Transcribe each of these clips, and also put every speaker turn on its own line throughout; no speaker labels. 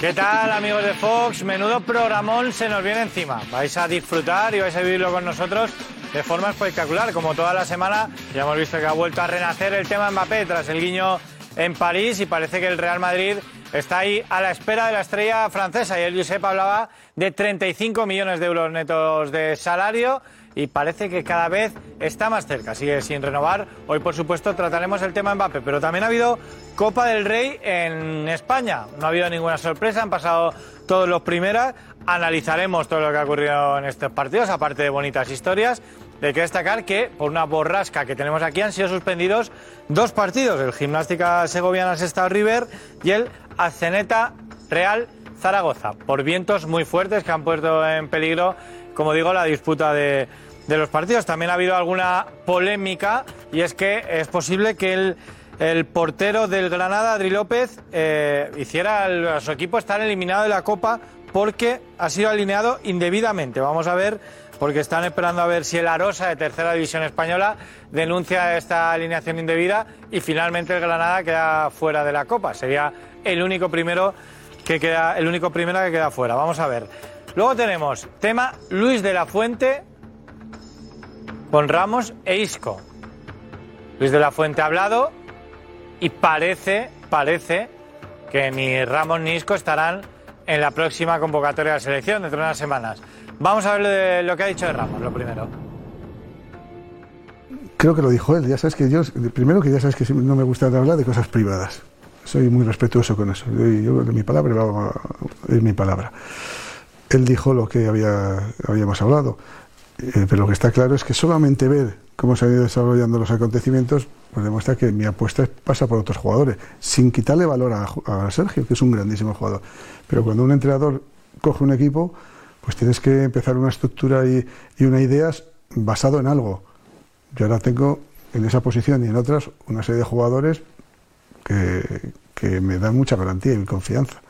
¿Qué tal amigos de Fox? Menudo programón se nos viene encima. Vais a disfrutar y vais a vivirlo con nosotros de forma espectacular. Como toda la semana ya hemos visto que ha vuelto a renacer el tema Mbappé tras el guiño en París y parece que el Real Madrid está ahí a la espera de la estrella francesa. Y el Josep hablaba de 35 millones de euros netos de salario y parece que cada vez está más cerca. Sigue sin renovar. Hoy, por supuesto, trataremos el tema Mbappé, pero también ha habido Copa del Rey en España. No ha habido ninguna sorpresa, han pasado todos los primeras. Analizaremos todo lo que ha ocurrido en estos partidos, aparte de bonitas historias. Hay que destacar que, por una borrasca que tenemos aquí, han sido suspendidos dos partidos: el Gimnástica Segoviana Sestao River y el Azeneta Real Zaragoza, por vientos muy fuertes que han puesto en peligro como digo, la disputa de, de los partidos. También ha habido alguna polémica y es que es posible que el, el portero del Granada, Adri López, eh, hiciera al- a su equipo estar eliminado de la Copa porque ha sido alineado indebidamente. Vamos a ver, porque están esperando a ver si el Arosa de Tercera División Española denuncia esta alineación indebida y finalmente el Granada queda fuera de la Copa. Sería el único primero que queda, el único primero que queda fuera. Vamos a ver. Luego tenemos tema Luis de la Fuente con Ramos e Isco. Luis de la Fuente ha hablado y parece, parece que ni Ramos ni Isco estarán en la próxima convocatoria de la selección dentro de unas semanas. Vamos a ver lo, de- lo que ha dicho de Ramos, lo primero.
Creo que lo dijo él, ya sabes que yo, primero que ya sabes que no me gusta hablar de cosas privadas. Soy muy respetuoso con eso. Yo, yo- mi palabra va- es mi palabra. Él dijo lo que había, habíamos hablado, Eh, pero lo que está claro es que solamente ver cómo se han ido desarrollando los acontecimientos pues demuestra que mi apuesta pasa por otros jugadores, sin quitarle valor a, Ju- a Sergio, que es un grandísimo jugador. Pero cuando un entrenador coge un equipo, pues tienes que empezar una estructura y, y una ideas basado en algo. Yo ahora tengo en esa posición y en otras una serie de jugadores que, que me dan mucha garantía y confianza.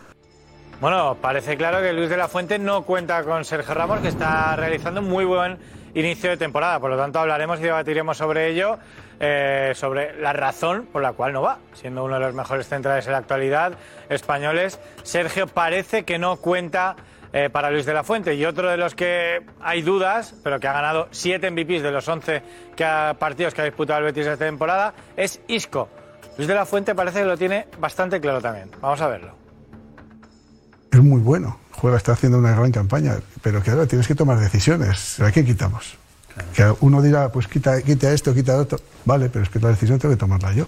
Bueno, parece claro que Luis de la Fuente no cuenta con Sergio Ramos, que está realizando un muy buen inicio de temporada. Por lo tanto, hablaremos y debatiremos sobre ello, eh, sobre la razón por la cual no va. Siendo uno de los mejores centrales en la actualidad españoles, Sergio parece que no cuenta eh, para Luis de la Fuente. Y otro de los que hay dudas, pero que ha ganado 7 MVPs de los 11 que ha- partidos que ha disputado el Betis esta temporada, es Isco. Luis de la Fuente parece que lo tiene bastante claro también. Vamos a verlo.
Es muy bueno, juega, está haciendo una gran campaña, pero que ahora tienes que tomar decisiones. ¿A quién quitamos? Que uno dirá, pues quita, quita esto, quita lo otro. Vale, pero es que la decisión tengo que tomarla yo.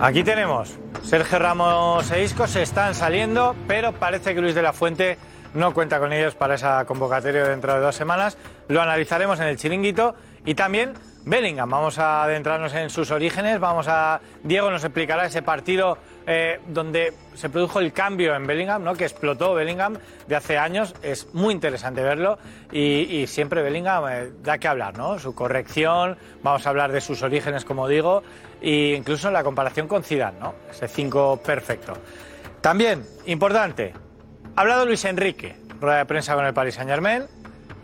Aquí tenemos. Sergio Ramos e Isco se están saliendo, pero parece que Luis de la Fuente no cuenta con ellos para esa convocatoria dentro de dos semanas. Lo analizaremos en el chiringuito y también Bellingham. Vamos a adentrarnos en sus orígenes. Vamos a Diego nos explicará ese partido eh, donde se produjo el cambio en Bellingham, ¿no? Que explotó Bellingham de hace años. Es muy interesante verlo y, y siempre Bellingham eh, da que hablar, ¿no? Su corrección. Vamos a hablar de sus orígenes, como digo, e incluso la comparación con Zidane, ¿no? Ese 5 perfecto. También, importante, ha hablado Luis Enrique, rueda de prensa con el Paris Saint Germain,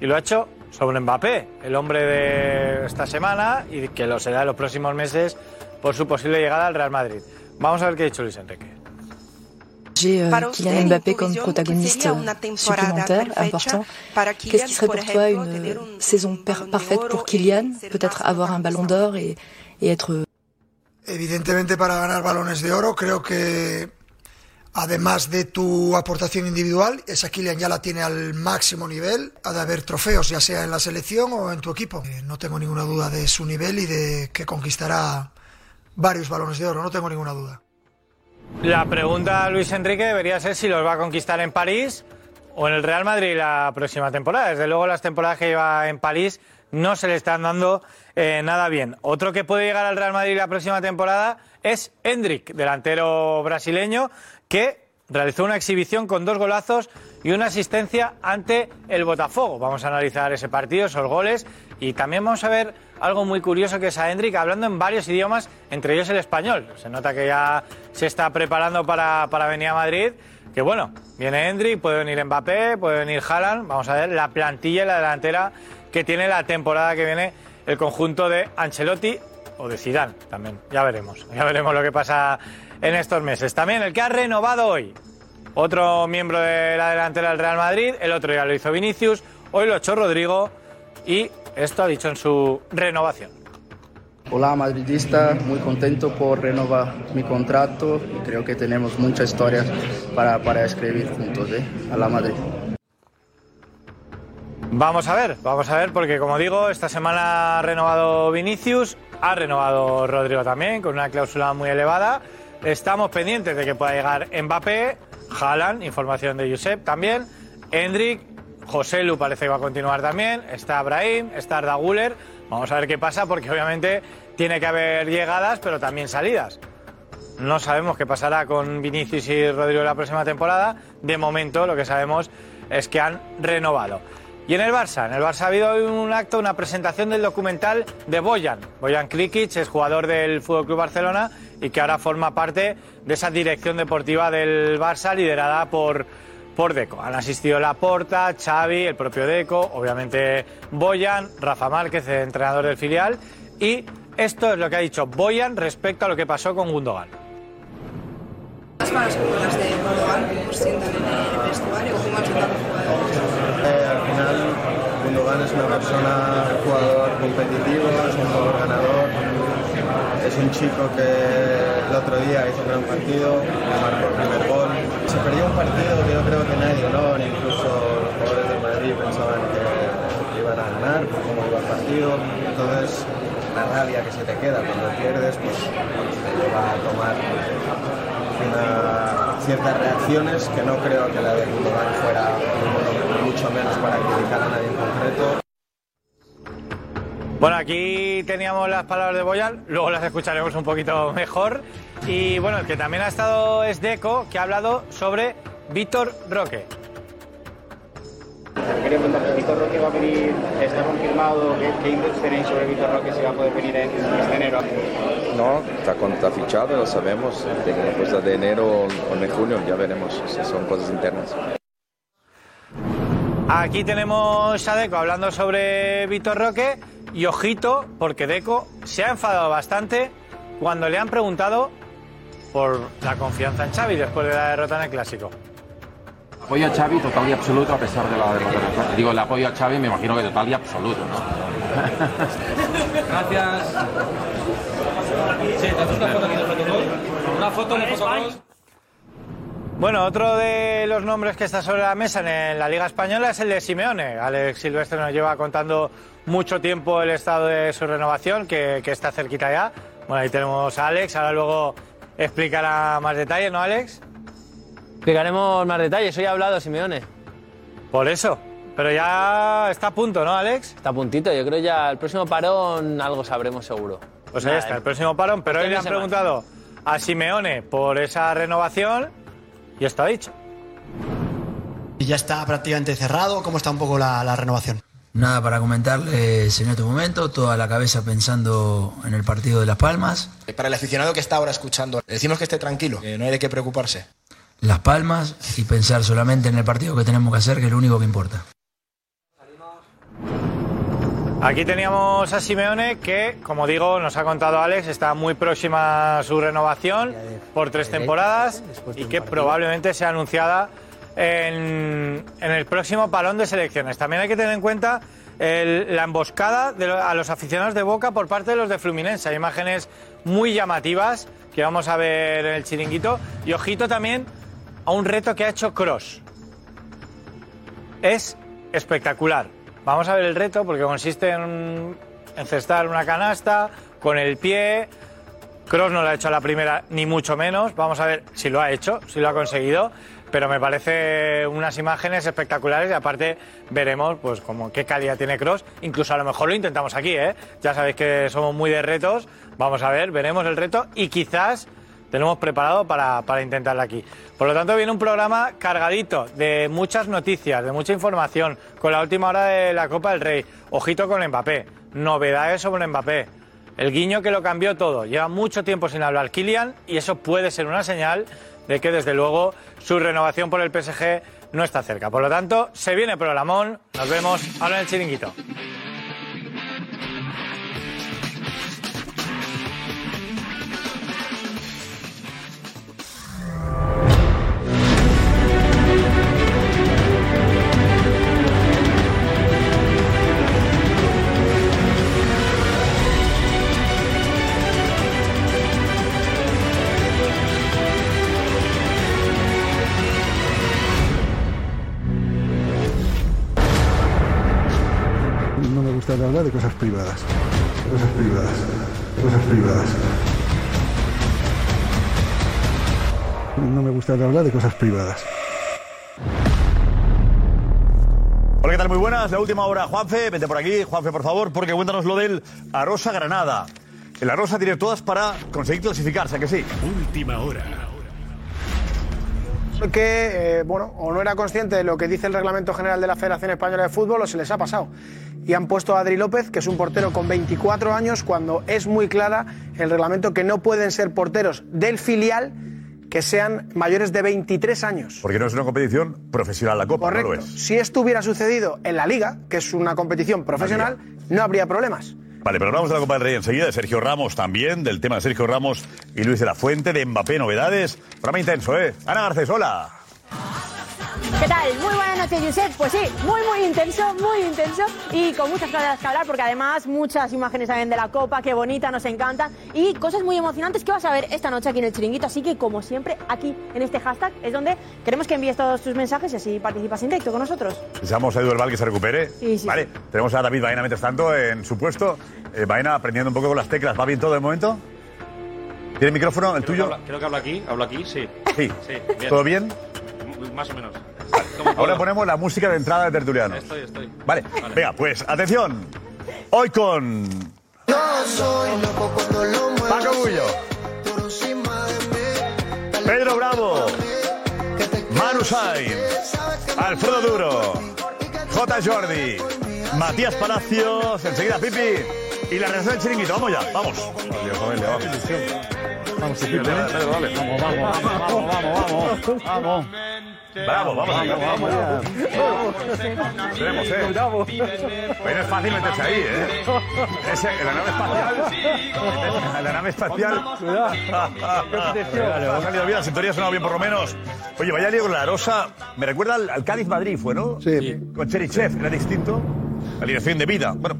y lo ha hecho sobre Mbappé, el hombre de esta semana y que lo será en los próximos meses por su posible llegada al Real Madrid. Vamos a ver qué ha dicho Luis Enrique.
J'ai euh,
Para
Kylian
usted,
Mbappé
en tu
comme
visión,
protagoniste
sería una
euh,
temporada
supplémentaire,
perfecta
important.
para
Qu'est-ce
Kylian,
qui serait
por
pour toi
ejemplo,
une
tener
euh,
un-
saison
un
par-
Ballon
parfaite
d'Or
pour
et
Kylian
ser
Peut-être
más
avoir un ballon d'or et, et être euh,
Evidentemente para ganar balones de oro creo que además de tu aportación individual, esa Kylian ya la tiene al máximo nivel, ha de haber trofeos ya sea en la selección o en tu equipo. Eh, No tengo ninguna duda de su nivel y de que conquistará varios balones de oro, no tengo ninguna duda.
La pregunta a Luis Enrique debería ser si los va a conquistar en París o en el Real Madrid la próxima temporada. Desde luego las temporadas que lleva en París no se le están dando eh, nada bien. Otro que puede llegar al Real Madrid la próxima temporada es Hendrik, delantero brasileño, que realizó una exhibición con dos golazos y una asistencia ante el Botafogo. Vamos a analizar ese partido, esos goles y también vamos a ver algo muy curioso que es a Hendrik hablando en varios idiomas, entre ellos el español. Se nota que ya se está preparando para, para venir a Madrid. Que bueno, viene Hendrik, puede venir Mbappé, puede venir Haaland. Vamos a ver la plantilla y la delantera que tiene la temporada que viene el conjunto de Ancelotti o de Zidane también. Ya veremos. Ya veremos lo que pasa en estos meses. También el que ha renovado hoy. Otro miembro de la delantera del Real Madrid, el otro ya lo hizo Vinicius, hoy lo ha hecho Rodrigo y esto ha dicho en su renovación.
Hola madridista, muy contento por renovar mi contrato y creo que tenemos muchas historias para, para escribir juntos, ¿eh? A la Madrid.
Vamos a ver, vamos a ver, porque como digo, esta semana ha renovado Vinicius, ha renovado Rodrigo también, con una cláusula muy elevada. Estamos pendientes de que pueda llegar Mbappé, Haaland, información de Josep también, Hendrik, José Lu parece que va a continuar también, está Brahim, está Arda Güler. Vamos a ver qué pasa, porque obviamente tiene que haber llegadas, pero también salidas. No sabemos qué pasará con Vinicius y Rodrigo la próxima temporada. De momento, lo que sabemos es que han renovado. Y en el Barça, en el Barça ha habido hoy un acto, una presentación del documental de Boyan. Boyan Krikic es jugador del Fútbol Club Barcelona y que ahora forma parte de esa dirección deportiva del Barça liderada por, por Deco. Han asistido Laporta, Xavi, el propio Deco, obviamente Boyan, Rafa Márquez, el entrenador del filial. Y esto es lo que ha dicho Boyan respecto a lo que pasó con Gundogan.
¿Las malas jugadas de pues Gundogan cómo sientan en el vestuario? ¿Cómo han sentado los jugadores?
Eh, al final, Gundogan es una persona, un jugador competitivo, es un jugador ganador, es un chico que el otro día hizo un gran partido, marcó el primer gol. Se perdió un partido que yo creo que nadie, ¿no? Ni incluso los jugadores del Madrid pensaban que Eh, iban a ganar, por cómo iba el partido. Entonces, la rabia que se te queda cuando pierdes, pues te lleva a tomar una- ciertas reacciones que no creo que la de Gundogan fuera bueno, mucho menos para criticar a nadie en concreto.
Bueno, aquí teníamos las palabras de Boyan, luego las escucharemos un poquito mejor. Y bueno, el que también ha estado es Deco, que ha hablado sobre Víctor Roque.
Quería preguntar, ¿Víctor Roque va a venir? ¿Está confirmado? ¿Qué, qué index tenéis sobre Víctor Roque si va a poder venir en este enero?
No, está, con- está fichado, lo sabemos. De que cosa de enero o o de junio, ya veremos. O sea, son cosas internas.
Aquí tenemos a Deco hablando sobre Víctor Roque y ojito, porque Deco se ha enfadado bastante cuando le han preguntado por la confianza en Xavi después de la derrota en el Clásico.
Apoyo a Xavi total y absoluto a pesar de la derrota. Digo, el apoyo a Xavi me imagino que total y absoluto, ¿no?
Gracias. Sí, te haces una foto aquí de protocolo. Una foto de protocolo.
Bueno, otro de los nombres que está sobre la mesa en el- la Liga Española es el de Simeone. Alex Silvestre nos lleva contando mucho tiempo el estado de su renovación, que, que está cerquita ya. Bueno, ahí tenemos a Alex, ahora luego explicará más detalles, ¿no, Alex?
Explicaremos más detalles, hoy ha hablado Simeone.
Por eso, pero ya está a punto, ¿no, Alex?
Está a puntito, yo creo ya el próximo parón algo sabremos seguro.
Pues ahí está, el próximo parón, pero hoy le han preguntado a Simeone por esa renovación y está dicho.
Ya está prácticamente cerrado. ¿Cómo está un poco la, la renovación?
Nada para comentarles en este momento, toda la cabeza pensando en el partido de Las Palmas.
Eh, Para el aficionado que está ahora escuchando, le decimos que esté tranquilo, que no hay de qué preocuparse.
Las Palmas y pensar solamente en el partido que tenemos que hacer, que es lo único que importa.
Aquí teníamos a Simeone que, como digo, nos ha contado Alex, está muy próxima a su renovación por tres temporadas y que probablemente sea anunciada en, en el próximo palón de selecciones. También hay que tener en cuenta el- la emboscada de lo- a los aficionados de Boca por parte de los de Fluminense. Hay imágenes muy llamativas que vamos a ver en el chiringuito y ojito también a un reto que ha hecho Cross es espectacular. Vamos a ver el reto porque consiste en encestar una canasta con el pie. Cross no lo ha hecho a la primera, ni mucho menos. Vamos a ver si lo ha hecho, si lo ha conseguido. Pero me parece unas imágenes espectaculares y aparte veremos pues como qué calidad tiene Cross. Incluso a lo mejor lo intentamos aquí, ¿eh? Ya sabéis que somos muy de retos. Vamos a ver, veremos el reto y quizás tenemos preparado para, para intentarlo aquí. Por lo tanto, viene un programa cargadito de muchas noticias, de mucha información, con la última hora de la Copa del Rey. Ojito con Mbappé, novedades sobre Mbappé. El guiño que lo cambió todo. Lleva mucho tiempo sin hablar Kylian y eso puede ser una señal de que, desde luego, su renovación por el PSG no está cerca. Por lo tanto, se viene programón. Nos vemos ahora en el chiringuito.
gusta de hablar de cosas privadas. Cosas privadas. Cosas privadas. No me gusta de hablar de cosas privadas.
Hola, ¿qué tal? Muy buenas. La última hora, Juanfe. Vente por aquí, Juanfe, por favor, porque cuéntanos lo del Arosa Granada. El Arosa tiene todas para conseguir clasificarse, ¿a que sí? Última hora.
porque eh, bueno, o no era consciente de lo que dice el reglamento general de la Federación Española de Fútbol o se les ha pasado. Y han puesto a Adri López, que es un portero con 24 años, cuando es muy clara el reglamento que no pueden ser porteros del filial que sean mayores de 23 años.
Porque no es una competición profesional la Copa, no lo
Correcto.
es.
Si esto hubiera sucedido en la Liga, que es una competición profesional, no habría problemas.
Vale, pero hablamos de la Copa del Rey enseguida, de Sergio Ramos también, del tema de Sergio Ramos y Luis de la Fuente, de Mbappé, novedades. Programa intenso, ¿eh? Ana Garcés, hola.
¿Qué tal? Muy buenas noches, Josep. Pues sí, muy, muy intenso, muy intenso y con muchas cosas que hablar porque además muchas imágenes también de la Copa, qué bonita, nos encanta y cosas muy emocionantes que vas a ver esta noche aquí en el Chiringuito. Así que, como siempre, aquí en este hashtag es donde queremos que envíes todos tus mensajes y así participas en directo con nosotros.
Deseamos a Edu Herbal que se recupere.
Sí, sí,
Vale, tenemos a David Baena mientras tanto en su puesto. Eh, Baena aprendiendo un poco con las teclas. ¿Va bien todo de momento? ¿Tiene el micrófono? ¿El tuyo?
Creo que hablo aquí, hablo aquí, sí.
Sí.
Sí,
¿Todo bien?
Más o menos.
Ahora ponemos la música de entrada de Tertulianos.
Estoy, estoy.
Vale, venga, pues atención. Hoy con
Yo soy loco cuando lo muevo.
Paco Bullo,
Por encima de
Pedro Bravo, Manu Sainz, Alfredo Duro, J. Jordi, Matías Palacios, enseguida Pipi y la reacción del chiringuito. Vamos ya, vamos. Vamos,
Vamos, vamos, vamos, vamos, vamos, vamos.
Bravo, vamos,
Vamos,
vamos. Veremos, eh.
Bravo.
Pero no es fácil meterse ahí, ¿eh? Ese, la nave espacial. La nave espacial. Ha salido bien, la sintonía ha sonado bien por lo menos. Oye, vaya lío con la Rosa. Me recuerda al, al Cádiz Madrid, ¿fue, no? Sí. Con Cherichev, era distinto. Alineación de vida. Bueno,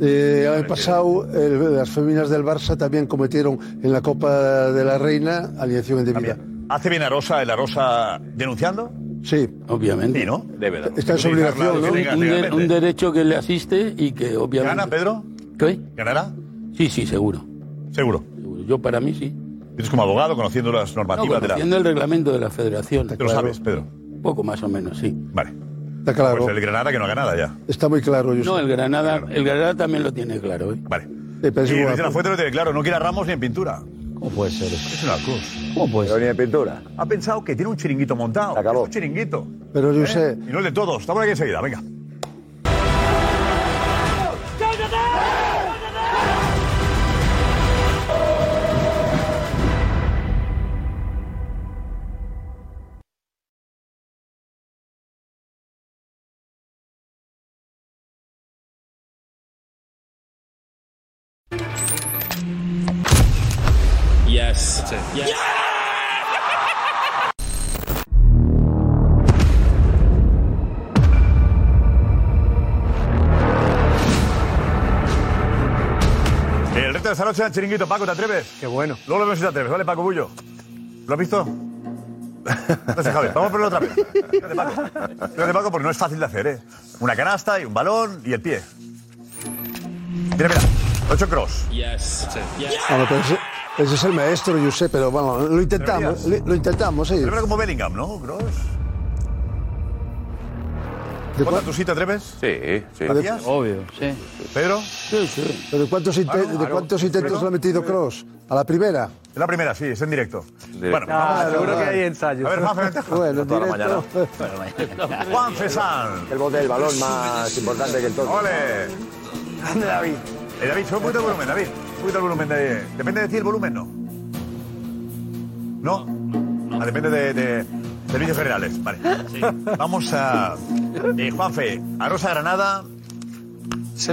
Eh, el año pasado, el- las féminas del Barça también cometieron en la Copa de la Reina alineación indebida.
¿hace bien a Rosa el Rosa denunciando?
Sí, obviamente.
Sí, ¿no? Debe.
Está en su obligación, ¿no?
Un, de- un derecho que le asiste y que obviamente.
¿Gana, Pedro?
¿Qué?
¿Ganará?
Sí, sí, seguro.
¿Seguro?
Yo para mí sí.
Eres como abogado conociendo las normativas
no,
de la-
conociendo el reglamento de la federación.
Tú lo sabes, Pedro.
Poco más o menos, sí.
Vale.
Está
claro. Pues el Granada que no gana nada ya.
Está muy claro. yo
No,
sé.
el Granada, el Granada también lo tiene claro. ¿eh?
Vale.
Eh, pero es
Y
igual. Oh, pues.
Luis de la Fuente lo tiene claro, no quiere a Ramos ni en pintura. ¿Cómo puede ser? Es una cruz. ¿Cómo puede ser? ni en pintura. Ha pensado que tiene un chiringuito montado. acabó. Es un chiringuito. ¿Eh?
Pero yo sé,
Y no el de todos. Estamos aquí enseguida, venga.
Yes. Yes.
El reto de esta noche es el chiringuito. Paco, ¿te atreves? Qué bueno. Luego lo vemos si te atreves, ¿vale, Paco Bullo? ¿Lo has visto? No sé, Javi. Vamos a ponerlo otra vez. Fíjate, Paco. Fíjate, Paco, porque no es fácil de hacer, ¿eh? Una canasta y un balón y el pie. Mira, mira. Ocho cross.
Yes. Yes.
bueno, pero ese, ese es el maestro, yo sé, pero bueno, lo intentamos,
Pero
lo intentamos, sí.
Pero era como Bellingham, ¿no? Cross. ¿Cuánto tú sí te atreves?
Sí, sí.
¿Matías?
Obvio, sí.
¿Pedro?
Sí, sí. ¿Pero de cuántos, inte-
Claro,
de
claro.
cuántos intentos
Pero-
le ha metido Cross? ¿A la primera.
Es la primera, sí, es en directo. Bueno,
Ah,
vamos a-
seguro que hay
A ver, Juan Fernández.
Bueno, en
Toda la
directo.
Juan Fesán. El bote del balón más importante que el toque. ¡Ole! Grande David. Eh, David, sube un poquito el volumen, David. Sube un poquito el volumen. De... Depende de ti el volumen, no. No. Ah, depende de, de servicios generales. Vale. Vamos a. Eh, Juanfe, a Rosa Granada.
Se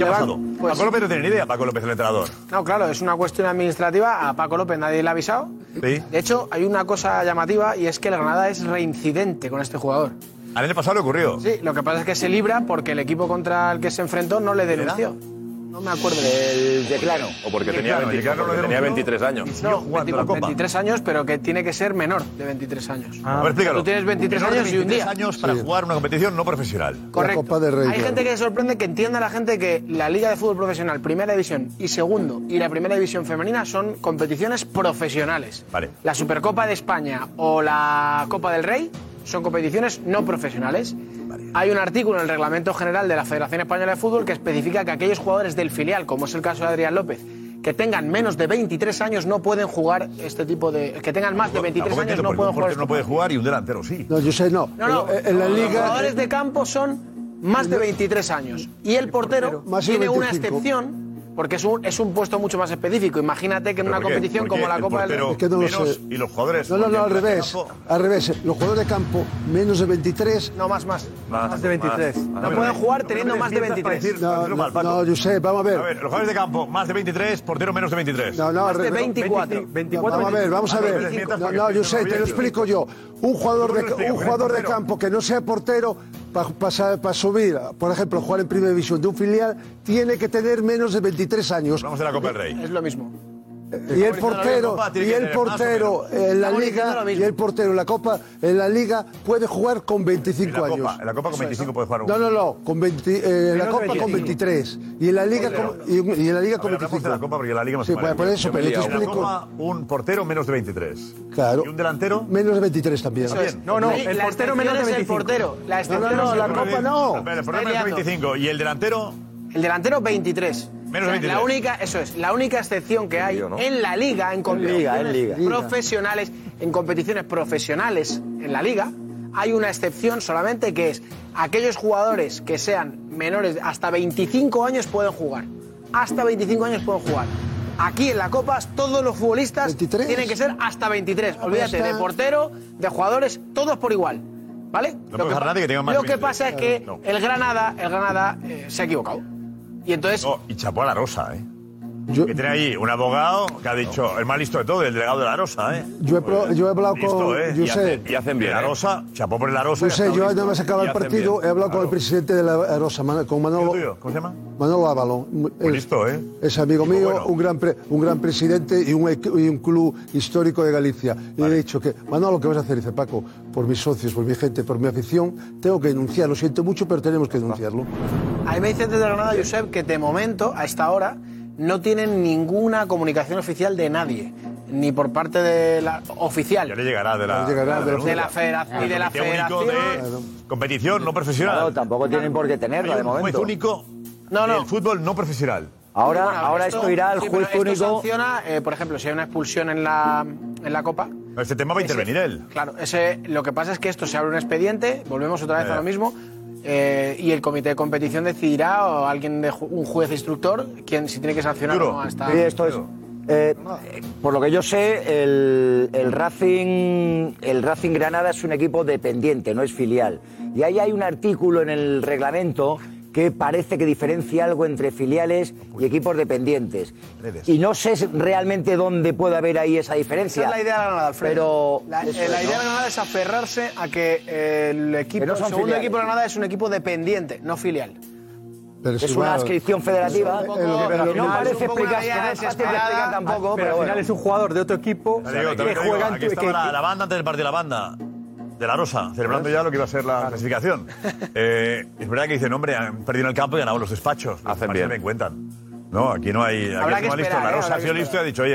¿Qué ha
le va-
pasado?
pues-
Paco López no tiene ni idea, Paco López, el entrenador.
No, claro, es una cuestión administrativa. A Paco López nadie le ha avisado.
Sí.
De hecho, hay una cosa llamativa y es que el Granada es reincidente con este jugador.
Al año pasado le ocurrió.
Sí, lo que pasa es que se libra porque el equipo contra el que se enfrentó no le denunció. No me acuerdo.
El Yeclano.
O porque tenía, 20 porque tenía 23 años.
No, 23 años, pero que tiene que ser menor de 23 años.
A ver, explícalo.
Tú tienes 23
Menor de
años y un día.
23 años para
Sí.
jugar una competición no profesional.
Correcto. Hay gente que se sorprende que entienda la gente que la Liga de Fútbol Profesional, Primera División y Segundo y la Primera División Femenina son competiciones profesionales.
Vale.
La Supercopa de España o la Copa del Rey son competiciones no profesionales. Hay un artículo en el Reglamento General de la Federación Española de Fútbol que especifica que aquellos jugadores del filial, como es el caso de Adrián López, que tengan menos de 23 años no pueden jugar este tipo de... que tengan más de 23
Tampoco
años
entiendo por qué
no pueden
un
jugar...
portero no puede jugar y un delantero sí.
No, yo sé, no.
No, no,
Pero, eh, en la
los
liga.
jugadores de campo son más de 23 años. Y el portero
Más de
tiene una
25.
excepción porque es un, es un puesto mucho más específico. Imagínate que en
¿Pero
una
por qué?
competición
¿Por
como
qué
la
el
Copa del
portero
Rey...
Es que no lo
menos
sé.
y los jugadores.
No, no, no, al
porque el
revés.
campo-
Al revés. Los jugadores de campo, menos de 23.
No, más, más.
Más,
de 23.
más.
No
Más.
pueden
jugar
No
teniendo
me
más de
despiertas para
23.
decir- para decirlo mal, Paco.
No, yo sé, vamos a ver.
A ver, los jugadores de campo, más de 23, portero menos de 23.
No, no, al revés. Vamos a ver, vamos a ver. No, no, yo sé, te lo explico yo. Un jugador de, un jugador de campo que no sea portero para subir, por ejemplo, jugar en Primera División de un filial, tiene que tener menos de 23 años.
Vamos a la Copa del Rey.
Es lo mismo.
Y el portero, y el portero en la liga, y el portero en la copa, en la liga puede jugar con 25 años.
En la Copa con 25 puede jugar un.
No, no, no, con 20, eh, en la
Menos de
copa con
25.
23 y en la liga con, y, y en la liga con
Hablamos
25.
de la Copa porque la Liga más
Sí, pues, por eso, pero yo te explico.
un portero menos de 23.
Claro.
¿Y un delantero?
Menos de 23 también.
Eso es. No, no,
La-
el
la
portero
excepción
menos de
es
25.
El portero. La
No, no,
excepción
no,
es el
la
portero.
Copa no. Espera, el portero menos de
Está liando.
25. ¿Y el delantero?
El delantero 23.
Menos
O sea,
23.
La única, eso es, la única excepción que hay
Lío, ¿no?
en la liga, en competiciones
liga, en liga.
profesionales, en competiciones profesionales en la liga, hay una excepción solamente que es aquellos jugadores que sean menores de- hasta 25 años pueden jugar. Hasta 25 años pueden jugar. Aquí en la Copa todos los futbolistas tienen que ser hasta 23. Olvídate
Ah, pues está.
de portero, de jugadores, todos por igual. ¿Vale?
puede
que
dejar
pa-
nadie que tenga más
lo
de
que
23.
pasa es que
No.
el Granada, el Granada eh, se ha equivocado. Y entonces.
No, y chapó a la Rosa, ¿eh? Que tiene ahí un abogado que ha dicho, el más listo de todo, el delegado de la Rosa, ¿eh?
Yo he, pro- yo he hablado
Listo,
con
¿eh?
yo
Y
sé.
hacen- y hacen bien. La Rosa, chapó por la Rosa.
Yo sé, yo
no
no me sacaba el partido, he hablado con el presidente de la Rosa, Man- con Manolo.
¿Cómo se llama?
Manolo Ávalo. Es-
listo, ¿eh?
Es amigo mío, un, gran pre- un gran presidente y un, ec- y un club histórico de Galicia. Y le he dicho que, Manolo, ¿qué vas a hacer? Dice Paco, por mis socios, por mi gente, por mi afición, tengo que denunciar. Lo siento mucho, pero tenemos que denunciarlo.
Ahí me dicen desde Granada, Josep, que de momento, a esta hora, no tienen ninguna comunicación oficial de nadie. Ni por parte de la oficial. Ya le
llegará de la- Ah,
llegará de la
de la federación. Y de la
Comité único
federación.
de competición no profesional.
Claro, tampoco tienen por qué tenerla,
Hay
de
un juez
momento.
único del fútbol no profesional.
Ahora,
Bueno,
ahora esto, irá al
sí,
juez
pero
único.
Esto sanciona, eh, por ejemplo, si hay una expulsión en la, en la Copa.
Este tema va a
ese-
intervenir él.
Claro, ese, lo que pasa es que esto se abre un expediente, volvemos otra vez
Ya,
a lo
ya.
mismo. eh, y el comité de competición decidirá, o alguien de ju- un juez instructor, quién si tiene que sancionar o no hasta.
Sí, esto es. eh, por lo que yo sé, el, el Racing, el Racing Granada es un equipo dependiente, no es filial. Y ahí hay un artículo en el reglamento que parece que diferencia algo entre filiales y equipos dependientes.
Redes.
Y no sé realmente dónde puede haber ahí esa diferencia.
Esa es la idea de la Granada, Alfredo.
Pero
La, eh,
eso
la
es,
idea de
¿no?
la Granada es aferrarse a que eh, el equipo,
Que no
el
son
segundo
filiales.
equipo de la Granada es un equipo dependiente, no filial.
Pero
es una adscripción federativa.
Eh,
Es un poco-
no
es un poco
parece
una
explicarse,
idea
no es fácil de explicar
desesperada,
tampoco, pero,
pero al
bueno.
final
Es un jugador de otro equipo
Te digo, te
que
digo,
juega en
aquí
tu-
estaba
que-
la, la banda antes del partido de la banda. De la Rosa, celebrando ya lo que iba a ser la clasificación. Eh, es verdad que dicen, hombre, han perdido en el campo y ganado los despachos. Los Hacen
bien.
me cuentan. No, aquí no hay. Aquí
Habrá
el
que
tema listo.
esperar,
La
¿eh?
Rosa
Habrá
ha
que
sido listo y ha dicho, oye,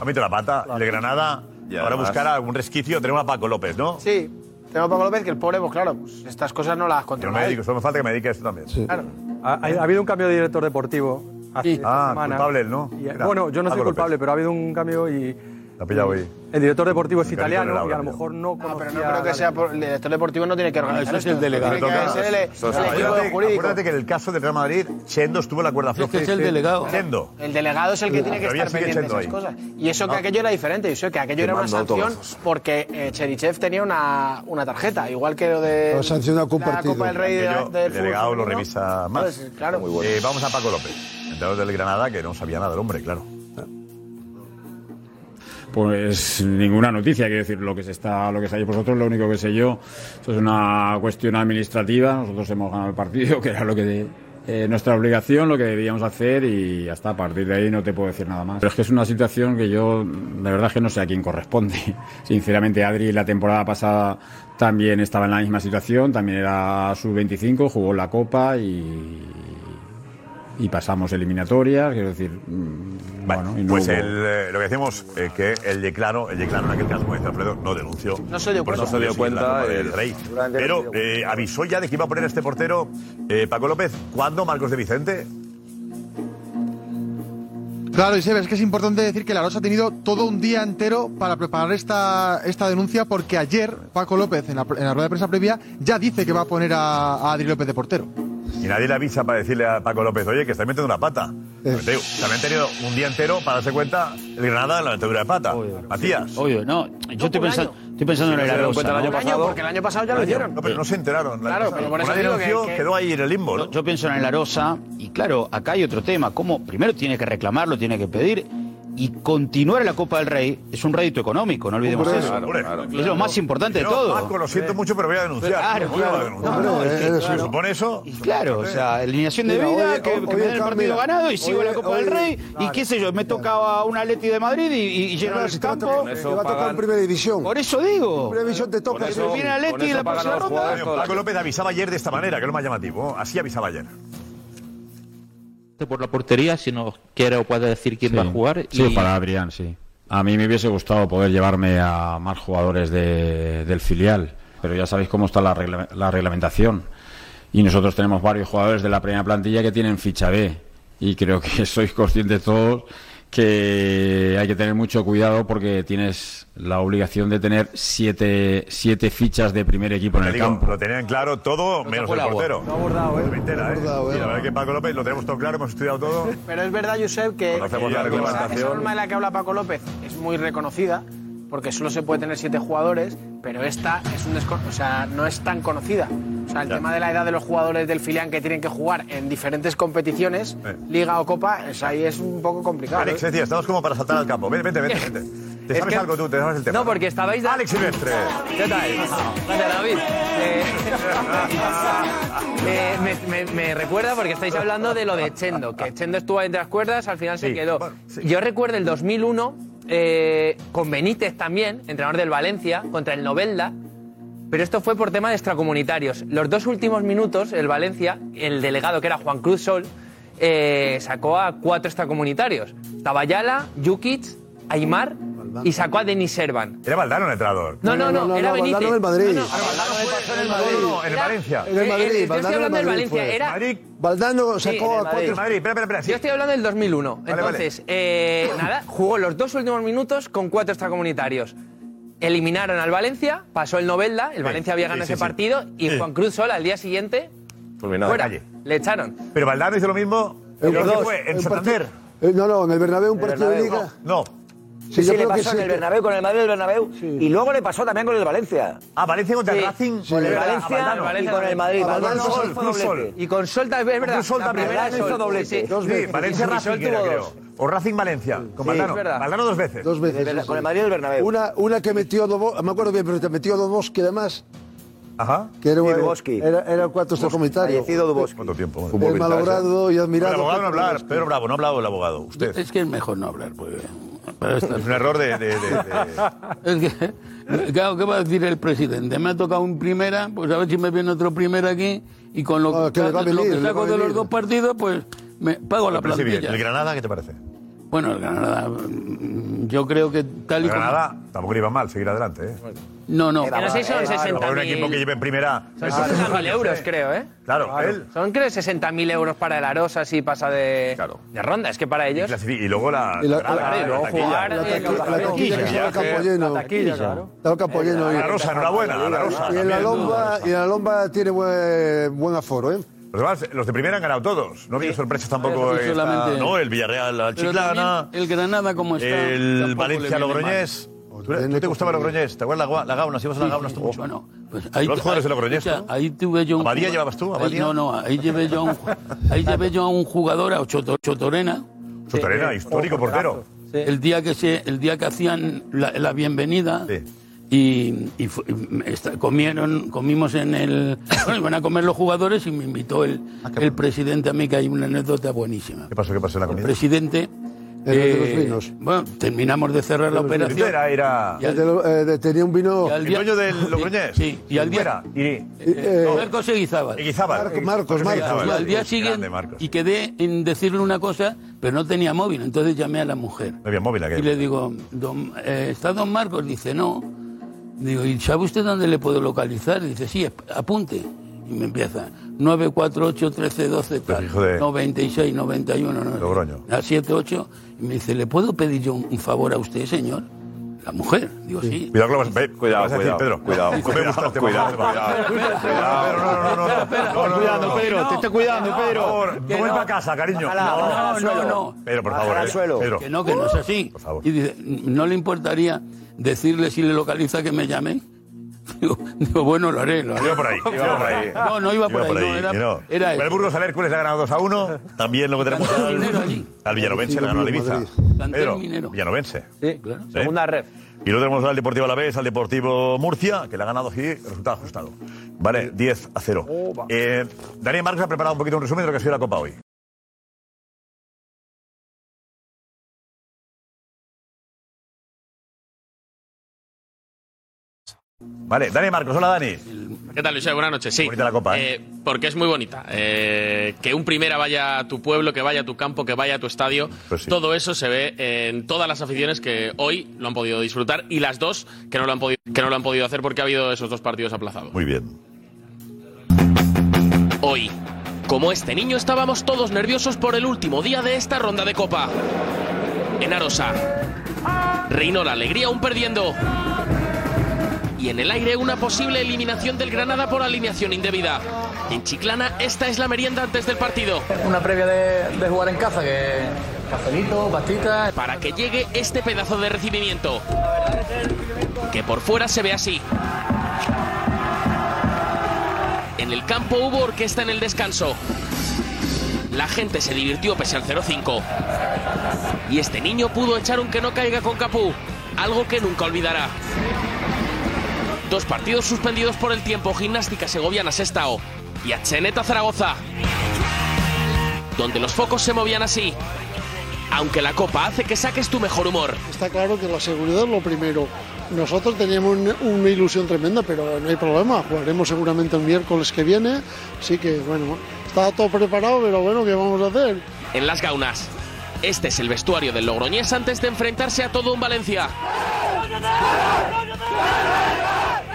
ha metido la pata. El de Granada,
Y
ahora
además-
buscará algún resquicio. Tenemos a Paco López, ¿no?
Sí, tenemos a Paco López que el pobre, pues claro, pues, estas cosas no las
Yo
controla.
me
él.
dedico, solo me falta que me dedique a esto también.
Claro.
Ha, ha habido un cambio de director deportivo. hace esta
Ah,
semana.
culpable él, ¿no?
Y, eh,
Era
bueno, yo no soy
Paco López.
culpable, pero ha habido un cambio y
La ha pillado hoy.
el director deportivo es
Un carrito en
italiano
el
y
aula,
a lo
tío.
mejor no
No, Ah, pero no
conocía
creo
la
que sea por, el director deportivo no tiene que organizar.
Eso es
esto,
el delegado.
tiene que
Toca-
ser el-
Eso es el
el equipo
delegado.
jurídico.
Acuérdate que en el caso del Real Madrid, Chendo estuvo en la cuerda floja.
que Este es el delegado.
Chendo.
El delegado es el que tiene que
Todavía
estar
sigue
pendiente de esas
Chendo
cosas.
ahí.
Y eso que
No.
aquello era diferente. Yo sé que aquello era una
Firmando
sanción
autógrafos.
porque eh, Cherichev tenía una, una tarjeta, igual que lo
Eh,
de
Lo sancionó con
la
partido.
Copa del Rey de-
Aquello,
del
el
fútbol
delegado lo
femenino.
revisa más.
Entonces, claro.
Muy bueno. Eh, vamos a Paco López, entrenador del Granada, que no sabía nada el hombre, claro.
Pues ninguna noticia, quiero decir, lo que se está, lo que sabéis vosotros, lo único que sé yo, eso es una cuestión administrativa, nosotros hemos ganado el partido, que era lo que eh, nuestra obligación, lo que debíamos hacer y hasta a partir de ahí no te puedo decir nada más. Pero es que es una situación que yo, de verdad, es que no sé a quién corresponde. Sinceramente, Adri la temporada pasada también estaba en la misma situación, también era sub-25, jugó la Copa y, y pasamos eliminatorias, quiero decir, mm, bueno, y no
Pues
hubo-
el, eh, lo que decimos es que el de Claro, el de Claro en aquel caso, como dice Alfredo, no denunció.
No se dio
Por
cuenta.
eso
No se dio
sí, la
cuenta,
Copa del
eh,
Rey. Pero eh, avisó ya de que iba a poner este portero eh, Paco López. ¿Cuándo, Marcos de Vicente?
Claro, Isabel, es que es importante decir que la Rosa ha tenido todo un día entero para preparar esta, esta denuncia porque ayer Paco López, en la, en la rueda de prensa previa, ya dice que va a poner a, a Adri López de portero.
Y nadie le avisa para decirle a Paco López, oye, que está metiendo una pata. Pero te digo, también han tenido un día entero para darse cuenta el Granada en la metedura de pata. Matías.
Obvio, no. Yo estoy, pensa- estoy pensando en
Si no se
el
dieron
Arosa,
cuenta el
¿no?
año pasado.
Porque el año pasado ya
Año.
lo hicieron.
No, pero no se enteraron.
Claro, pero por eso
Nadie
digo que-
denunció,
que-
quedó ahí en el limbo, ¿no?
Yo pienso en el Arosa y claro, acá hay otro tema. ¿Cómo? Primero tiene que reclamarlo, tiene que pedir. Y continuar en la Copa del Rey es un rédito económico, no olvidemos
Hombre,
eso.
hombre,
Es lo más importante de
Yo,
todo.
Paco, lo siento mucho, pero voy a denunciar.
Claro,
Voy a
claro.
denunciar.
No, no, es que,
¿Se
claro.
supone eso?
Claro, o sea, alineación de
Mira,
vida,
hoy-
que, que
hoy-
me
hoy
den el
cambia.
partido ganado y sigo
Hoy-
la Copa
hoy-
del Rey. Y
claro.
qué sé yo, me tocaba un Atleti de Madrid y, y- y lleno
Claro,
el
si te va a
campo.
tocar- te va a tocar en primera división.
Por eso digo.
En primera división te toca.
eso- viene Atleti
con eso
en la
pagan a
próxima
los
ronda.
jugadores. Paco López avisaba ayer de esta manera, que es lo más llamativo. Así avisaba ayer.
Este por la portería, si nos quiere o puede decir quién
Sí.
va a jugar.
Sí,
y-
para Adrián, sí. A mí me hubiese gustado poder llevarme a más jugadores de- del filial, pero ya sabéis cómo está la, regla- la reglamentación. Y nosotros tenemos varios jugadores de la primera plantilla que tienen ficha B. Y creo que sois conscientes todos que hay que tener mucho cuidado porque tienes la obligación de tener siete, siete fichas de primer equipo en
Pues Te
el
digo,
campo.
Lo tenían claro todo, menos
tapó el
el
agua.
portero. No ha abordado, ¿eh? Mentira, ¿eh? Y la verdad es que Paco López lo tenemos todo claro, hemos estudiado todo.
Pero es verdad, Josep, que
Conocemos
que
la
esa-
reglamentación.
esa norma de la que habla Paco López es muy reconocida, porque solo se puede tener siete jugadores, pero esta es un descon- o sea, no es tan conocida. O sea, el tema de la edad de los jugadores del filial que tienen que jugar en diferentes competiciones, liga o copa, es- ahí es un poco complicado.
Alex,
¿eh?
Eh. decía, estamos como para saltar al campo. Vete, vete, vete. vete. Te
Es
sabes
que-
algo tú, te sabes el tema.
No, porque estabais de-
Alex Silvestre.
¿Qué tal? Hola, David. Eh, eh, me, me- me recuerda porque estáis hablando de lo de Chendo, que Chendo estuvo entre las cuerdas, al final se quedó. Yo recuerdo el 2001 eh, con Benítez también, entrenador del Valencia, contra el Novelda. Pero esto fue por tema de extracomunitarios. Los dos últimos minutos, el Valencia, el delegado que era Juan Cruz Sol, eh, sacó a cuatro extracomunitarios. Tabayala, Jukic, Aymar y sacó a Denis Servan.
Era Valdano el entrenador.
No, no, no, era Benítez.
Valdano en el Madrid.
No, no,
Ah, en el Madrid. No, no, en el Valencia.
En el Madrid.
Eh, eh, yo estoy
Valdano en el
hablando del
Madrid fue.
Valencia, era- Madrid.
Valdano
Sí,
sacó
en
a
el Madrid.
cuatro.
Yo estoy hablando del 2001.
Vale,
Entonces, eh, nada, jugó los dos últimos minutos con cuatro extracomunitarios. Eliminaron al Valencia, pasó el Novelda, el Valencia había
sí,
ganado
sí,
ese
sí.
partido y
Sí.
Juan Cruz Sol al día siguiente
Fulminado.
fuera.
Calle.
le echaron.
Pero Valdano hizo lo mismo.
En
¿Pero
dos,
qué fue? ¿En
un
Santander?
partido- eh, No, no, en el Bernabéu un partido de
Bernabéu,
liga.
No.
yo
Sí, sí, le
creo que
pasó en
sí,
el
que-
Bernabéu, con el Madrid del Bernabéu. Y luego le pasó también con el Valencia.
Ah, Valencia contra el Racing.
Con el
Sí, a
Valencia
Valdano.
y con el Madrid.
A Valdano,
Valdano
Sol,
fue
Cruz Sol.
doblete. Y con Sol también, es verdad.
Cruz Sol
la
también.
primera de Sol. Sí, sí.
Sí, Valencia
Y Sol
Racing era,
tuvo
creo.
dos.
O Racing Valencia. Con
Sí,
Valdano.
es verdad.
Valdano dos veces.
Dos veces. sí, sí. Una, una que metió Dobo, me acuerdo bien, pero te metió Doboski además.
Ajá.
Que era,
Sí,
era-
Duboski.
Era, era cuarto comunitario.
¿Cuánto tiempo? Madre
El
mía.
malogrado y admirado.
El abogado no hablar. Pedro Bravo, no ha hablado el abogado. Usted.
Es que es mejor no hablar, pues, porque...
Es un error de... de- de- de-
Es que, claro, ¿qué va a decir el presidente? Me ha tocado un primera, pues a ver si me viene otro primera aquí y con lo,
Ah, que le va a
lo
venir,
que
le va
saco
a
de los
venir.
dos partidos, pues me pago la
Pero sí, bien.
plantilla.
¿El Granada qué te parece?
Bueno, el Granada, mm, yo creo que tal y
El Granada tampoco le iba mal, seguir adelante. ¿eh?
como... No, no.
Que no sé si son 60.000.
Pues Un equipo que lleve en primera.
Son 60.000 euros, creo, ¿eh?
Claro, él.
Son, creo, 60.000 euros para el Arosa si pasa de, de ronda. Es que para ellos...
Y, luego la...
Y la-
Claro, y luego
la taquilla.
jugar...
La
eh,
taqui-
con
la
campeón.
taquilla, que se va al campo lleno.
La taquilla, claro.
Estaba campo lleno.
A la Rosa, enhorabuena, a la Rosa.
Y en la
también.
Lomba, y en la Lomba tiene buen, buen aforo, ¿eh?
Los, demás, los de primera han ganado todos. No ha habido sorpresas tampoco.
Sí,
esta-
solamente-
Ah, no, el Villarreal, al
Pero
Chiclana,
también el Granada como está...
el
tampoco le
Valencia,
viene
Logroñés. ¿Tú, eres- tú te gustaba Logroñés? ¿Te acuerdas la, gua- la Gauna? Si ibas a la Gauna, tú mucho.
Pues ahí-
los jugadores de Logroñés,
escucha,
¿no?
Ahí tuve yo un
¿Abadía
jugador-
llevabas tú,
ahí-
Abadía?
no, no, ahí llevé yo a un, ju- ahí llevé yo a un jugador, a Ochoto- Chotorena.
Chotorena, histórico portero.
El día que se, el día que hacían la, la bienvenida, y, y fu- y me esta- comieron, comimos en el... Bueno, iban a comer los jugadores y me invitó el, el presidente a mí, que hay una anécdota buenísima.
Ah, ¿Qué pasó? ¿Qué pasó en la
El
comida?
presidente...
El de los
vinos. Bueno, terminamos de cerrar la operación.
Era, era...
Y al-
El de
lo-
eh, de- tenía un vino.
y al
El
día-
dueño de los Logroñés.
Sí, y al día...
Fuera. Y,
Eh, Marcos Eguizábal.
Eguizábal. Marcos, Marcos, Marcos Eguizábal.
Y al día
Grande,
siguiente,
Marcos.
y quedé en decirle una cosa, pero no tenía móvil, entonces llamé a la mujer.
no había móvil aquel.
Y le digo, "Don- eh, ¿está don Marcos? Dice, no. Digo, ¿y sabe usted dónde le puedo localizar? Dice, sí, ap- apunte. Y me empieza, 948 13 12 tal,
hijo de-
96 91 no,
Logroño.
a 78. Y me dice, ¿le puedo pedir yo un un favor a usted, señor? La mujer. Digo, sí.
Cuidado que lo vas, ve, cuidado, vas a decir,
cuidado,
Pedro.
cuidado,
No me gusta este
cuidado,
momento.
cuidado,
Pedro, no, no, no, no. No, no, no,
Cuidado,
no.
Pedro, te está cuidando,
No,
Pedro.
Por favor,
Que
no vuelva
no.
a casa, cariño.
Bájala, bájala al suelo.
Pedro, por favor. eh. Pedro.
Que no, que no es así. Y dice, ¿no le importaría decirle si le localiza que me llame? Digo, digo, bueno, lo haré, lo haré.
Iba por ahí, iba por ahí.
No, no iba por ahí, no, era-
que no.
era
el Burgos al Hércules le ha ganado 2 a 1. También luego tenemos al, al Villanovense, le ganó al Ibiza. Pedro, Villanovense.
Sí, claro.
Sí. Y luego tenemos al Deportivo Alavés, al Deportivo Murcia, que le ha ganado y resultado ajustado. Vale, 10 a 0. Eh, Daniel Marcos ha preparado un poquito un resumen de lo que ha sido la Copa hoy. Vale, Dani Marcos, hola Dani.
¿Qué tal, Luis? Buenas noches. Sí.
la copa, ¿eh?
Eh, porque es muy bonita. Eh, que un primera vaya a tu pueblo, que vaya a tu campo, que vaya a tu estadio.
Pues
Todo eso se ve en todas las aficiones que hoy lo han podido disfrutar y las dos que no lo han podido, que no lo han podido hacer porque ha habido esos dos partidos aplazados.
Muy bien.
Hoy, como este niño, estábamos todos nerviosos por el último día de esta ronda de copa. En Arosa, reinó la alegría aún perdiendo. Y en el aire una posible eliminación del Granada por alineación indebida. En Chiclana, esta es la merienda antes del partido.
Una previa de, de jugar en casa, que cafelito, pastita.
Para que llegue este pedazo de recibimiento. Que por fuera se ve así. En el campo hubo orquesta en el descanso. La gente se divirtió pese al 0-5. Y este niño pudo echar un que no caiga con Capú, algo que nunca olvidará. Dos partidos suspendidos por el tiempo, Gimnástica Segoviana Sestao y Acheneta Zaragoza, donde los focos se movían así. Aunque la copa hace que saques tu mejor humor.
Está claro que la seguridad es lo primero. Nosotros teníamos un- una ilusión tremenda, pero no hay problema. Jugaremos seguramente el miércoles que viene. Así que, bueno, está todo preparado, pero bueno, ¿qué vamos a hacer?
en las gaunas. Este es el vestuario del Logroñés antes de enfrentarse a todo un Valencia.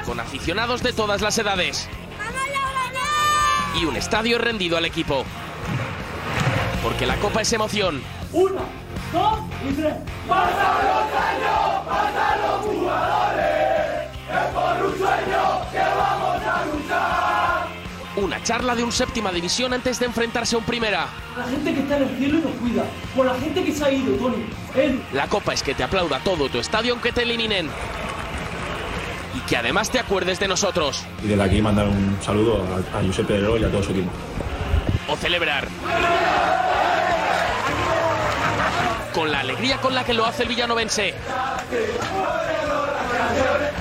Con aficionados de todas las edades. Y un estadio rendido al equipo. Porque la copa es emoción.
Uno, dos y tres. ¡Pasa los años! ¡Pasa los jugadores! ¡Es por un sueño que vamos a luchar!
Una charla de un séptima división antes de enfrentarse a un primera.
La gente que está en el cielo nos cuida. Por la gente que se ha ido, Tony. Él.
La copa es que te aplauda todo tu estadio aunque te eliminen. Y que además te acuerdes de nosotros.
Y desde aquí mandar un saludo a, a Josep Pedrero y a todo su equipo.
o celebrar. Con la alegría con la que lo hace el villanovense.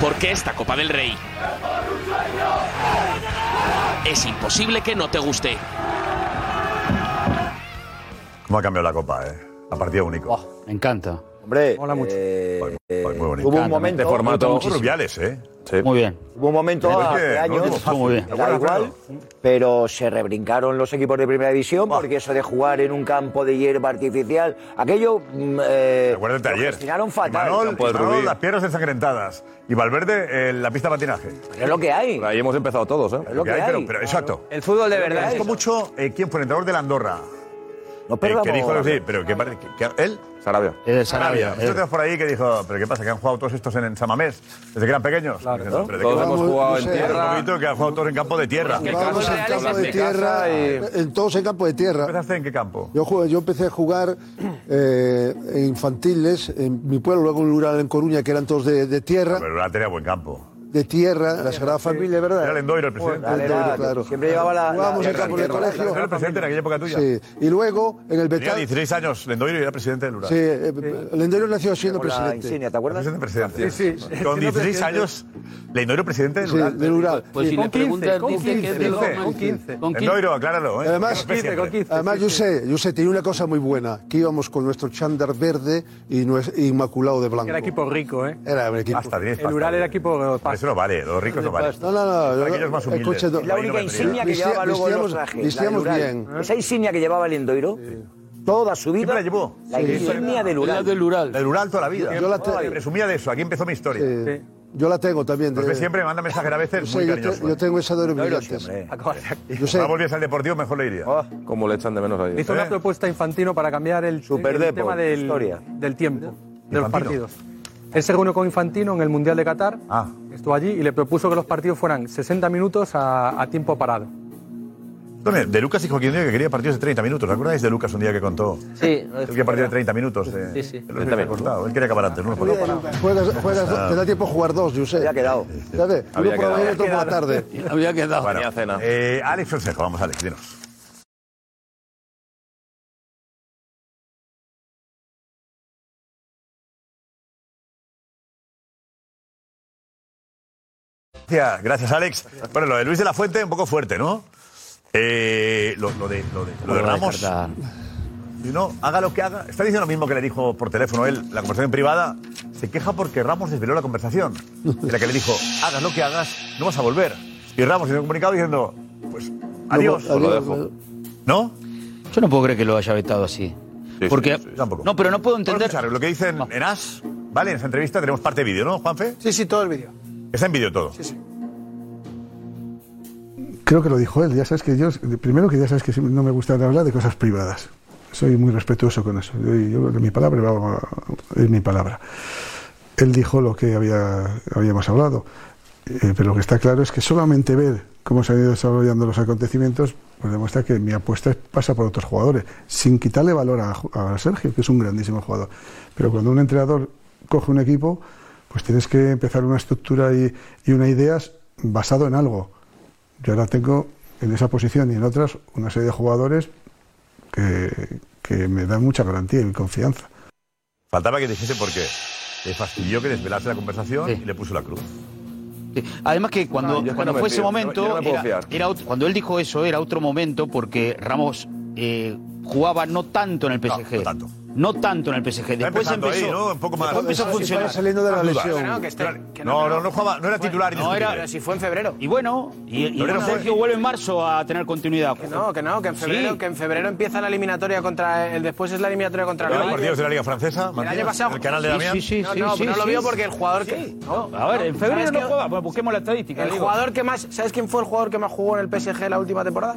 Porque esta Copa del Rey es imposible que no te guste.
¿Cómo ha cambiado la copa, eh? A partido único.
Me encanta.
Hombre,
Hola mucho. muy bonito.
hubo un momento-
de formato
Muchísimo.
Rubiales, ¿eh?
Muy bien.
Hubo un momento
Oye,
hace
no,
años,
no, fácil. Muy bien.
que da igual, pero se rebrincaron los equipos de primera división porque eso de jugar en un campo de hierba artificial, aquello. mm, Eh,
Recuerda el taller.
Terminaron fatal.
Manol, Manol, las piernas ensangrentadas. Y Valverde, eh, la pista de patinaje.
Es lo que hay.
ahí hemos empezado todos, ¿eh?
Es lo que hay.
Pero, pero exacto.
El fútbol de
Pero
verdad.
Me gustó mucho eh, quién fue el entrenador de la Andorra. No
perdamos.
eh, que dijo, sí, pero que, parece que- que- él. Sarabia. Eh.
Es de Sarabia,
Sarabia.
él.
Muchos por ahí que dijo, pero ¿qué pasa? Que han jugado todos estos en, en Samamés desde que eran pequeños. Dices,
¿no?
"¿Pero de
Todos
qué
hemos
vamos?".
jugado en
Sí,
tierra.
un poquito que han jugado todos Pues en campo de tierra.
Porque el
Vamos en campo de tierra, en todos en campo de tierra.
¿Empezaste en qué campo?
Yo, jugué- yo empecé a jugar eh, en infantiles en mi pueblo, luego en Lural, en Coruña, que eran todos de, de tierra.
Pero la tenía buen campo.
de tierra, la Sagrada Familia, ¿verdad?
Era el Endoiro, el presidente.
El Endoiro,
Era-
claro.
siempre llevaba la-
Jugábamos
la-
en campo de
Era el
colegio.
presidente en aquella época tuya.
Sí. Y luego, en el
Tenía
Betal.
16 años, Lendoiro y era presidente del Ural.
Sí, eh, el Endoiro nació siendo presidente.
Presidente, presidente.
Sí, sí.
Con
Siendo
16
presidente.
años, Lendoiro presidente del
Sí,
Ural.
del Ural.
Pues si
Con
le preguntas,
15,
dice
con
que es de los
15,
más-
con
15. Lendoiro, acláralo, ¿eh?
Además,
Con 15, con 15,
además
sí,
yo
sí.
sé, yo sé, tenía una cosa muy buena, que íbamos con nuestro chándar verde y nues- inmaculado de blanco.
Era equipo rico, ¿eh?
Era un equipo.
Hasta El Ural era equipo.
Eso no vale, los ricos no valen.
No, no, no. yo-
Aquellos más
el
humildes.
coche no-
Es la única
Ahí no me
insignia que
atrevo.
llevaba luego en los
Vistiamos-
trajes. la
vistiamos
del Ural.
bien.
Esa insignia que llevaba el Endoiro, toda su vida. la llevó? La insignia del Ural.
Ural. Del Ural toda la vida.
Yo la te-
Presumía de eso, aquí empezó mi historia.
Sí. Yo la tengo también.
Los ve siempre, manda mensajes a veces
Yo
muy
yo,
cariñosos,
yo
¿eh?
tengo esa de los brillantes. Yo sé.
Ahora volviese al deportivo, mejor le iría.
Oh.
Como le echan de menos ahí.
¿Eh?
Hizo una propuesta Infantino para cambiar el, el
"Eh". Depo,
tema del,
historia.
del tiempo, de los partidos. Él se reunió con Infantino en el Mundial de Qatar,
Ah.
estuvo allí y le propuso que los partidos fueran 60 minutos a, a tiempo parado.
Perdone, De Lucas dijo aquí un día que quería partidos de 30 minutos. ¿Os acordáis de Lucas un día que contó?
Sí.
Él quería partidos de 30 minutos. De,
Sí, sí.
Él lo había cortado. Él quería acabar antes, ¿no? Pero no paraba.
Juegas, juegas,
Ah.
te da tiempo a jugar dos, yo sé. Ya ha
quedado.
¿Sabes? Uno
Había
por la mañana y otro por la
quedado.
tarde.
Había quedado.
Bueno, eh, Alex Fonseca, vamos, Alex, dinos. Gracias, gracias, Alex. Bueno, lo de Luis de la Fuente, un poco fuerte, ¿no? Eh, lo, lo de, lo de- lo de
Lo de
Ramos.
Carta.
Si no, haga lo que haga. Está diciendo lo mismo que le dijo por teléfono él, la conversación privada. Se queja porque Ramos desveló la conversación. En la que le dijo, hagas lo que hagas, no vas a volver. Y Ramos hizo un comunicado diciendo, pues, adiós.
Luego,
Lo
adiós,
dejo.
adiós.
¿No?
Yo no puedo creer que lo haya vetado así. Porque
Tampoco.
No, pero no puedo entender.
Escuchar lo que dicen en As, ¿vale? En esa entrevista tenemos parte de vídeo, ¿no, Juanfe?
Sí, sí, todo el vídeo.
Está en vídeo todo.
Creo que lo dijo él, ya sabes que yo, primero que ya sabes que no me gusta hablar de cosas privadas. Soy muy respetuoso con eso. Yo, yo- mi palabra va- es mi palabra. Él dijo lo que había, habíamos hablado, Eh, pero lo que está claro es que solamente ver cómo se han ido desarrollando los acontecimientos pues demuestra que mi apuesta pasa por otros jugadores, sin quitarle valor a, Ju- a Sergio, que es un grandísimo jugador. Pero cuando un entrenador coge un equipo, pues tienes que empezar una estructura y, y una ideas basado en algo. Yo ahora tengo en esa posición y en otras una serie de jugadores que, que me dan mucha garantía y confianza.
Faltaba que dijese por qué. Le fastidió que desvelase la conversación y le puso la cruz.
Además que
No, yo
cuando,
es que
cuando
no me
fue
fío,
ese
yo no-
momento,
yo no me puedo
era,
fiar.
era otro- cuando él dijo eso, era otro momento porque Ramos eh, jugaba no tanto en el PSG. No, tanto. en el PSG. Después
empezando
empezó,
ahí, ¿no? Un poco más.
después empezó a
Estaba
funcionar.
saliendo de la lesión.
Que no, que esté- que
No, no, no jugaba, no era titular
No, era-
Pero si fue en febrero.
Y bueno, y, y
No, no,
ahora
fue-
Sergio vuelve en marzo a tener continuidad.
Que no, que no, que en
Sí.
febrero, que en febrero empieza la eliminatoria contra el después es la eliminatoria contra el
Pero
Bayern.
partidos de la Liga Francesa, Matías,
el año pasado.
el canal de Damián.
Sí, sí, sí,
no,
sí,
no,
sí,
pero no lo
sí.
vio porque el jugador que
Sí.
no,
A ver, en febrero
¿sabes
no
qué?
jugaba. Bueno, busquemos la estadística.
El
digo.
jugador que más, ¿sabes quién fue el jugador que más jugó en el PSG la última temporada?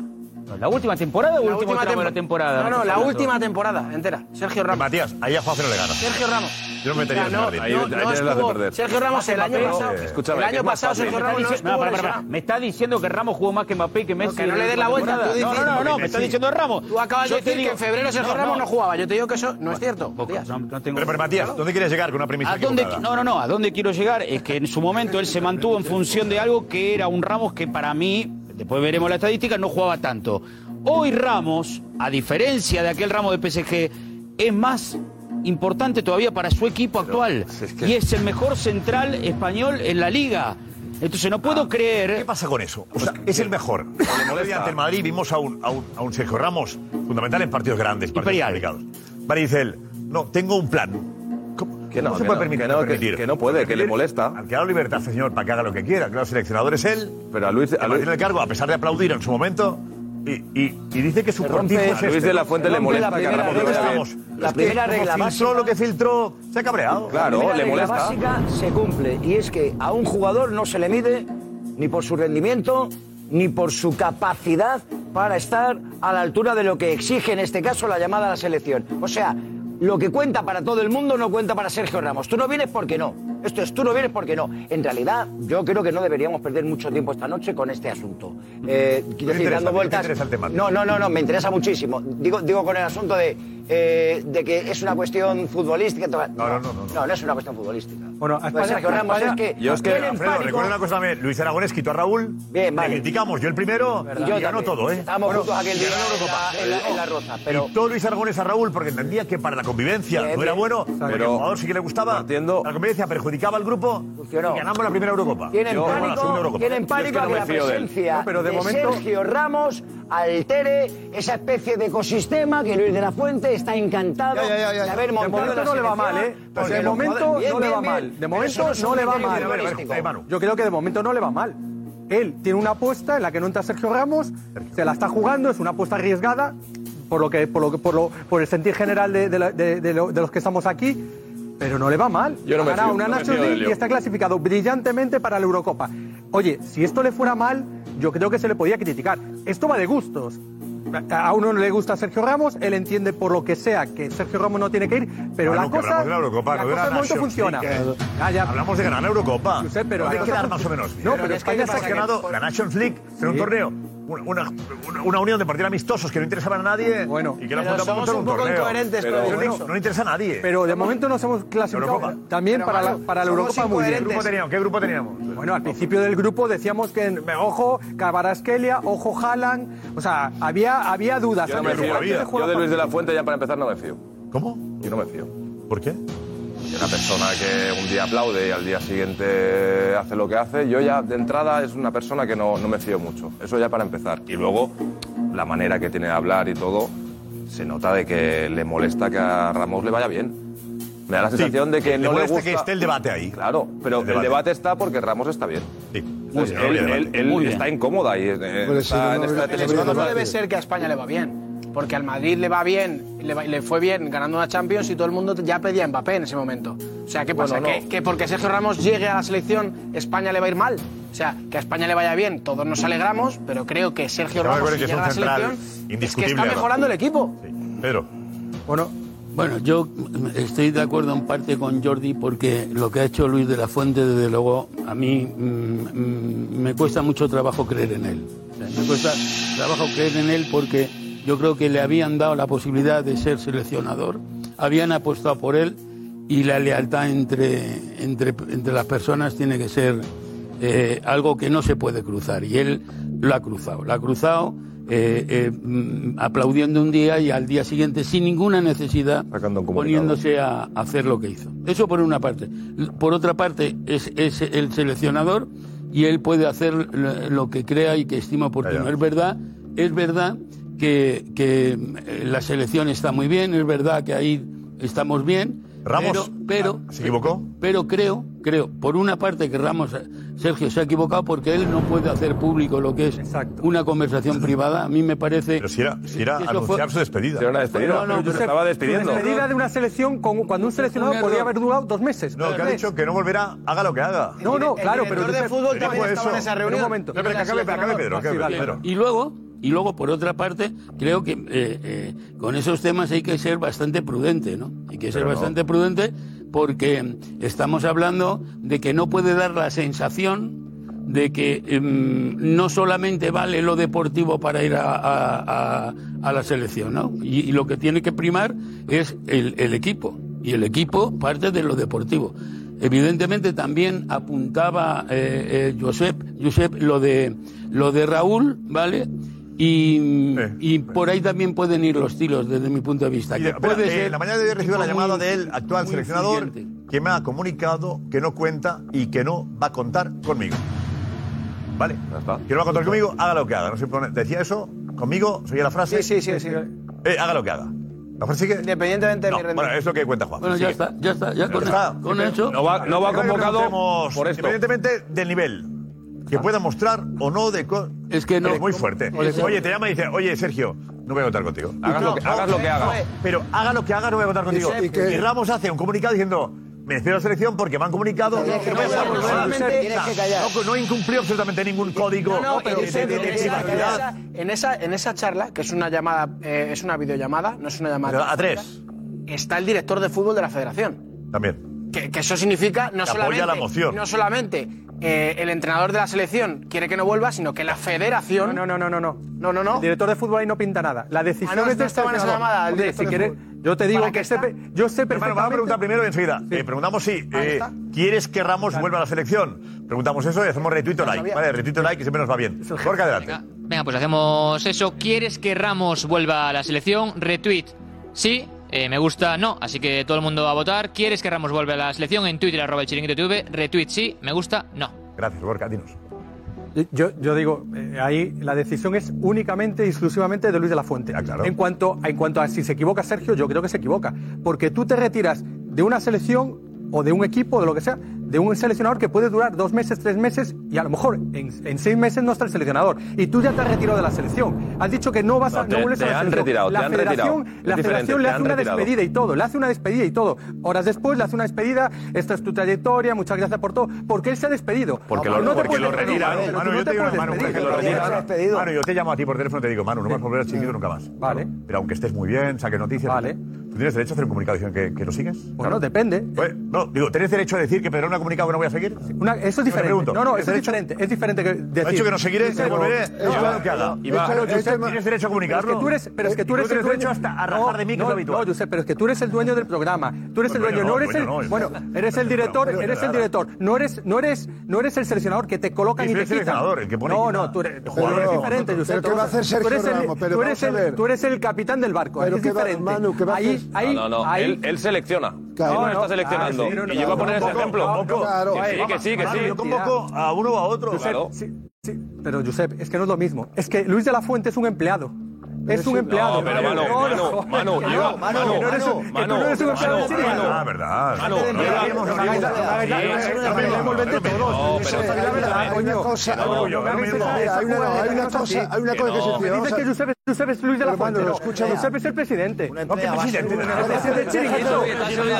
¿La última temporada o
La
último
última
tramo de la
tempo-
temporada?
No, no, la
Hablando.
última temporada entera. Sergio Ramos.
Matías, ahí a Juanfe no le ganas.
Sergio Ramos.
Yo no me metería
O sea,
en
no,
jardín.
no, no estuvo- Sergio Ramos el año pasado.
eh,
el año pasado Sergio Ramos no
Me está dici-
estuvo
no, para, para,
lesionado.
para. Me está diciendo que Ramos jugó más que Mbappé y que Messi.
que no
en
le
la
des la
última
vuelta.
temporada.
tú dices-
no, no, no, me está diciendo Ramos.
Tú acabas
Yo
de
te
decir
digo-
que en febrero Sergio
No,
Ramos no jugaba. Yo te digo que eso no es cierto. Matías.
Pero, pero, Matías, ¿dónde quieres llegar con una premisa
¿A dónde,
equivocada?
no, no, no, a dónde quiero llegar es que en su momento él se mantuvo en función de algo que era un Ramos que para mí, después veremos la estadística, no jugaba tanto. Hoy Ramos, a diferencia de aquel Ramos de PSG, es más importante todavía para su equipo actual
que-
y es el mejor central español en la liga. Entonces no puedo creer... ¿Qué
pasa con eso? O sea, es el mejor. El otro día ante el Madrid vimos a un, a, un, a un Sergio Ramos fundamental en partidos grandes, partidos complicados. Vale, dice él, no, tengo un plan. ¿Cómo?
Que no,
se
que
puede
no,
permitir?
que no, que-
permitir.
que no puede, que le molesta.
Al que da libertad, señor, para que haga lo que quiera. Claro, seleccionador es él. Pero a Luis... A Luis el cargo, a pesar de aplaudir en su momento... Y, y, y dice que su cortijo
rompe-
es
a Luis
este.
de la Fuente
Se
le
rompe
molesta que
primera
Ramos
regla.
lo vea bien.
Ramos,
La
es que
primera
como
regla
filtró
básica-
lo que filtró, se ha cabreado.
Claro,
la
le molesta.
regla básica se cumple y es que a un jugador no se le mide ni por su rendimiento ni por su capacidad para estar a la altura de lo que exige en este caso la llamada a la selección. O sea, lo que cuenta para todo el mundo no cuenta para Sergio Ramos. Tú no vienes porque no. Esto es, tú no vienes porque no. En realidad, yo creo que no deberíamos perder mucho tiempo esta noche con este asunto. Eh,
interesa,
quiero decir, dando
te
vueltas.
interesa el tema.
No, no, no, no, me interesa muchísimo. Digo, digo con el asunto de eh, de que es una cuestión futbolística. No, no, no. No, no, es una cuestión futbolística.
Bueno, a
Lo que
España-
recordamos es que
Yo es que,
tienen
Alfredo,
pánico.
recuerda una cosa también. Luis Aragonés quitó a Raúl. Bien,
vale.
Le criticamos. Yo el primero.
Verdad.
Y
Yo
yo ganó
también.
todo, ¿eh?
Estábamos juntos aquel día en la- en la- en la Roza, pero-
Quitó Luis Aragonés a Raúl porque entendía que para la convivencia
Bien,
no era
bien.
bueno.
Exacto.
Pero
Pero-
al jugador sí que le gustaba. La convivencia perjudicaba al grupo. Y ganamos la primera Eurocopa.
Tienen
Yo- bueno, la segunda
pánico,
Eurocopa.
tienen pánico a que la presencia
No, pero de
de,
momento-
Sergio Ramos altere esa especie de ecosistema que Luis de la Fuente está encantado
Ya, ya, ya, ya.
de haber
De
montado.
momento
en la
no le va
selección,
mal, ¿eh?
porque
Pues de
los
momento
jugadores- Bien,
no le
bien,
va
bien.
mal. De
Pero
momento
eso es un
no le va
criterio
mal.
futbolístico.
Yo creo que de momento no le va mal. Él tiene una apuesta en la que no entra Sergio Ramos, se la está jugando, es una apuesta arriesgada, por lo que, por lo que, por lo, por el sentir general de, de la- de- de lo- de los que estamos aquí, pero no le va mal.
Yo no
ha
me
ganado
fío,
una
no me
Nations
fío de
League
Leo.
y está clasificado brillantemente para la Eurocopa. Oye, si esto le fuera mal, yo creo que se le podía criticar. Esto va de gustos. A uno no le gusta Sergio Ramos, él entiende por lo que sea que Sergio Ramos no tiene que ir, pero
Bueno,
la
que
cosa,
Ah, hablamos de la Eurocopa,
la
no de
cosa
la
de momento
Nations
funciona.
League, que-
Ya, ya.
Hablamos de ganar la Eurocopa.
Yo sé, pero
No hay
la
que
cosa
quedar más o
funciona.
menos bien.
No, pero es que
España
pasa
se ha
que-
ganado la Nations League, en un
Sí.
torneo. Una, una- una unión de partidos amistosos que no interesaban a nadie bueno, y que
Pero
la hemos juntado
somos
en
un poco
torneo.
incoherentes
Pero
con
bueno,
eso.
no le interesa a nadie.
Pero de momento nos hemos clasificado
Eurocopa.
también
Pero,
para, la,
Manu,
para la
somos
Eurocopa muy bien.
incoherentes. ¿Qué grupo teníamos? ¿Qué grupo teníamos?
Bueno, al principio del grupo decíamos que, en- ojo, Cabarasquelia, ojo, Haaland. O sea, había, había dudas.
Yo no me
antes de
fío.
jugar- antes de
Yo
jugar
de
la
Luis de la Fuente ya para empezar no me fío.
¿Cómo?
Yo no me fío.
¿Por qué?
Que una persona que un día aplaude y al día siguiente hace lo que hace, yo ya de entrada es una persona que no, no me fío mucho. Eso ya para empezar. Y luego, la manera que tiene de hablar y todo, se nota de que le molesta que a Ramos le vaya bien. Me da la
Sí,
sensación de que
le
no le
molesta
gusta...
que esté el debate ahí.
Claro, pero el
El
debate,
debate.
está porque Ramos está bien.
Muy bien,
Entonces, él
no habría
él-
debate.
él
Muy bien.
está incómoda y eh,
Puede ser,
está
no
en esta
habría-
El escudo no debe ser que a España le va bien. Porque al Madrid le va bien, le, va- le fue bien ganando una Champions y todo el mundo ya pedía a Mbappé en ese momento. O sea, ¿qué pasa?
Bueno, no.
¿Que, que porque Sergio Ramos llegue a la selección, España le va a ir mal. O sea, que a España le vaya bien, todos nos alegramos, pero creo que Sergio
No me
Ramos
acuerdo
si
que es
llega
un
a la
central
selección es que
indiscutible,
está
además.
mejorando el equipo.
Pedro.
Bueno,
bueno, yo estoy de acuerdo en parte con Jordi porque lo que ha hecho Luis de la Fuente, desde luego, a mí mm, mm, me cuesta mucho trabajo creer en él. O sea, me cuesta trabajo creer en él porque yo creo que le habían dado la posibilidad de ser seleccionador, habían apostado por él y la lealtad entre, entre, entre las personas tiene que ser eh, algo que no se puede cruzar. Y él lo ha cruzado. Lo ha cruzado eh, eh, mm, aplaudiendo un día y al día siguiente, sin ninguna necesidad, poniéndose a hacer lo que hizo. Eso por una parte. L- Por otra parte, es, es el seleccionador y él puede hacer lo- lo que crea y que estima oportuno. Es verdad, es verdad que, que, mm, eh, la selección está muy bien, es verdad que ahí estamos bien.
Ramos, Ah,
pero, pero-
¿se equivocó?
pero creo, creo, por una parte que Ramos, eh, Sergio se ha equivocado porque él no puede hacer público lo que es una conversación privada. A mí me parece. Pero
si era,
que eso fue-
Era una despedida.
No, no,
Pero
pero-
se
despedida.
estaba despidiendo.
pues Despedida de una selección con- cuando un seleccionado
error.
podía haber durado dos meses.
No, que ha dicho que no volverá, haga lo que haga.
No, no, claro, pero
director de
Josep,
fútbol también
dijo
estaba en esa
pero
reunión.
Un momento.
No, pero que acabe, pero acabe Pedro, acabe Pedro.
Y luego, y luego, por otra parte, creo que eh, eh, con esos temas hay que ser bastante prudente, ¿no? Hay que ser
Pero no.
bastante prudente porque estamos hablando de que no puede dar la sensación de que em, no solamente vale lo deportivo para ir a, a- a- a la selección, ¿no? Y, y lo que tiene que primar es el, el equipo. Y el equipo parte de lo deportivo. Evidentemente también apuntaba eh, eh, Josep, Josep lo, de, lo de Raúl, ¿vale? Y, y por ahí también pueden ir los tiros desde mi punto de vista.
Y
Que
de- espera,
puede
eh,
ser
la mañana de hoy he recibido la
muy-
llamada del actual seleccionador que me ha comunicado que no cuenta y que no va a contar conmigo. ¿Vale? Que no va a contar conmigo, haga lo que haga. No se pone- decía eso, conmigo, seguía la frase.
Sí, sí, sí, sí.
Eh, haga lo que haga. La frase sigue.
Independientemente de
No,
mi rendimiento.
bueno, es lo que cuenta Juan.
Bueno, ya
Sigue.
está, ya está, ya
Ya
con,
está.
con
Sí,
eso.
pero Yo creo que preguntemos, Independientemente del nivel que pueda mostrar o no de co-
es que no.
muy fuerte.
Por eso-
Oye, te llama y dice, "Oye, Sergio, no voy a contar contigo."
Hagas lo que- hagas lo que hagas.
Pero haga lo que haga, no voy a contar contigo.
Y
Y,
que-
Ramos hace un comunicado diciendo, "Me despido de la selección porque me han comunicado que
que
no voy a
no,
jugar
no,
con la
no,
selección".
tienes que callar.
No, no incumplió absolutamente ningún código.
No, no, pero
de- de- de- de-
en esa- en
privacidad.
esa- en esa- en esa charla, que es una llamada, eh, es una videollamada, no es una llamada.
Pero a
telefónica, Está el director de fútbol de la federación.
También.
Que, que eso significa no
Que apoya
solamente,
la moción.
no solamente eh, el entrenador de la selección quiere que no vuelva, sino que la federación.
No, no, no, no, no.
No, no, no.
El director de fútbol ahí no pinta nada. La decisión
Ah, no,
es de este
no estaba en esa
entrenador.
llamada, el
Hombre,
director
si
de
quieres,
fútbol.
yo te digo
¿Para
que
qué
este
está?
pe- yo sé
Hermano, vamos a preguntar primero y enseguida. Eh, preguntamos si eh, quieres que Ramos vuelva a la selección. Preguntamos eso y hacemos retweet o like. Vale, retweet o like que siempre nos va bien. Jorge, adelante.
Venga, pues hacemos eso. ¿Quieres que Ramos vuelva a la selección? Retweet. Sí. Eh, me gusta, no. Así que todo el mundo a votar. ¿Quieres que Ramos vuelva a la selección? En Twitter, arroba el chiringuito TV. Retweet, sí. Me gusta, no.
Gracias, Gorka, dinos.
Yo, yo digo, eh, ahí la decisión es únicamente y exclusivamente de Luis de la
Ah,
Fuente. En, cuanto, en cuanto a si se equivoca Sergio, yo creo que se equivoca. Porque tú te retiras de una selección o de un equipo, de lo que sea, de un seleccionador que puede durar dos meses, tres meses y a lo mejor en, en seis meses no está el seleccionador. Y tú ya te has retirado de la selección. Has dicho que no vas a.
No,
No,
te-
vuelves
te
a la
han
selección.
retirado, te
la
han
federación,
retirado. Es
La
diferente,
federación
te
le
han
hace una
retirado.
despedida y todo, le hace una despedida y todo. Horas después le hace una despedida, esta es tu trayectoria, muchas gracias por todo, porque él se ha despedido. Ah,
Porque
No,
lo,
no te
porque
puedes
lo
despedir,
retiran.
Manu,
Manu,
tú no
yo te
te
digo,
puedes
Manu,
despedir.
porque lo retiran. Manu, yo te llamo a ti por teléfono y te digo, Manu, no vas a volver al chiquito nunca más. Vale. Pero aunque estés muy bien, saques noticias. Vale. ¿Tú tienes derecho a hacer un comunicado diciendo que, que lo sigues?
Bueno, depende.
no, digo, ¿tienes derecho a decir que Pedrón ha comunicado que no voy a seguir?
Una- eso es
Yo te
diferente.
pregunto,
no, no, eso
¿tienes
es
derecho?
diferente. Es diferente que decir.
ha dicho que no seguiré, que
Pero-
volveré,
Pero-
haga lo que haga.
Iba-
Esto-
Josep,
esto- ¿tienes derecho a comunicarlo?
Pero es que tú eres, pero es que tú
Tú
eres
tienes
el dueño.
derecho hasta a rajar de mí, que es
no,
lo habitual.
No, Josep, pero es que tú eres el dueño del programa. Tú eres el
Bueno,
dueño,
no,
no eres
dueño
el.
no, es-
Bueno, eres el director, eres el director. No eres, no eres, no eres el seleccionador que te coloca
Yo
ni
soy
te
el
quita.
seleccionador, el que pone y
No,
quita.
no, tú eres,
El jugador
tú eres
es
diferente,
otro.
Josep.
Pero ¿qué va a hacer
Tú eres
Sergio
el-
Ramos? Pero
Tú eres
vamos a
el,
ver.
tú eres el capitán del barco.
Pero
es
¿qué va-
diferente.
Manu, ¿qué va a
ahí,
hacer?
ahí,
no, no, no.
ahí-
Él, él selecciona.
Claro,
él no,
no,
está seleccionando.
claro, sí, no, no,
y yo voy a poner
claro,
ese
no,
ejemplo.
no,
Poco.
claro,
que sí,
eh,
que sí, que
claro,
sí.
yo convoco
a uno o a otro.
Josep,
Claro.
sí, sí, pero Josep, es que no es lo mismo. Es que Luis de la Fuente es un empleado. Es un empleado.
No, pero Manu, Manu, Manu,
que no,
llega-
Manu, que no eres un- que tú
Manu,
no eres un empleado
Manu,
de Chile.
Manu.
Ah,
verdad.
Manu,
Te
llega-
desviamos, nos hagáis la- nos hagáis la-
Sí,
nos hagáis la-
no,
nos hagáis la-
pero-
todos.
no,
Eso
pero-
es la verdad,
no,
coño.
no,
cosa-
no,
Bueno,
yo
no,
creo que
no,
no.
esa
Hay una-
jugada,
hay
esa
una
cosa
cosa-
así.
hay una cosa que se
Me
tiene, vamos
dice
a-
que Josep, Josep es Luis de la Fuente. no. Josep es el presidente. No,
¿qué presidente?
El presidente del chiringuito.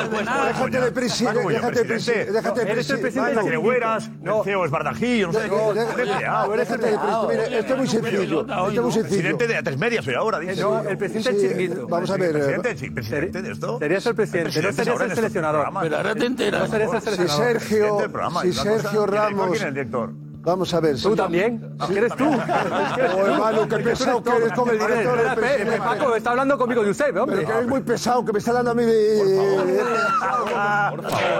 Déjate de presidir,
Manu, yo,
déjate de presidir, déjate de
Eres el
presidir.
presidente de las Gregueras, el CEO es Bardají, yo no sé.
No,
qué-
deja-
qué peleado,
no, déjate de presidir. Mira, esto es muy sencillo, esto es muy sencillo.
Presidente de a tres medias soy ahora, dice.
No, el presidente del
Sí,
chiringuito. Vamos
eh,
a ver,
Presidente, sí, presidente de esto.
Serías el presidente,
Hay presidentes
no serías
ahora
el
en estos
seleccionador.
programas.
Pero ahora te enteras. No serías el
Si
seleccionador.
Sergio,
Presidente del programa,
si
es una cosa-
Sergio
¿Y el director
Ramos...
quién es el director?
Vamos a ver.
Tú también. Eres tú.
Oye, Manu, que pesado que eres con el
A ver,
director del
espérate,
presidente.
Paco, está hablando conmigo Josep, hombre.
Pero que eres muy pesado, que me está dando a mí de...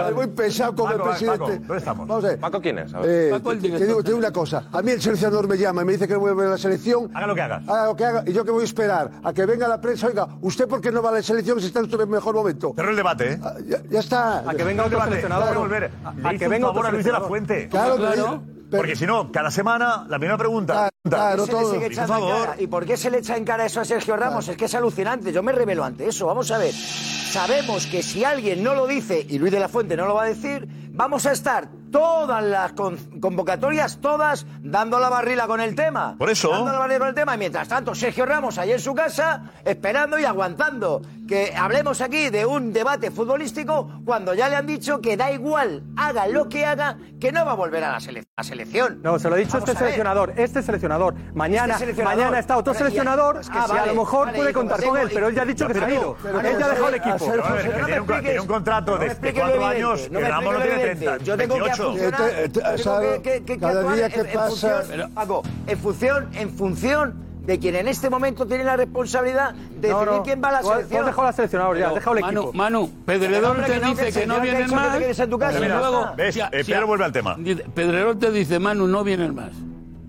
Eres muy pesado con el
Paco, Paco,
presidente.
¿dónde estamos?
Vamos a ver.
¿Paco quién es? A ver.
Eh, te, te digo, te digo una cosa. A mí el seleccionador me llama y me dice que voy a volver a la selección.
Haga lo que haga.
Haga lo que haga. Y yo que voy a esperar a que venga la prensa. Oiga, ¿usted por qué no va a la selección si está en su mejor momento? Ah,
Cerró el debate, ¿eh?
ya, ya está.
A que venga otro seleccionador.
Claro.
volver.
A
Le
que
hizo un
venga
favor
otro
a Luis de la
seleccionador.
Fuente.
Claro, claro.
Porque si no, cada semana, la misma pregunta.
¿Por qué se le sigue
Por
echando en
favor.
cara? ¿Y por qué se le echa en cara eso a Sergio Ramos? Es que es alucinante. Yo me revelo ante eso. Vamos a ver. Sabemos que si alguien no lo dice, y Luis de la Fuente no lo va a decir, vamos a estar todas las con- convocatorias, todas, dando la barrila con el tema.
Por eso.
Dando la barrila con el tema. Y mientras tanto, Sergio Ramos ahí en su casa, esperando y aguantando. Que hablemos aquí de un debate futbolístico cuando ya le han dicho que da igual, haga lo que haga, que no va a volver a la, sele- a selección.
No, se lo he dicho
Vamos
este
a ver.
seleccionador, este seleccionador. Mañana,
Este seleccionador.
mañana está otro
Ahora,
seleccionador
ya, es que
que
sí,
a
vale,
lo mejor
vale, y
puede
como
contar con
tengo-
él, pero él ya ha dicho que se ha ido. Él ya ha dejado el equipo.
A ver, que tiene un- tiene un contrato de de
expliques lo
cuatro
evidente,
años.
no
que
me
Ramos no
expliques
tiene
lo evidente.
30.
Yo tengo que
28.
funcionar, tengo que- que- que- que
cada
actuar
día
en-
que
en
pasa-
función- Paco, en función, en función de quien en este momento tiene la responsabilidad de
No,
decidir
no.
quién va a la
Tú has- tú has
selección.
dejado la seleccionador ya, has dejado el
Manu,
equipo.
Manu, Pedrerol te dice que no vienen más. y luego-
¿Ves?
Ya,
Eh,
sí,
Pedro vuelve al tema.
dice- Pedrerol te dice, Manu, no vienen más.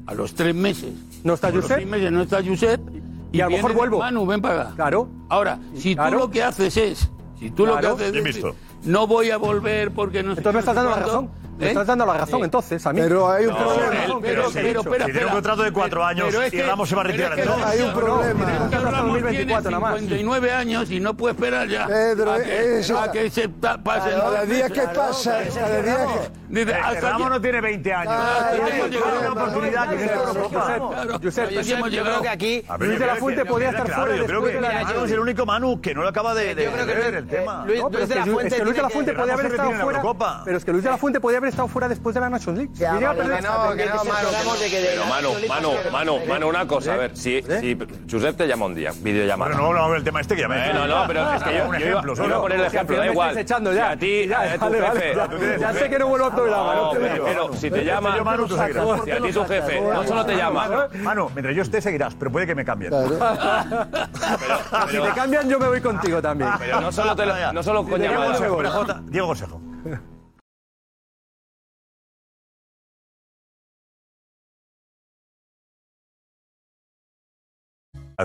A los tres meses.
No está
A los
Josep.
seis meses no está Josep.
Y a lo
viene
mejor
de-
vuelvo.
Manu, ven para acá.
Claro.
Ahora, si
Claro.
tú lo que haces es. Si tú
Claro.
lo que haces
Bien
es.
visto.
No voy a volver porque no sé
Entonces me estás
qué,
dando la
cuándo".
razón. Me
¿Eh?
estás dando la razón,
Sí.
entonces, a mí.
Pero hay un
No,
problema.
él,
Pero-
pero,
sí,
pero,
sí.
espera,
Si tiene un
espera.
contrato de cuatro años
Pero es
y
que-
Ramos se va a
pero
retirar
es que
entonces.
Ramos-
Hay un problema.
Ramos
Hasta
tiene
2024 nada más.
59 años y no puede esperar ya.
Pedro,
a que,
eso-
a que se ta- pasen
Cada
los
día que
meses.
pasa, cada día que-
Dice,
Eh,
hasta
Ramos
aquí-
no tiene 20 años.
Ah,
Tiene-
hemos
tiene
llegado.
una oportunidad que viene de Europa.
Claro,
Josep,
pero ya hemos
yo
llegado.
creo que aquí
A ver,
Luis de
yo
la
creo
Fuente
que-
podía
mira,
estar
claro,
fuera
yo creo
después de
que
la
Manu es el único Manu que no lo acaba
Eh,
de, de, de ver el tema.
No, pero es que eh, Luis- es que Luis de la Fuente podía haber estado fuera. Pero es que Luis de la Fuente podía haber estado fuera después de la Nations League. Si llega a perder-
Pero Manu, Manu, Manu,
¿Eh?
Manu, una cosa, a ver, si, si Josep te llama un día, videollamada.
Bueno, no hablamos del tema este que ya me-
Eh, no, no, pero es que yo,
Un
yo
ejemplo,
iba,
solo.
yo iba a poner el
Si al
ejemplo,
final
da
me
igual.
estáis echando
Si
ya.
a ti,
Ya,
a tu
vale, vale,
jefe,
ya.
a tu jefe,
Ya sé que no vuelvo a doy la mano, te doy la
pero
mano.
si te
Yo
llama-
doy la mano, tú
Manu,
seguirás.
saca, si a ti tu jefe, no solo te llama.
Manu, Manu, mientras yo esté, seguirás, pero puede que me cambien.
Si te cambian, yo me voy contigo también.
Pero
no solo te lo- no solo con
Diego
llamadas.
Consejo,
Jota, Diego Consejo.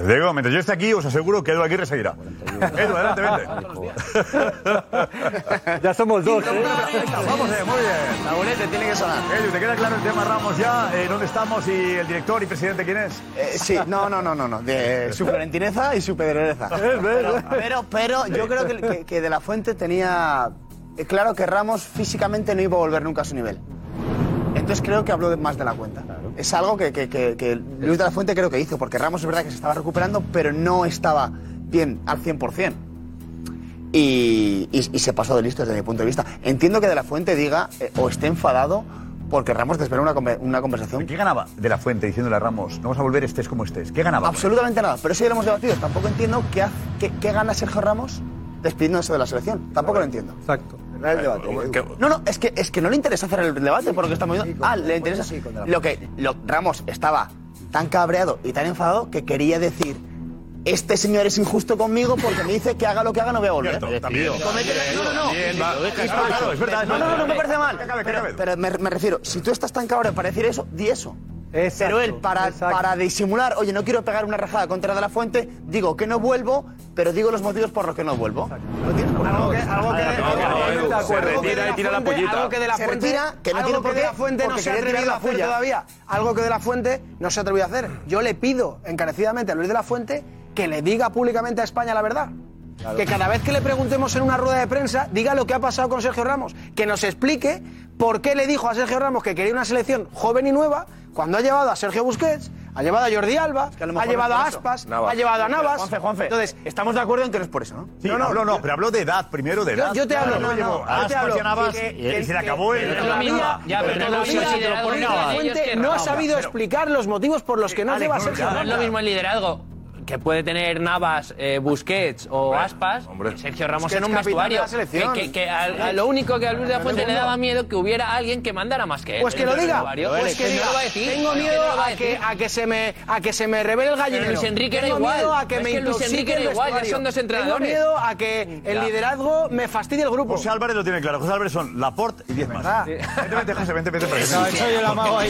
Diego, mientras yo esté aquí, os aseguro que Edu Aguirre seguirá. Edu, adelante, vente. ya somos dos. Vamos, eh, muy bien.
Taburete, tiene que sonar.
Edu, ¿te queda claro el tema Ramos ya? Eh, ¿Dónde estamos y el director y presidente quién es?
Eh, sí, no, no, no, no, no. De su florentineza y su pedrereza.
Es
Pero,
verdad.
pero, pero yo creo que, que- que De La Fuente tenía eh, claro que Ramos físicamente no iba a volver nunca a su nivel. Entonces creo que habló de- más de la cuenta. Es algo que, que- que- que Luis de la Fuente creo que hizo, porque Ramos es verdad que se estaba recuperando, pero no estaba bien al 100%. Y, y- y se pasó de listo desde mi punto de vista. Entiendo que De La Fuente diga eh, o esté enfadado porque Ramos desveló una, conver- una conversación.
¿Qué ganaba de la fuente diciéndole a Ramos, no vas a volver estés como estés? ¿Qué ganaba?
Absolutamente nada, pero eso ya lo hemos debatido. Tampoco entiendo qué, haz- qué- qué gana Sergio Ramos despidiéndose de la selección. Tampoco lo entiendo.
Exacto.
No,
Eh,
el debate. no, no, es que, es que no le interesa hacer el debate por lo que estamos viendo. Ah, le interesa. Lo que lo- Ramos estaba tan cabreado y tan enfadado que quería decir: Este señor es injusto conmigo porque me dice que haga lo que haga, no voy a volver.
también.
Comete- No, no, no.
Bien, va.
Y-
Ah, claro, es verdad, es
No, no, no,
verdad.
no me parece mal.
Que acabe, que
Pero,
acabe.
pero me, me refiero, si tú estás tan cabreado para decir eso, di eso.
Exacto,
pero él, para, para disimular, oye, no quiero pegar una rajada contra De La Fuente, digo que no vuelvo, pero digo los motivos por los que no vuelvo. No tienes por qué.
Algo que de la
Se
fuente,
retira, que no
algo
tiene
que
por
de
qué,
la fuente no
porque
se ha
quería tirar
atrevido
la
a hacer
puya.
todavía. Algo que de la fuente no se ha atrevido a hacer. Yo le pido encarecidamente a Luis de la Fuente que le diga públicamente a España la verdad.
Claro.
Que cada vez que le preguntemos en una rueda de prensa, diga lo que ha pasado con Sergio Ramos. Que nos explique por qué le dijo a Sergio Ramos que quería una selección joven y nueva cuando ha llevado a Sergio Busquets, ha llevado a Jordi Alba, ha llevado a Aspas, ha llevado a Navas.
Juanfe, Juanfe,
Entonces,
estamos de acuerdo en que no es por eso, ¿no?
Sí, no, no, no, pero habló de edad, primero de
Yo-
edad.
yo te hablo,
Claro,
no,
luego
no,
llegó
yo te
Aspas
hablo
y a Navas
que-
y- y
que-
se le acabó
que-
el...
que- Todavía-
Ya, pero
todavía
todavía
de la fuente no ha sabido explicar los motivos por los que no lleva a Ah, Sergio
No es lo
Ramos.
mismo el liderazgo que puede tener Navas, eh, Busquets o Aspas, que Sergio Ramos
Es que
en un
es capitán de
vestuario.
la selección.
Que, que- que a, a lo único que a Luis de la Fuente le daba miedo que hubiera alguien que mandara más que él.
Pues que lo
en el
diga,
vestuario.
pues que
no
diga.
lo va a decir.
Tengo
Es que
miedo
no lo va
a que,
decir.
a que se me a que se me revele el gallinero.
Pero Luis Enrique era
Tengo
igual.
miedo a que
Es
me
que Luis
intoxique
Enrique era
el
igual, ya
vestuario.
son dos entrenadores.
Tengo miedo a que el
Ya.
liderazgo me fastidie el grupo. Ah.
José Álvarez lo tiene claro. José Álvarez son Laporte y 10 más. Vente, vente, José, vente, vente. para acá.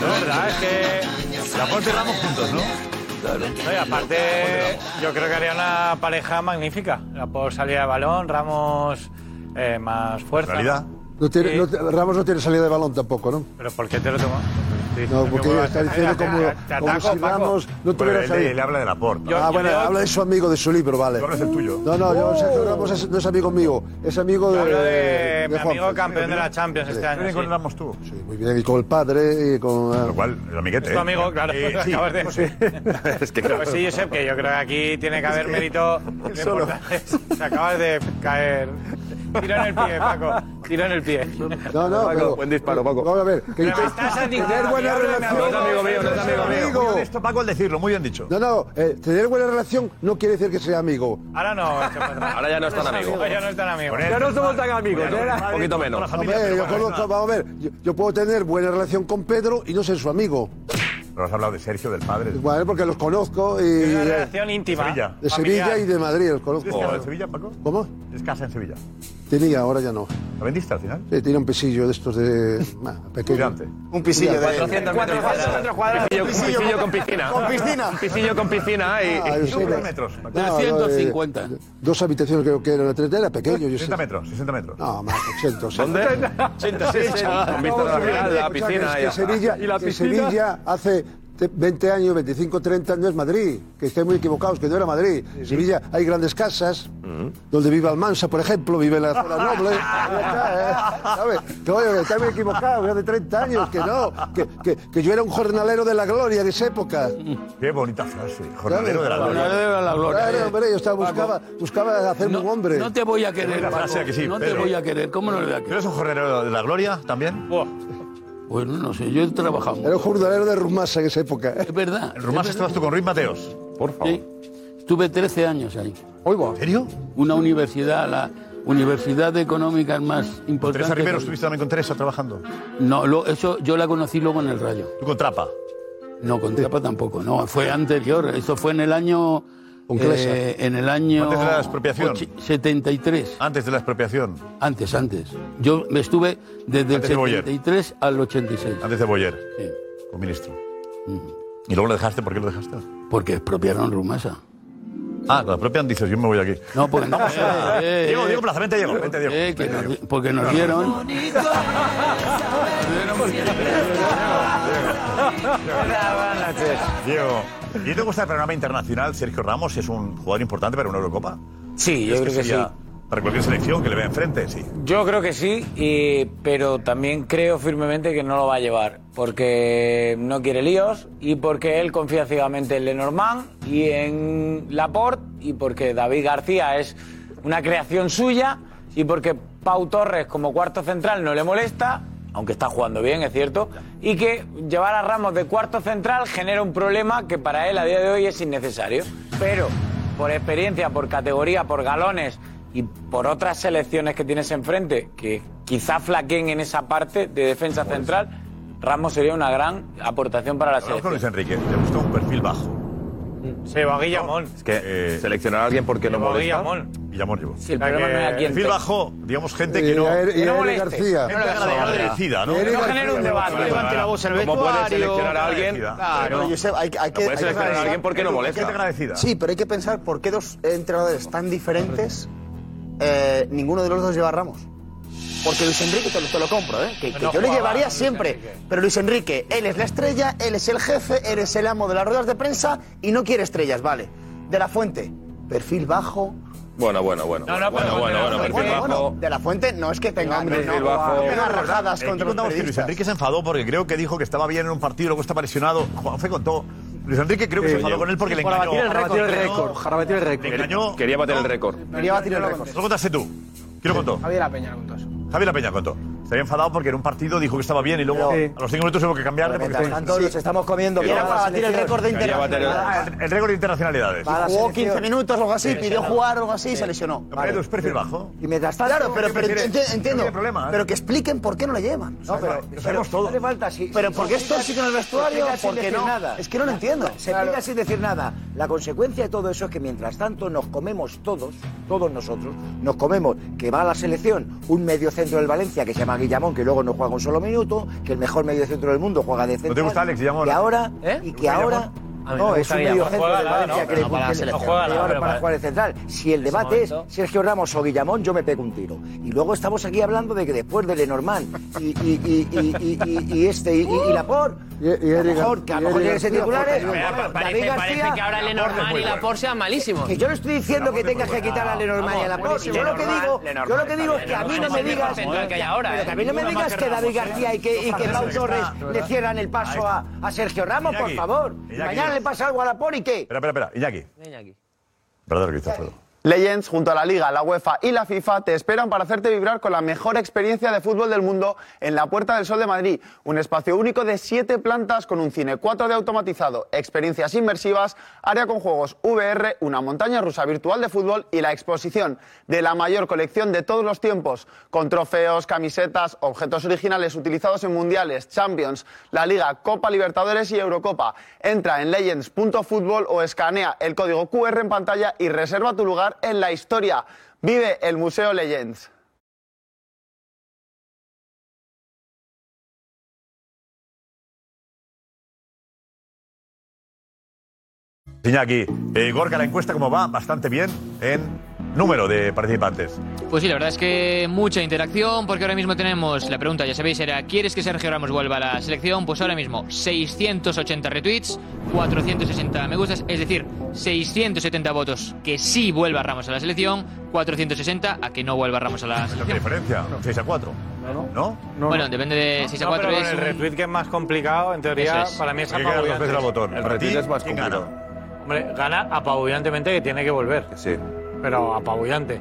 La verdad es que. La Ponte Ramos juntos, ¿no? No, y aparte, yo creo que haría una pareja magnífica. La por salida de balón, Ramos eh, más fuerza.
No tiene- no te- Ramos no tiene salida de balón tampoco, ¿no?
Pero ¿por qué te lo tomas?
No, porque está diciendo como, como si Ramos no tuviera salida.
habla de Laporte.
ah, bueno, habla de su amigo, de su libro, vale.
hablas del tuyo.
No, no, yo, Sergio Ramos es- no es amigo mío, es amigo de,
Hablo de,
Eh, de
mi
Juanfe.
amigo campeón de la Champions este año. sí.
tú?
Sí, muy bien, y con el padre y con... ah. Lo
cual, el amiguete.
Es tu amigo, claro. acabas de-
Es que
Pues sí, Josep, que yo creo que aquí tiene que haber mérito de
solo.
portales. Te acabas de caer. Tiro en el pie, Paco. Tiro en el pie.
No, no, pero-
Buen disparo, Paco.
Vamos a ver, que
Pero me
intent-
estás atinando,
tener buena
diablo, me
relación...
hablas.
Amigo mío, no es amigo mío.
Muy bien Esto, Paco, al decirlo, muy bien dicho.
No, no, eh, tener buena relación no quiere decir que sea amigo.
Ahora no, Josep,
Ahora ya no es tan amigo.
Ahora ya no es tan amigo.
Ya
no somos tan amigos.
¿eh?
Un poquito menos.
Hombre, yo conozco, vamos a ver, yo, yo puedo tener buena relación con Pedro y no ser su amigo.
Pero has hablado de Sergio, del padre.
Bueno, porque los conozco y... eh,
Una relación íntima.
Sevilla.
De Sevilla y de Madrid, los conozco.
¿Tienes casa en Sevilla, Paco?
¿Cómo?
¿Tienes casa en Sevilla?
Tenía, ahora ya no.
¿La vendiste al final?
Sí, tiene un pisillo de estos de... ah, pequeño.
Tirante.
Un pisillo de-
400 metros cuadrados.
Un pisillo- un pisillo con piscina.
Con piscina.
Un pisillo con piscina y...
Ah, yo sé, no.
metros.
No, no, eh, dos habitaciones creo que eran, era pequeño. Yo
60 metros, 60 metros.
No, más, 80.
¿Dónde?
80,
sí, sí. Con vista a la final, la piscina
Que,
y a-
Sevilla,
¿Y la
que
piscina?
Sevilla hace te- 20 años, 25, 30, no es Madrid. Que estáis muy equivocados, que no era Madrid. Sevilla hay grandes casas, donde vive Almansa, por ejemplo, vive en la zona noble. Ya está, ¿eh? ¿Sabes? Que, oye, que estáis muy equivocados, que hace 30 años, que no. Que, que, que yo era un jornalero de la gloria de esa época.
Qué bonita frase. Jornalero de la gloria.
Jornalero de la gloria. eh.
Claro, hombre, yo estaba, buscaba, buscaba hacerme un hombre.
No te voy a querer,
Buena frase,
Paco.
¿a que sí,
no te
Pedro?
voy a querer. ¿Cómo no le voy a
¿Tú eres un jornalero de la gloria también?
querer? Bueno, no sé, yo he trabajado.
Era un jornalero de Rumasa en esa época.
Es verdad.
En Rumás estabas tú con Ruiz Mateos.
Por favor. Estuve 13 años ahí.
¿En serio?
Una universidad, la, universidad económica más importante.
Teresa Rivero,
que-
estuviste también con Teresa trabajando.
No, lo- eso yo la conocí luego en el Rayo. ¿Tú con Trapa? No, con Trapa tampoco, no, fue anterior, eso fue en el año...
Con Clesa.
eh, en el año...
Antes de la expropiación.
ochi- 73. Antes de la expropiación. Antes, antes. Yo me estuve desde
Antes de
el
Boyer.
73 al 86.
Antes de Boyer,
Sí.
con ministro. ¿Y luego lo dejaste? ¿Por qué lo dejaste?
Porque expropiaron Rumasa.
Ah, la propia dices, yo me voy de aquí.
No, porque no.
Eh, Pues Diego, Diego Plaza, vente, Diego. Vente, Diego.
Eh, porque nos dieron...
¿eh?
Diego, ¿y te gusta el programa internacional? Sergio Ramos es un jugador importante para una Eurocopa.
Sí, yo
¿Crees
creo que
sería
sí.
Para cualquier selección que le vea enfrente, sí.
Yo creo que sí, y- pero también creo firmemente que no lo va a llevar, porque no quiere líos y porque él confía ciegamente en Lenormand y en Laporte y porque David García es una creación suya y porque Pau Torres como cuarto central no le molesta, aunque está jugando bien, es cierto, y que llevar a Ramos de cuarto central genera un problema que para él a día de hoy es innecesario. Pero por experiencia, por categoría, por galones y por otras selecciones que tienes enfrente, que quizá flaqueen en esa parte de defensa
Pues.
central, Ramos sería una gran aportación para la
Hablamos con Luis
selección.
Enrique. ¿Te gustó un perfil bajo?
Se va Guillamón.
Es que
eh, seleccionar a alguien porque no molesta.
Guillamón. Guillamón llevo.
Sí, el problema no es a quién
Perfil
te-
Eh, bajo, digamos, gente
Y
que no...
Eh, a Eri- y a Eri García.
Gente agradecida, ¿no?
Que no genere un debate.
Vale,
Levante
vale.
la voz en el
¿Cómo puedes
vestuario?
seleccionar a alguien?
Pero, Josep, hay, hay que, hay que pensar-
molesta.
Sí, pero hay que pensar por qué dos entrenadores tan diferentes eh, ninguno de los dos lleva a Ramos. Porque Luis Enrique te lo, te lo compro, ¿eh? que, que
no
yo le
jugaba
llevaría
Luis
siempre.
Enrique.
Pero Luis Enrique, él es la estrella, él es el jefe, él es el amo de las ruedas de prensa y no quiere estrellas, vale. De la Fuente, perfil bajo.
Bueno, bueno, bueno.
No, no,
bueno, bueno, bueno, perfil
bueno,
bajo.
bueno, de la Fuente no es que tenga, no,
perfil
no,
bajo.
no tenga
Pero,
rajadas
eh, aquí
contra los
contamos que Luis
periodistas.
Enrique se enfadó porque creo que dijo que estaba bien en un partido y luego estaba lesionado. Juanfe contó. Luis Enrique creo que
Sí.
Eh,
se enfadó con él porque
Sí,
le
para
engañó.
batir el
Para
récord.
batir el
récord. Para batir el récord.
Le engañó.
Quería bater el récord.
Quería batir el récord.
Lo contaste tú. ¿Quién lo contó?
Javier La Peña lo contó eso.
Javier La Peña contó. Se había enfadado porque en un partido dijo que estaba bien y luego
Pero-
a los cinco minutos hubo que cambiarle porque
Mientras tanto, nos estamos comiendo.
Era
toda la
para batir el
selección.
récord de Quería bater el- internacionalidades. Ah, El récord de internacionalidades.
Va a la
Jugó
selección.
15 minutos o algo así,
Sí,
pidió
sí.
jugar o algo así y
Sí.
se lesionó.
Vale.
Pero es perfil bajo.
Y mientras tanto,
Claro, pero, pero
prefieres?
enti- entiendo.
No tiene problema, ¿eh?
Pero que expliquen por qué no le llevan.
No, pero,
sabemos
todo. hace falta, si,
Pero
si
¿por
se
qué es
pilla-
tóxico en el
se
vestuario?
pilla sin
¿Por qué
decir
no?
Nada.
Es que no lo entiendo.
Se
Claro.
pilla sin decir nada. La consecuencia de todo eso es que mientras tanto nos comemos todos, todos nosotros, nos comemos que va a la selección un medio centro del Valencia que se llama Guillamón, que luego no juega un solo minuto, que el mejor medio centro del mundo juega de central.
gusta Alex Guillamón?
Y ahora, ¿Eh? y ¿Te que gusta ahora... Guillamón? A mí me No, es gusta un medio Guillamón. centro No juega del nada, ¿no? Valencia que Pero le no para la funciona. selección. No juega Le nada, llevaron pero para para- jugar de central. Si el En ese debate es momento- Sergio Ramos o Guillamón, yo me pego un tiro. Y luego estamos aquí hablando de que después de Lenormand y, y, y, y, y, y- y este y, y, y Laporte, que a lo mejor, que a lo mejor tienen que ser titulares, David
Parece, parece
García-
que ahora Lenormand y Laporte sean malísimos.
que yo no estoy diciendo que tengas que quitar a Lenormand y a Laporte. Yo lo que digo, yo lo que digo es que a mí no me digas,
Lenormand, que hay ahora,
pero que a mí
¿eh?
no me
Ninguna
digas
más
que
que
David
Ramos, ¿eh?
García y que, y que Pau Torres le cierran el paso a, a Sergio Ramos, por
Iñaki,
favor. Y
Iñaki.
mañana le pasa algo a Laporte y qué.
Espera, espera, espera. Iñaki. Perdón, que te has perdido.
Legends, junto a la Liga, la UEFA y la FIFA, te esperan para hacerte vibrar con la mejor experiencia de fútbol del mundo en la Puerta del Sol de Madrid. Un espacio único de siete plantas con un cine 4D automatizado, experiencias inmersivas, área con juegos VR, una montaña rusa virtual de fútbol y la exposición de la mayor colección de todos los tiempos, con trofeos, camisetas, objetos originales utilizados en mundiales, Champions, la Liga, Copa Libertadores y Eurocopa. Entra en legends.football o escanea el código QR en pantalla y reserva tu lugar en la historia. Vive el Museo Legends.
Iñaki, eh, Gorka, la encuesta como va, bastante bien en número de participantes.
Pues sí, la verdad es que mucha interacción, porque ahora mismo tenemos la pregunta, ya sabéis, era ¿quieres que Sergio Ramos vuelva a la selección? Pues ahora mismo 680 retweets, 460 me gustas, es decir, 670 votos que sí vuelva Ramos a la selección, 460 a que no vuelva Ramos a la
¿Qué
selección.
diferencia? 6 a 4. ¿No? ¿No?
bueno, depende de 6 a
No,
4
pero
es
con el
un-
retweet que es más complicado, en teoría,
Eso es.
para mí es
Hay que dar dos
apabullante.
veces al botón.
El retweet es más
¿Quién
complicado.
gana? Hombre, gana apabullantemente que tiene que volver.
Sí.
Pero apabullante.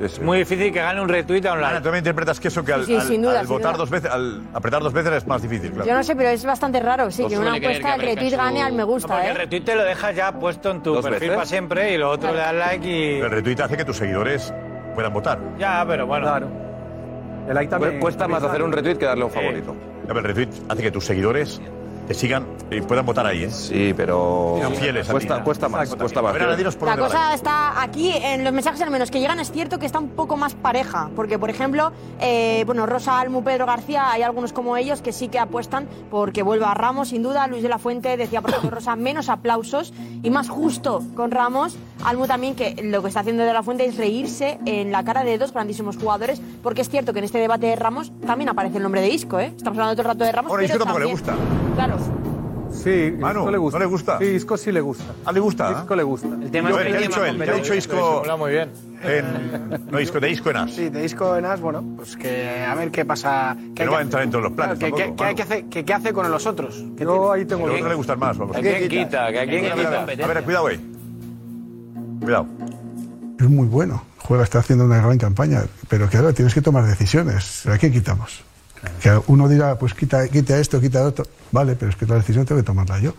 Es
muy difícil que gane un retweet a online.
tú me interpretas que eso que al,
Sí, sí,
al-
sin duda,
al
sin
votar
duda.
dos veces, al apretar dos veces es más difícil, claro.
Yo no sé, pero es bastante raro, sí,
No
que en una
suele creer que
encuesta el
aparezca en
retweet
su-
gane al me gusta,
Porque el
¿eh?
retweet te lo dejas ya puesto en tu
¿Dos
perfil
veces?
para siempre y lo otro le das like y.
El retweet hace que tus seguidores puedan votar.
ah,
Ya, pero bueno. Claro.
El like
también- Cuesta más hacer un retweet que darle a un favorito.
el retweet hace que tus seguidores te sigan y puedan votar ahí, ¿eh?
Sí, pero.
Sean fieles a ti.
Cuesta, cuesta más,
Exacto,
cuesta
también.
más.
A ver, ahora dinos por
La
dónde va
cosa está aquí, en los mensajes al menos que llegan es cierto que está un poco más pareja, porque por ejemplo, eh, bueno, Rosa Almu, Pedro García, hay algunos como ellos que sí que apuestan porque vuelva Ramos, sin duda, Luis de la Fuente decía, por ejemplo, Rosa, menos aplausos y más justo con Ramos, Almu también que lo que está haciendo de la Fuente es reírse en la cara de dos grandísimos jugadores, porque es cierto que en este debate de Ramos también aparece el nombre de Isco, ¿eh? Estamos hablando todo el rato de Ramos.
Ahora,
pero
Isco tampoco le
también-
gusta.
Claro.
Sí,
Manu,
Isco le gusta.
¿no le gusta?
Sí, Isco sí le gusta.
Ah, le gusta.
Isco le gusta. El
tema Yo, es que ¿qué ha tiene dicho más él? ¿Qué ha dicho competencia. Isco?
Habla muy bien.
En- no, Isco, de Isco en As.
Sí, de Isco Enas, bueno, pues que a ver qué pasa.
Que no va a entrar en todos los planes.
¿Qué, qué,
tampoco,
qué hay que hacer- qué- qué hace con los otros? ¿Qué
Yo ahí
Manu.
tengo
Los otros le gustan más, vamos.
¿A quién quita? ¿A quién
A ver,
quita?
a ver, A ver, cuidado ahí. Cuidado.
Es muy bueno. Juega está haciendo una gran campaña, pero que ahora tienes que tomar decisiones. ¿A quién quitamos? Que uno dirá, pues quita, quita esto, quita lo otro. Vale, pero es que la decisión tengo que tomarla yo.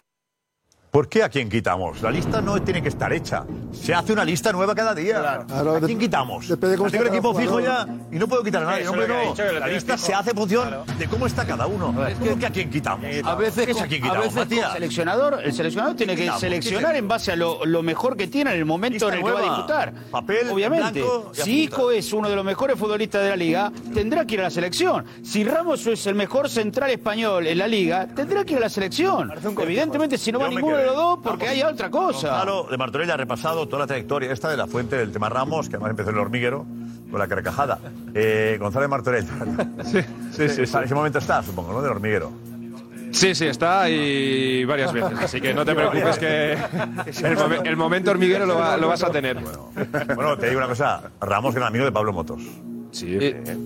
¿Por qué a quién quitamos? La lista no tiene que estar hecha. Se hace una lista nueva cada día. ¿A quién quitamos?
cómo
tengo el
esté cada
equipo fijo ya
jugador.
y no puedo quitar a nadie.
Eso
Hombre,
es lo que ha
no.
dicho, que lo
La
tiene
lista
fijo.
se hace en función de cómo está cada uno. ¿Por qué a quién quitamos?
eh, A veces,
¿Qué es
con-
a quién
a
quitamos,
veces con
Matías?
seleccionador, el seleccionador tiene que
Quitamos.
seleccionar en base a lo, lo mejor que tiene en el momento
Lista
en el que va a
nueva.
disputar.
Papel
Obviamente,
blanco y
si
apunta.
Ico es uno de los mejores futbolistas de la liga, tendrá que ir a la selección. Si Ramos es el mejor central español en la liga, tendrá que ir a la selección. Evidentemente, si no va
Yo me
ninguno de
quedé.
los dos, porque haya otra cosa.
Gonzalo de Martorell ha repasado toda la trayectoria esta de la fuente del tema Ramos, que además empezó en el hormiguero con la carcajada. Eh, Gonzalo de Martorell. sí, sí, sí, En ese momento está, supongo, ¿no? Del hormiguero.
Sí, sí, está y varias veces. Así que no te preocupes que el, momen- el momento hormiguero lo, va- lo vas a tener.
Bueno, te digo una cosa. Ramos, gran amigo de Pablo Motos. Sí,
Eh,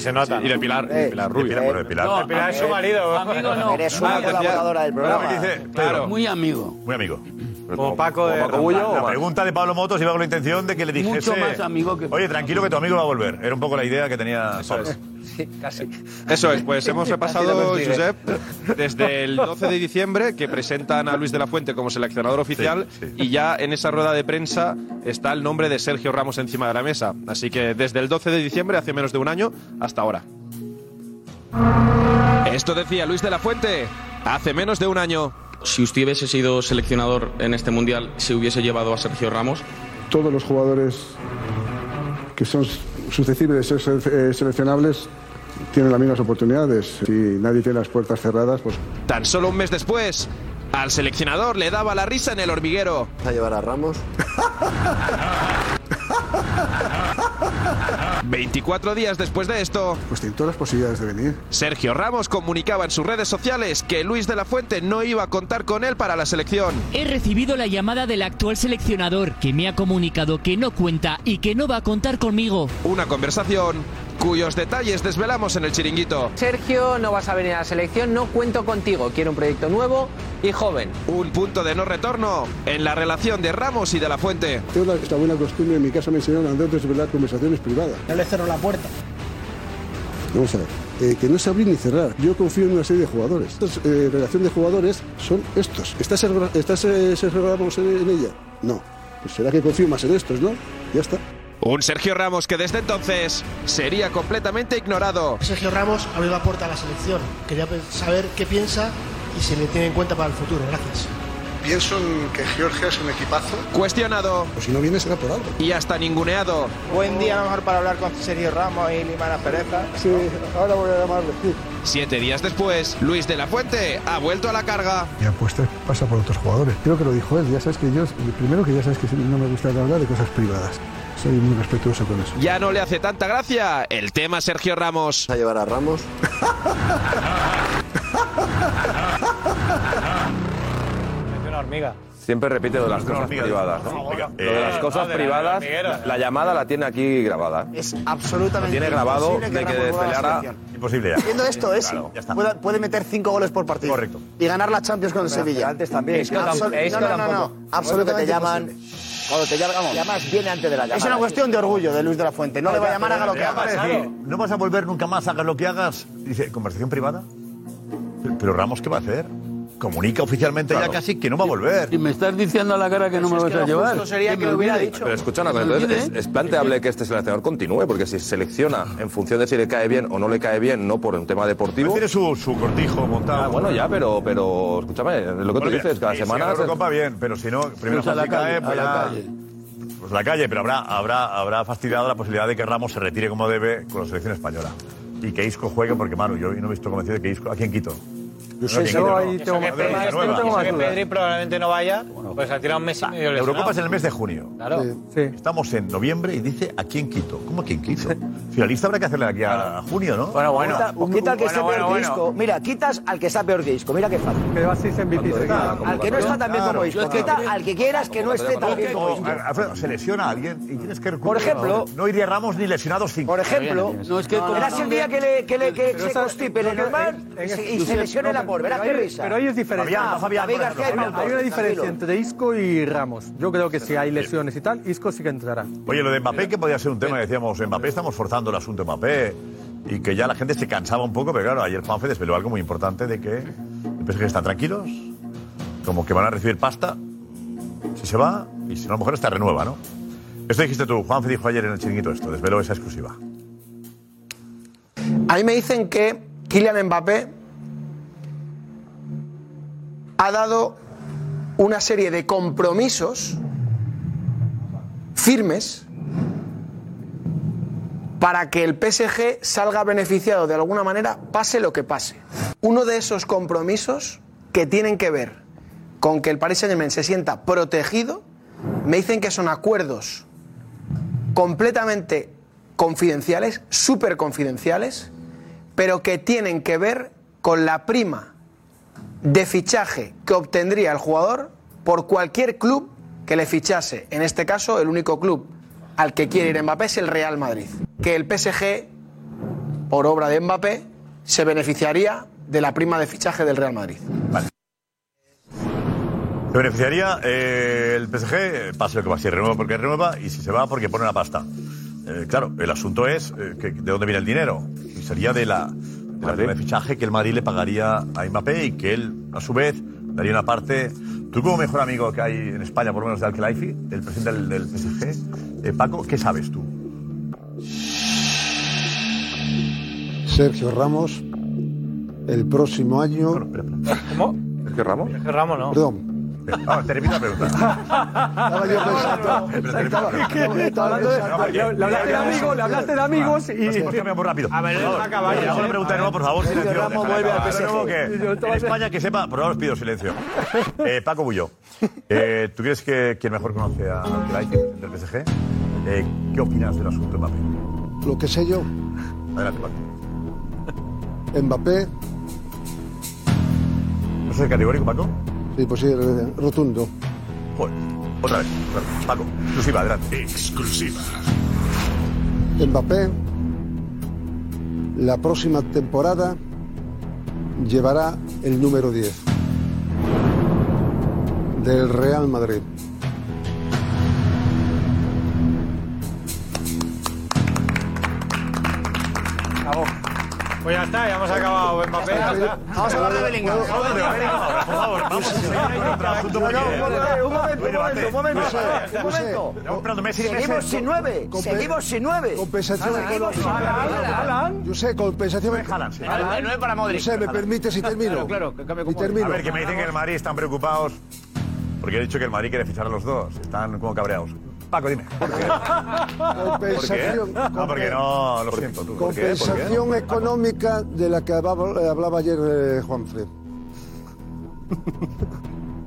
Se nota. Y de Pilar, de Pilar Rubio.
Pilar, bueno, Eh, de Pilar. Eh,
No,
De
Pilar es su marido.
Amigo
no.
Eres una
Ah, decía-
colaboradora del programa.
Claro.
Muy amigo.
Muy amigo.
Como Paco de
Bullo. La pregunta de Pablo Motos iba con la intención de que le dijese...
Mucho más amigo que-
Oye, tranquilo que tu amigo va a volver. Era un poco la idea que tenía Pablo.
Casi. Eso es, pues hemos
Casi lo
repasado,
consigue.
Josep, desde el 12 de diciembre, que presentan a Luis de la Fuente como seleccionador oficial, y ya en esa rueda de prensa está el nombre de Sergio Ramos encima de la mesa. Así que desde el 12 de diciembre, hace menos de un año, hasta ahora. Esto decía Luis de la Fuente hace menos de un año.
Si usted hubiese sido seleccionador en este mundial, ¿se hubiese llevado a Sergio Ramos?
todos los jugadores que son susceptibles de ser eh, seleccionables tienen las mismas oportunidades. Si nadie tiene las puertas cerradas, pues
Tan solo un mes después, al seleccionador le daba la risa en el hormiguero.
¿Vas a llevar a Ramos?
24 días después de esto,
Pues tiene todas las posibilidades de venir.
Sergio Ramos comunicaba en sus redes sociales que Luis de la Fuente no iba a contar con él para la selección.
He recibido la llamada del actual seleccionador que me ha comunicado que no cuenta y que no va a contar conmigo.
Una conversación cuyos detalles desvelamos en el chiringuito.
Sergio, no vas a venir a la selección, no cuento contigo. Quiero un proyecto nuevo y joven.
Un punto de no retorno en la relación de Ramos y de la Fuente.
tengo la- esta buena costumbre, en mi casa me enseñaron a andar sobre las conversaciones privadas.
No le cerró la puerta.
Vamos a ver, eh, que no es abrir ni cerrar. Yo confío en una serie de jugadores. Estas eh, relación de jugadores son estos. ¿Estás, Sergio- estás eh, Sergio Ramos en, en ella? No. Pues será que confío más en estos, ¿no? Ya está.
Un Sergio Ramos que desde entonces sería completamente ignorado.
Sergio Ramos abrió la puerta a la selección. Quería pe- saber qué piensa y si le tiene en cuenta para el futuro. Gracias.
Pienso en que Georgia es un equipazo.
Cuestionado.
Pues si no viene será por algo.
Y hasta ninguneado.
Buen día a lo mejor para hablar con Sergio Ramos y Limana Pereza.
Sí, ahora voy a llamarle.
Siete días después, Luis de la Fuente ha vuelto a la carga.
Y apuestas pasa por otros jugadores. Creo que lo dijo él. Ya sabes que yo, primero que ya sabes que no me gusta hablar de cosas privadas. Soy muy respetuoso con eso.
Ya no le hace tanta gracia el tema Sergio Ramos.
¿Vas a llevar a Ramos?
Es una hormiga.
Siempre repite lo de las cosas privadas. ¿no? Lo de
eh,
las cosas privadas, la, la llamada la tiene aquí grabada.
Es
Lo
absolutamente
tiene grabado
imposible
de que
Ramos vuelva a la
desvelara.
selección.
Imposible
Viendo esto, es
Claro, ya está.
puede, puede meter cinco goles por partido. Correcto. Y ganar la Champions con el Sevilla. Antes
también. Esto tam- esto
no, no, no,
tampoco.
no.
Cuando te
Absolutamente
llaman-
cuando te
llaman- llamas bien antes de la
Es
llamada,
una
sí.
cuestión de orgullo de Luis de la Fuente. No le va a llamar haga lo que
Ya
haga.
parece, No vas a volver nunca más, hagas lo que hagas. Dice, ¿conversación privada? Pero Ramos, ¿qué va a hacer? comunica oficialmente
Claro.
ya casi que no va a volver.
Y me estás diciendo a la cara que no me vas a llevar. Que me olvide.
Pero escucha una cosa,
me
entonces,
olvide.
es, es planteable que este seleccionador continúe, porque si selecciona en función de si le cae bien o no le cae bien, no por un tema deportivo.
Tiene su, su cortijo montado.
Ah, bueno, ya, pero, pero escúchame, es lo que
Bueno,
tú dices,
mira,
cada
y
semana.
Si
se-
la Copa bien, pero si no, primero
Pues a la calle, a la
calle. Pues la calle, pero habrá, habrá, habrá fastidiado la posibilidad de que Ramos se retire como debe con la selección española. Y que Isco juegue, porque Manu, yo no he visto convencido de que Isco. ¿A quién quito? No,
sé,
¿quién
yo
quito?
ahí
No.
tengo-
Madre
Pedri,
mía,
yo
nueva.
Piensa
tengo
que Pedri probablemente no vaya, pues ha tirado un mes y medio
La
lesionado.
Eurocopa es en el mes de junio.
Claro.
Estamos en noviembre y dice a quién quito. ¿Cómo a quién quito? Si la lista habrá que hacerla de aquí a junio, ¿no?
Bueno, bueno. Quita, o quita al que esté peor que Isco. Mira, quitas al que está peor que Isco. Mira qué fácil.
Pero así se
Al que no está tan bien como Isco. Quita al que quieras que no esté tan bien como
O,
Isco.
Alfredo, se lesiona a alguien y tienes que
Por ejemplo-
no iría Ramos ni lesionados cinco.
Por ejemplo, verás el día que, le, que, le, que
Pero
se
esa-
constipe el
no, no,
normal
en- en-
y se
no,
lesione
pero-
la por. Verás qué
pero hay-
risa.
Pero ahí es diferente.
Fabián, Fabián, David García y Pablo.
hay una diferencia
Tranquilo.
entre Isco y Ramos. Yo creo que si hay lesiones y tal, Isco sí que entrará.
Oye, lo de Mbappé, que podía ser un tema, decíamos, Mbappé, estamos forzando el asunto Mbappé. Y que ya la gente se cansaba un poco, pero claro, ayer Juanfe desveló algo muy importante de que el PSG están tranquilos, como que van a recibir pasta, si se va, y si no, a lo mejor hasta renueva, ¿no? Esto dijiste tú, Juanfe dijo ayer en el chiringuito esto, desveló esa exclusiva.
A mí me dicen que Kylian Mbappé ha dado una serie de compromisos firmes para que el PSG salga beneficiado de alguna manera, pase lo que pase. Uno de esos compromisos que tienen que ver con que el Paris Saint-Germain se sienta protegido, me dicen que son acuerdos completamente confidenciales, súper confidenciales, pero que tienen que ver con la prima de fichaje que obtendría el jugador por cualquier club que le fichase. En este caso, el único club al que quiere ir Mbappé es el Real Madrid. Que el PSG, por obra de Mbappé, se beneficiaría de la prima de fichaje del Real Madrid.
Se beneficiaría eh, el PSG, pase lo que pase, renueva porque renueva y si se va porque pone la pasta. Eh, claro, el asunto es eh, que- de dónde viene el dinero. Y sería de la, de la prima de fichaje que el Madrid le pagaría a Mbappé y que él, a su vez, daría una parte. Tú como mejor amigo que hay en España, por lo menos de Alkelaifi, el presidente del, del PSG, eh, Paco, ¿qué sabes tú?
Sergio Ramos, el próximo año.
¿Cómo?
¿Sergio Ramos?
Sergio Ramos no.
Perdón.
Ah, te repito la pregunta.
Estaba yo pensando.
Estaba- estaba hablando de- le- le hablaste de amigo, le hablaste de amigos y-
Escúchame muy rápido.
A ver,
Por favor,
deja acabar,
oye, hago
¿eh?
una pregunta de nuevo, por favor,
Sergio
silencio.
Ramos
Déjala
vuelve al
acabar.
PSG.
De nuevo que en España que sepa, por favor os pido silencio. Eh, Paco Bullo, eh, ¿tú crees que quien mejor conoce a Alcaraz que el del PSG? Eh, ¿Qué opinas del asunto Mbappé?
Lo que sé yo,
Adelante, Paco.
Mbappé.
¿No soy categórico, Paco?
Sí, pues sí, rotundo.
Joder, otra vez, otra vez. Paco, exclusiva, adelante.
Exclusiva.
Mbappé la próxima temporada llevará el número 10 del Real Madrid.
Acabó. Pues ya está, ya hemos acabado Mbappé. ya está.
Vamos a hablar de Bellingham.
Vamos a hablar de Bellingham ahora, por favor, vamos.
Un momento, un momento, un momento. Un momento. Seguimos sin nueve.
Compe-
Seguimos sin nueve.
Compensación
Seguimos sin
económica.
nueve.
Yo sé, compensación económica.
Haaland, de nueve para Modric.
Yo sé, me
Haaland.
permite si termino. Y termino.
A ver, que me dicen que el Madrid están preocupados porque he dicho que el Madrid quiere fichar a los dos. Están como cabreados. Paco, dime. ¿Por qué?
Compensación.
¿Por qué? No, porque no, lo siento. Tú. ¿Por qué? ¿Por qué?
Compensación económica de la que hablaba, eh, hablaba ayer eh, Juanfre.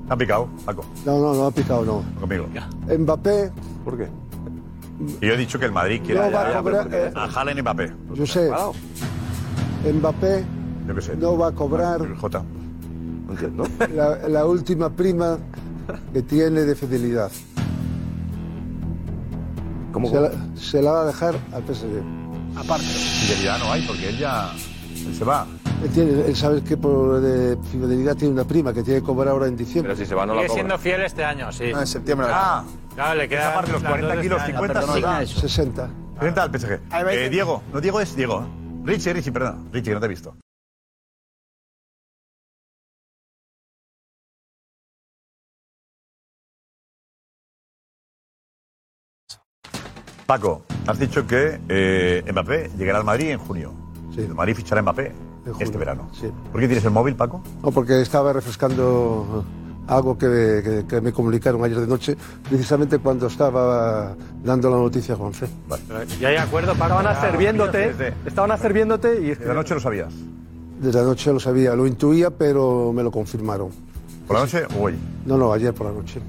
¿Te han picado, Paco?
No, no, no ha picado, no.
Conmigo.
Mbappé,
¿Por qué? Y yo he dicho que el Madrid quiere
No
a-
va a
a-
cobrar, eh.
a- a Haaland y Mbappé.
yo sé. Mbappé
Yo qué sé.
no va a cobrar
Jota. No entiendo.
la, la última prima que tiene de fidelidad.
¿Cómo?
Se la, se la va a dejar al PSG.
Aparte. Fidelidad no hay porque él ya él se va.
Él, tiene- él sabe que por eh, fidelidad tiene una prima que tiene que cobrar ahora en diciembre.
Pero si se va, no la
Sigue
cobra.
siendo fiel este año, sí.
Ah, en septiembre.
Ah,
claro, le queda.
Esa parte, los
este
40 kilos, 50, sí.
60.
30 al PSG. Eh, Diego, no Diego es Diego. Richie, Richie, perdón. Richie, que no te he visto. Paco, has dicho que eh, Mbappé llegará al Madrid en junio. El Madrid fichará a Mbappé este verano. ¿Por qué tienes el móvil, Paco?
No, porque estaba refrescando algo que, que- que me comunicaron ayer de noche, precisamente cuando estaba dando la noticia a Juanfe.
Ya hay acuerdo, Paco. Estaban aserviéndote. Estaban aserviéndote y.
De la noche lo sabías.
Desde la noche lo sabía, lo intuía, pero me lo confirmaron.
¿Por la noche o hoy?
No, no, ayer por la noche.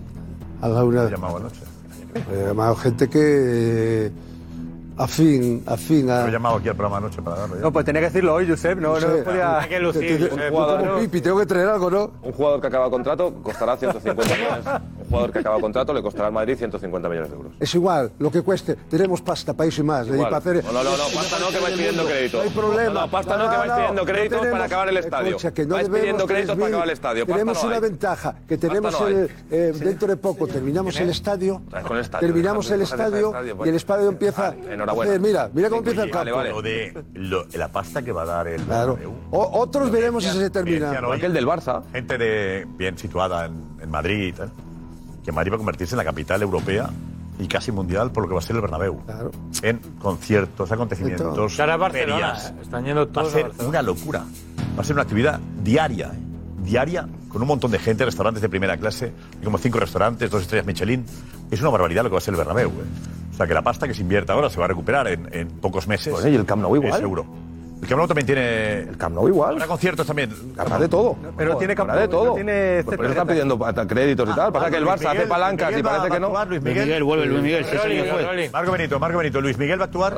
A la una.
llamado anoche?
Me ha llamado gente que. eh, afín, afín a.
Lo he llamado aquí al programa anoche para ¿eh? darle.
No, pues tenía que decirlo hoy, Josep. No,
No
no
sé.
podía.
Hay que lucir, Te- te-
eh,
eh,
Josep. como Pipi, tengo que traer algo, ¿no?
Un jugador que acaba contrato costará 150 millones. Un jugador que acaba contrato le costará al Madrid 150 millones de euros.
Es igual, lo que cueste. Tenemos pasta, país y más. Y
Igual.
para hacer-
No, no, no, no, pasta no que vais pidiendo créditos.
No hay problema.
No, no, pasta no, que vais pidiendo créditos
tenemos-
para acabar el estadio.
Escucha, que no
Vais
debemos
pidiendo créditos para
3.000.
acabar el estadio. Pasta
Tenemos
no eh.
una
hay.
ventaja, que
Pasta
tenemos
no
el-
hay.
eh, dentro de poco terminamos el estadio.
Otra vez con el estadio,
Terminamos el
deja de- deja de
estadio
estadio,
y
pues.
el estadio empieza.
Enhorabuena.
Eh, Mira, mira cómo empieza el
Vale,
campo.
vale. Lo de lo- la pasta que va a dar el.
Claro. O- otros veremos si se termina.
Aquel
del Barça.
Gente de, bien situada en, en Madrid y tal. Que Madrid va a convertirse en la capital europea y casi mundial por lo que va a ser el Bernabéu. En conciertos, acontecimientos,
Ahora Barcelona.
ferias.
Están yendo
Va a
todos a
ser
Barcelona.
una locura. Va a ser una actividad diaria, ¿eh? diaria, con un montón de gente, restaurantes de primera clase, hay como cinco restaurantes, dos estrellas Michelin. Es una barbaridad lo que va a ser el Bernabéu. ¿eh? O sea, que la pasta que se invierta ahora se va a recuperar en, en pocos meses.
Bueno, y el Camp Nou igual.
Eh, seguro. El Camp Nou también tiene... El
Camp Nou igual.
Habrá conciertos también.
Habrá de todo.
Pero tiene
Habrá
Camp
de
Nou,
todo.
no
este
tiene
Pues por eso están pidiendo hasta créditos y tal. Pasa que el
Luis
Barça hace
Miguel,
palancas
Luis
y
Miguel
parece
va a
que no.
actuar, Luis Miguel, Marco Benito, Marco Benito. Luis Miguel va a actuar.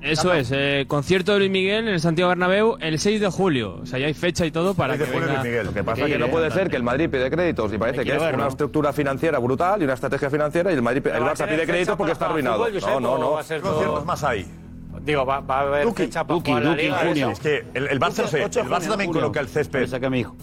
Eso es, eh, concierto de Luis Miguel en el Santiago Bernabéu el 6 de julio. O sea, ya hay fecha y todo para que venga...
Lo que pasa es que no puede ser que el Madrid pide créditos y parece
Hay que
que es
ver,
una
¿no?
estructura financiera brutal y una estrategia financiera y el Madrid el
va a
Barça
tener
pide
fecha
créditos porque
para
está
jugar
arruinado.
fútbol, Josep,
No, no,
o va a
no.
ser todo- Conciertos
más ahí?
Digo, va, va a haber fecha para jugar la Liga, eso.
Es que el, el Barça, no sé, el Barça también coloca el césped.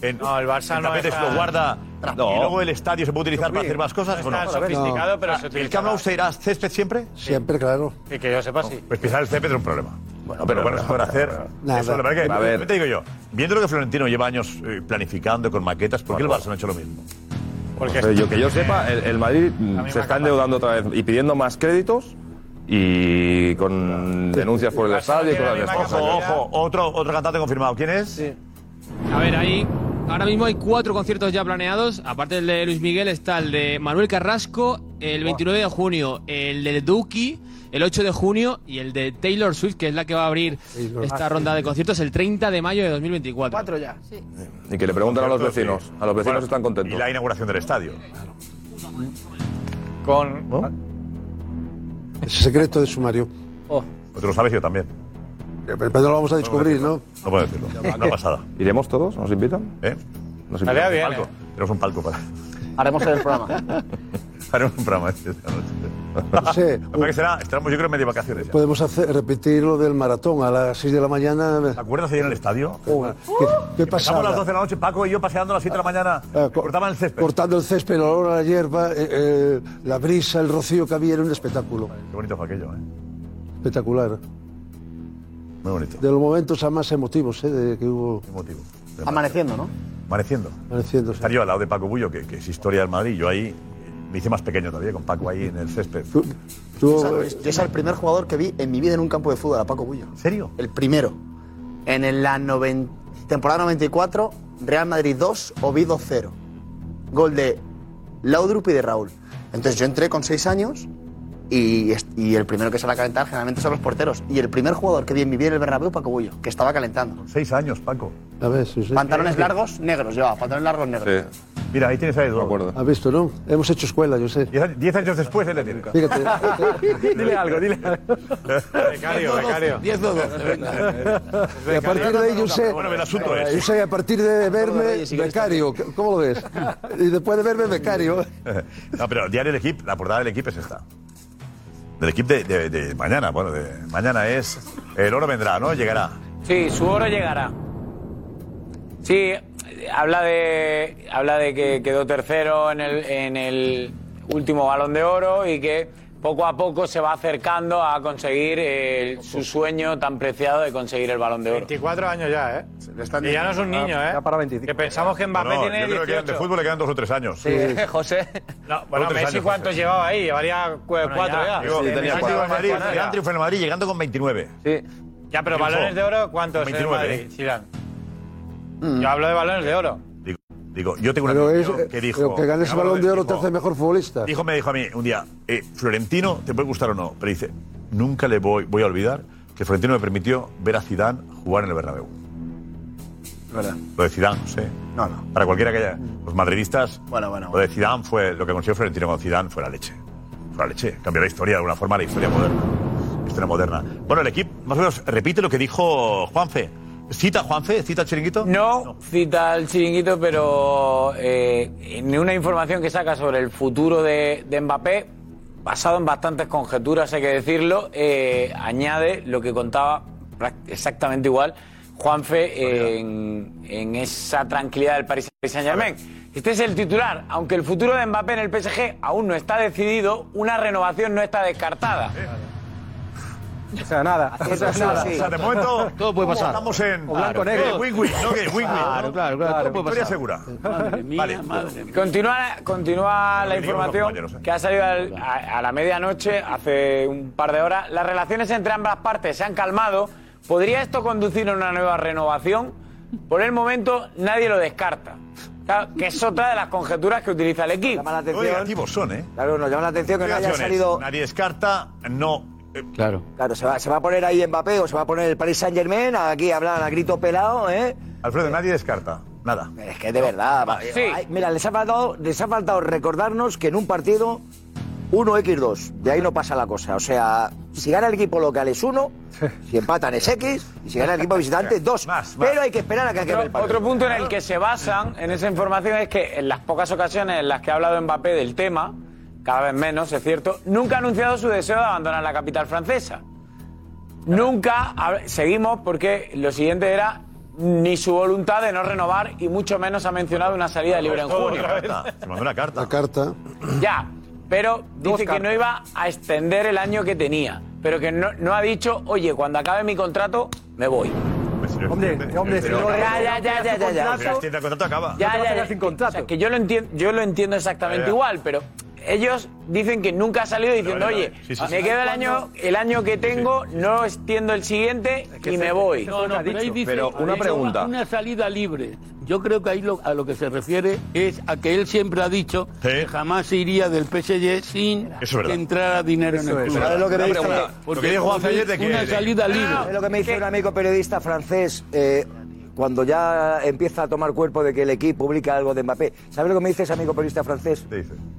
En,
No, el Barça
en
no
tapetes,
es
lo
tan-
guarda.
No.
Y luego el estadio se puede utilizar para
Sí.
hacer más cosas.
No
¿o Ah,
es tan sofisticado, pero se
¿El Camp Nou se irá césped siempre?
Siempre, claro.
Y que yo sepa, sí.
Pues pisar el césped es un problema. Bueno, pero, bueno, se podrá hacer.
Nada.
Eso, la verdad que,
A ver.
yo te digo yo, viendo lo que Florentino lleva años eh, planificando con maquetas, ¿por qué el Barça no ha hecho lo mismo?
O sea, yo que yo sepa, el, el Madrid mm, se está endeudando otra vez y pidiendo más créditos y con denuncias por el estadio y cosas de estas.
Ojo, ojo, otro, otro cantante confirmado. ¿Quién es?
A ver, ahí ahora mismo hay cuatro conciertos ya planeados. Aparte del de Luis Miguel está el de Manuel Carrasco el 29 de junio, el de Duki el 8 de junio y el de Taylor Swift, que es la que va a abrir esta ronda de conciertos el 30 de mayo de 2024. Cuatro
ya.
Y que le preguntan a los vecinos. A los vecinos
Bueno,
están contentos.
Y la inauguración del estadio.
Con.
Es secreto de sumario.
Pues Tú lo sabes yo también.
Pero, pero Eh, lo vamos a descubrir, ¿no?
No puedo decirlo. Una pasada.
¿Iremos todos? ¿Nos invitan?
¿Eh?
Nos
Estaría
invitan.
bien, Palco. Tenemos un palco para.
Haremos el programa.
Haremos un programa esta noche.
No sé.
Lo que pasa es que será, estaremos yo creo medio vacaciones.
Podemos hacer, repetir lo del maratón a las 6 de la mañana. ¿Te
acuerdas ayer en el estadio?
¿Qué, qué
Pasamos
pasada?
las 12 de la noche, Paco y yo paseando a las 7 de la mañana.
Ah, co-
Cortaban el césped.
Cortando el césped, el olor a la hierba, eh, eh, la brisa, el rocío que había, era un espectáculo.
Qué bonito fue aquello, ¿eh?
Espectacular.
Muy bonito.
De los momentos a más emotivos eh, de que hubo.
Emotivo.
Amaneciendo, ¿no?
Amaneciendo.
Amaneciendo.
Estar yo al lado de Paco Bullo, que, que es historia del Madrid. Yo ahí me hice más pequeño todavía con Paco ahí en el césped.
Tú-
Yo es- yo es el primer jugador que vi en mi vida en un campo de fútbol, a Paco Bullo. ¿En
serio?
El primero. En el- la noven- temporada 94, Real Madrid 2, Oviedo 0. Gol de Laudrup y de Raúl. Entonces yo entré con 6 años y, est- y el primero que sale a calentar generalmente son los porteros. Y el primer jugador que vi en mi vida en el Bernabéu, Paco Bullo, que estaba calentando.
Seis años, Paco.
A ver, sí, sí.
Pantalones largos, negros, llevaba pantalones largos, negros.
Mira, ahí tienes a Eduardo.
¿Has visto, no? Hemos hecho escuela, yo sé.
Diez años después, él le tiene.
Fíjate.
Dile
algo, dile algo.
Becario,
becario.
10 o 12,
Y a partir de ahí, eh, yo sé.
Bueno, el asunto eh. es.
Yo sé, a partir de verme, becario. ¿Cómo lo ves? Y después de verme, becario.
No, pero diario del equipo, la portada del equipo es esta. Del equipo de, de- de mañana, bueno, de mañana es. El oro vendrá, ¿no? Llegará.
Sí, su oro llegará. Sí, habla de, habla de que quedó tercero en el, en el último balón de oro y que
poco a poco se va acercando a conseguir eh, su sueño tan preciado de conseguir el balón de oro.
24 años ya, ¿eh? Y ya no es un niño, ¿eh?
Ya
para 25. Que pensamos que Mbappé
No, no,
tiene
yo creo que
18.
de fútbol le quedan dos o tres años.
José.
No,
Dos
bueno,
o tres
Messi
años,
cuántos
José.
llevaba ahí, llevaría cu- cuatro ya.
Digo,
Sí,
tenía
Messi
cuatro.
llegó
En
al
Madrid,
Madrid,
Zidane triunfó en el Madrid llegando con 29.
Sí.
Ya, pero
Triunfó.
balones de oro, ¿cuántos en el
29,
Madrid,
¿eh?
Zidane? Yo hablo de balones de oro.
Digo, digo, yo tengo un
Pero
amigo
es-
mío que dijo...
pero que ganes
me
el Balón
habló
de Oro te
dijo-
hace mejor
futbolista. Dijo, me dijo a mí un día, eh, Florentino, te puede gustar o no, pero dice, nunca le voy, voy a olvidar que Florentino me permitió ver a Zidane jugar en el Bernabéu.
¿Verdad?
Lo de Zidane, no sé. No, no. Para cualquiera que haya...
Mm.
Los madridistas...
Bueno, bueno.
Lo de Zidane fue... Lo que consiguió Florentino con Zidane fue la leche. Fue la leche. Cambió la historia, de alguna forma, la historia moderna. La historia moderna. Bueno, el equipo, más o menos, repite lo que dijo Juanfe. ¿Cita Juanfe? ¿Cita Chiringuito?
No, cita al chiringuito, pero eh, en una información que saca sobre el futuro de, de Mbappé, basado en bastantes conjeturas, hay que decirlo, eh, añade lo que contaba prac- exactamente igual Juanfe en, en esa tranquilidad del Paris Saint-Germain. Este es el titular. Aunque el futuro de Mbappé en el PSG aún no está decidido, una renovación no está descartada.
O sea, nada.
O sea, nada.
O sea, de momento.
Todo puede pasar.
Estamos en.
O blanco, negro.
eh, Win-win, ¿no? Que Win-win.
Claro,
¿no?
claro, claro, todo puede
Victoria
pasar.
segura.
Madre mía,
Vale.
madre mía. Continúa, continúa la información
¿eh?
que ha salido al- a, a la medianoche, hace un par de horas. Las relaciones entre ambas partes se han calmado. ¿Podría esto conducir a una nueva renovación? Por el momento, nadie lo descarta. Claro, que es otra de las conjeturas que utiliza el equipo.
Muy negativos son, ¿eh?
Claro, nos llama la atención que no haya
Obligaciones.
salido.
Nadie descarta, no. eh,
Claro.
Claro, se va, se va a poner ahí Mbappé o se va a poner el Paris Saint Germain, aquí hablan a grito pelado, ¿eh?
Alfredo, nadie descarta. Nada.
Es que de verdad. va-
Sí.
Ay, mira, les ha, faltado, les ha faltado recordarnos que en un partido 1x2, de ahí no pasa la cosa. O sea, si gana el equipo local es 1, si empatan es X, y si gana el equipo visitante 2. Pero hay que esperar a que acabe el
Otro,
partido.
otro punto en el que se basan en esa información es que en las pocas ocasiones en las que ha hablado Mbappé del tema, cada vez menos, es cierto, nunca ha anunciado su deseo de abandonar la capital francesa. Nunca, hab- seguimos porque lo siguiente era ni su voluntad de no renovar y mucho menos ha mencionado una salida libre en junio.
Se mandó una carta.
La carta.
Ya, pero
Dos
dice que no iba a extender el año que tenía, pero que no, no ha dicho, oye, cuando acabe mi contrato, me voy.
Hombre, hombre, si no-
ya, ya, ya, ya, ya, ya.
Si no extiende
el contrato acaba.
Ya, ya, ya. O sea, que yo lo entiendo, yo lo entiendo exactamente
Ya, ya.
igual, pero ellos dicen que nunca ha salido diciendo,
vale,
oye,
vale. Sí, sí,
me
sí.
queda el año, el año que tengo, no extiendo el siguiente y me voy.
No, no, pero ahí dice
una
una, una salida libre. Yo creo que ahí lo- a lo que se refiere es a que él siempre ha dicho que jamás se iría del PSG sin
Eso es
que
verdad.
entrara dinero en
Eso
el
es.
club.
Pero es lo que me
Una
dice-
pregunta.
lo
Porque
que dijo Juanfe ayer de que- Ah.
Una
de-
salida libre.
Es lo que me dice un amigo periodista francés eh, cuando ya empieza a tomar cuerpo de que el equipo publica algo de Mbappé. ¿Sabes lo que me dice ese amigo periodista francés?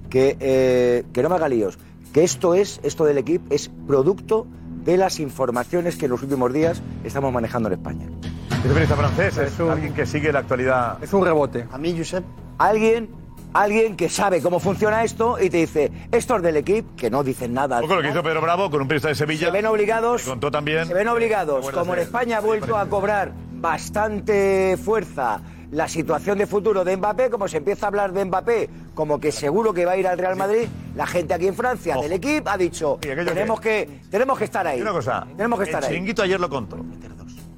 Que, eh, que no me haga líos. Que esto es, esto del equipo, es producto de las informaciones que en los últimos días estamos manejando en España.
Este periodista francés es alguien que sigue la actualidad.
Es un rebote.
A mí, Josep.
Alguien, alguien que sabe cómo funciona esto y te dice, esto es del equipo, que no dicen nada.
Poco lo que hizo Pedro Bravo con un periodista de Sevilla. Se ven
obligados.
contó también.
Se ven obligados,
¿Recuerdas
como en
de-
España ha vuelto a cobrar bastante fuerza la situación de futuro de Mbappé, como se empieza a hablar de Mbappé, como que seguro que va a ir al Real Madrid, la gente aquí en Francia del equipo ha dicho, tenemos que, tenemos que estar ahí.
Y una cosa.
Tenemos que estar
el
ahí.
chiringuito ayer lo contó.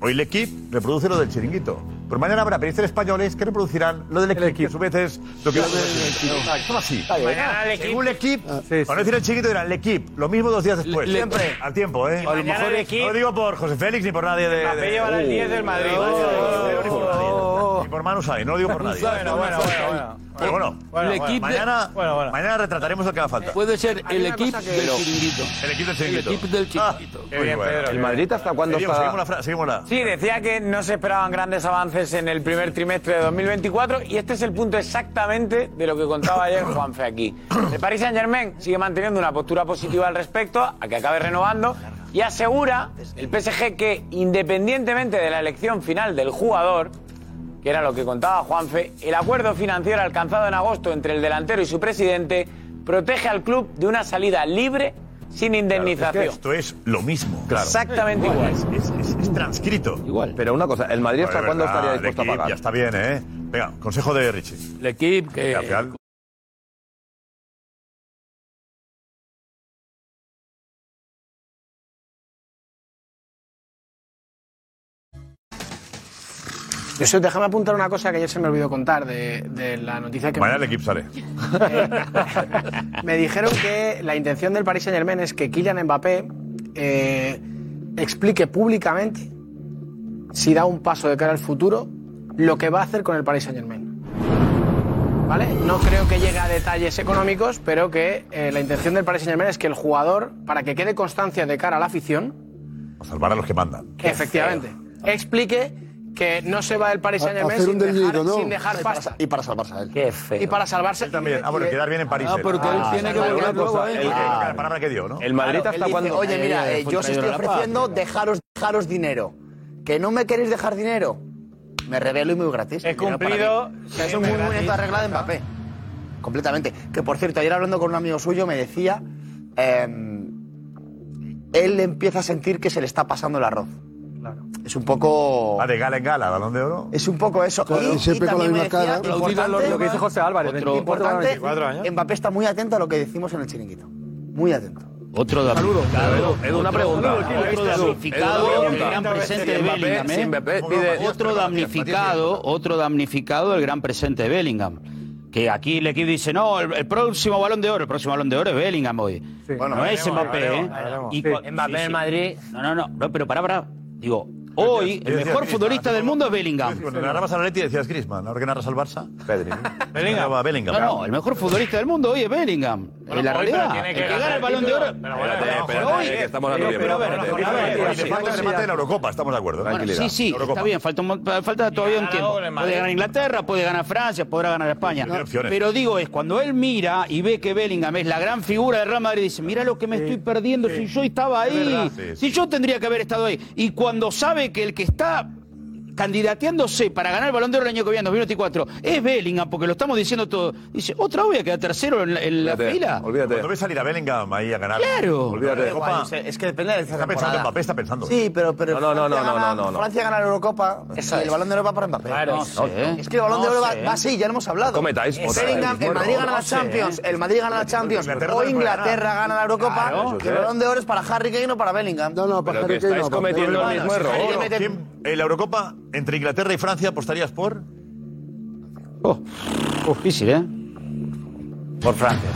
Hoy el equipo reproduce lo del chiringuito. Pero mañana habrá periodistas españoles que reproducirán lo del equipo. que A su vez es lo que... Ah, Esto va así.
Mañana el equipo.
Según el equipo. Para no decir el chiringuito, era el equipo. Lo mismo dos días después.
Le-
Siempre. Al tiempo, ¿eh?
Y mañana el
No
equipo-
lo digo por José Félix ni por nadie de...
Mbappé
de-
llevará el
Oh.
10 del Madrid.
No lo digo ni por nadie. Ni por Manu Sáenz, no lo digo por nadie.
Bueno, bueno, bueno.
Pero bueno,
Bueno, bueno.
mañana, mañana retrataremos lo que haga falta.
Puede ser el equipo del chiringuito.
El equipo del chiringuito.
El equipo del chiringuito.
Muy bueno. Seguimos, seguimos la fra- seguimos la-
Sí, decía que no se esperaban grandes avances en el primer trimestre de 2024 y este es el punto exactamente de lo que contaba ayer Juanfe aquí. El Paris Saint-Germain sigue manteniendo una postura positiva al respecto, a que acabe renovando y asegura el PSG que independientemente de la elección final del jugador, que era lo que contaba Juanfe, el acuerdo financiero alcanzado en agosto entre el delantero y su presidente protege al club de una salida libre sin indemnización.
Claro, es que esto es lo mismo.
Claro. Exactamente igual.
Es, es- es transcrito. Igual.
Pero una cosa, ¿el Madrid hasta cuándo estaría dispuesto a pagar?
Ya está bien, ¿eh? Venga, consejo de Richie.
El equipo que...
al final
Josep, déjame apuntar una cosa que ayer se me olvidó contar de, de la noticia que...
Mañana el equipo sale.
Me dijeron que la intención del Paris Saint Germain es que Kylian Mbappé eh, explique públicamente, si da un paso de cara al futuro, lo que va a hacer con el Paris Saint Germain. ¿Vale? No creo que llegue a detalles económicos, pero que eh, la intención del Paris Saint Germain es que el jugador, para que quede constancia de cara a la afición,
A salvar a los que mandan.
efectivamente, explique que no se va del Paris Saint Germain sin dejar, sin dejar pasta.
Y para salvarse a él.
Qué feo. Y para salvarse. Él
también. Ah, bueno,
eh,
quedar bien en París.
Ah,
él.
porque él tiene que
vale,
volver
una cosa,
luego, ¿eh?
el-
Ah.
La palabra que dio, ¿no?
El Madrid
Claro,
hasta
él
cuando-
dice,
Oye, mira, eh, yo os estoy ofreciendo dejaros, dejaros dinero. ¿Que no me queréis dejar dinero? Me revelo y muy gratis. He
cumplido,
es un
siempre
muy bonito
gratis,
arreglado de Mbappé. Completamente. Que por cierto, ayer hablando con un amigo suyo me decía. em, él empieza a sentir que se le está pasando el arroz. Es un poco.
Va de gala en gala, balón de oro.
Es un poco eso.
Claro,
y,
siempre con
y
la
también
misma
me decía,
cara.
importante,
Aplaudir a lo- lo que dice José Álvarez,
otro-
24
importante,
24 años.
Mbappé está muy atento a lo que decimos en el chiringuito. Muy atento.
Otro de
Edu,
Edu,
una pregunta.
Otro
Edu, Edu,
damnificado,
una
el
pregunta.
gran presente de
Si Mbappé-
Bellingham.
si
¿eh?
Mbappé pide-
Otro damnificado, otro damnificado, el gran presente de Bellingham. Que aquí el equipo dice, no, el, el próximo balón de oro, el próximo balón de oro es Bellingham hoy. no
veremos,
es Mbappé,
veremos,
¿eh?
veremos.
Y
Sí.
cua-
Mbappé en Madrid.
No, no, no, no, pero pará, pará. Digo, hoy el mejor
Ah,
futbolista del mundo es Bellingham.
Cuando narrabas al Atleti decías Griezmann, ahora que narras al Barça. Pedri. Bellingham. Bellingham.
No, no, el mejor futbolista del mundo hoy es Bellingham. en la
hoy, pero
realidad,
tiene
el
que
que gana
ganar
el balón de
título.
oro.
Pero bueno, espérate,
hoy-
espérate, que estamos hablando bien.
Pero, pero,
Pero, pero,
pero,
pero,
pero,
sí,
sí,
falta el
sí,
remate
sí.
de la Eurocopa, estamos de acuerdo.
Bueno,
Tranquilidad.
sí, sí,
Eurocopa.
está bien, falta, un mon- falta todavía un tiempo.
ahora en Madrid.
Puede ganar Inglaterra, puede ganar Francia, puede ganar España.
Tiene opciones.
Pero digo, es cuando él mira y ve que Bellingham es la gran figura del Real Madrid, dice, mira lo que me estoy perdiendo, si yo estaba
Es verdad.
ahí,
Sí,
si yo tendría que haber estado ahí. Y cuando sabe que el que está candidateándose para ganar el Balón de Oro el año que viene, 2024, es Bellingham, porque lo estamos diciendo todo, dice, otra vez voy a quedar tercero en la, en la fila.
Olvídate. Cuando ves salir a Bellingham ahí a ganar.
Claro.
Olvídate.
Da igual,
Copa.
Es es que depende de esta
Está pensando en
temporada.
Mbappé, está pensando.
Sí, pero, pero
No, no, no,
Francia
no, no,
gana-
no, no.
Francia gana la Eurocopa
Eso
y
es.
el balón de oro va para Mbappé.
Claro, No no, sé.
Es que el balón
No
de oro va,
sé.
va así, ya lo hemos hablado.
No metáis
Es
otra
Bellingham,
vez.
el Madrid
No,
gana
no
la
sé.
Champions, el Madrid gana la Champions,
Inglaterra
o
no puede ganar.
Inglaterra gana la Eurocopa,
Claro,
y el
sí.
balón de oro es para Harry Kane o para Bellingham. No, no,
Pero que estáis cometiendo el mismo error. ¿Quién- En la Eurocopa, entre Inglaterra y Francia, apostarías por.
Difícil, ¿eh?
Por Francia.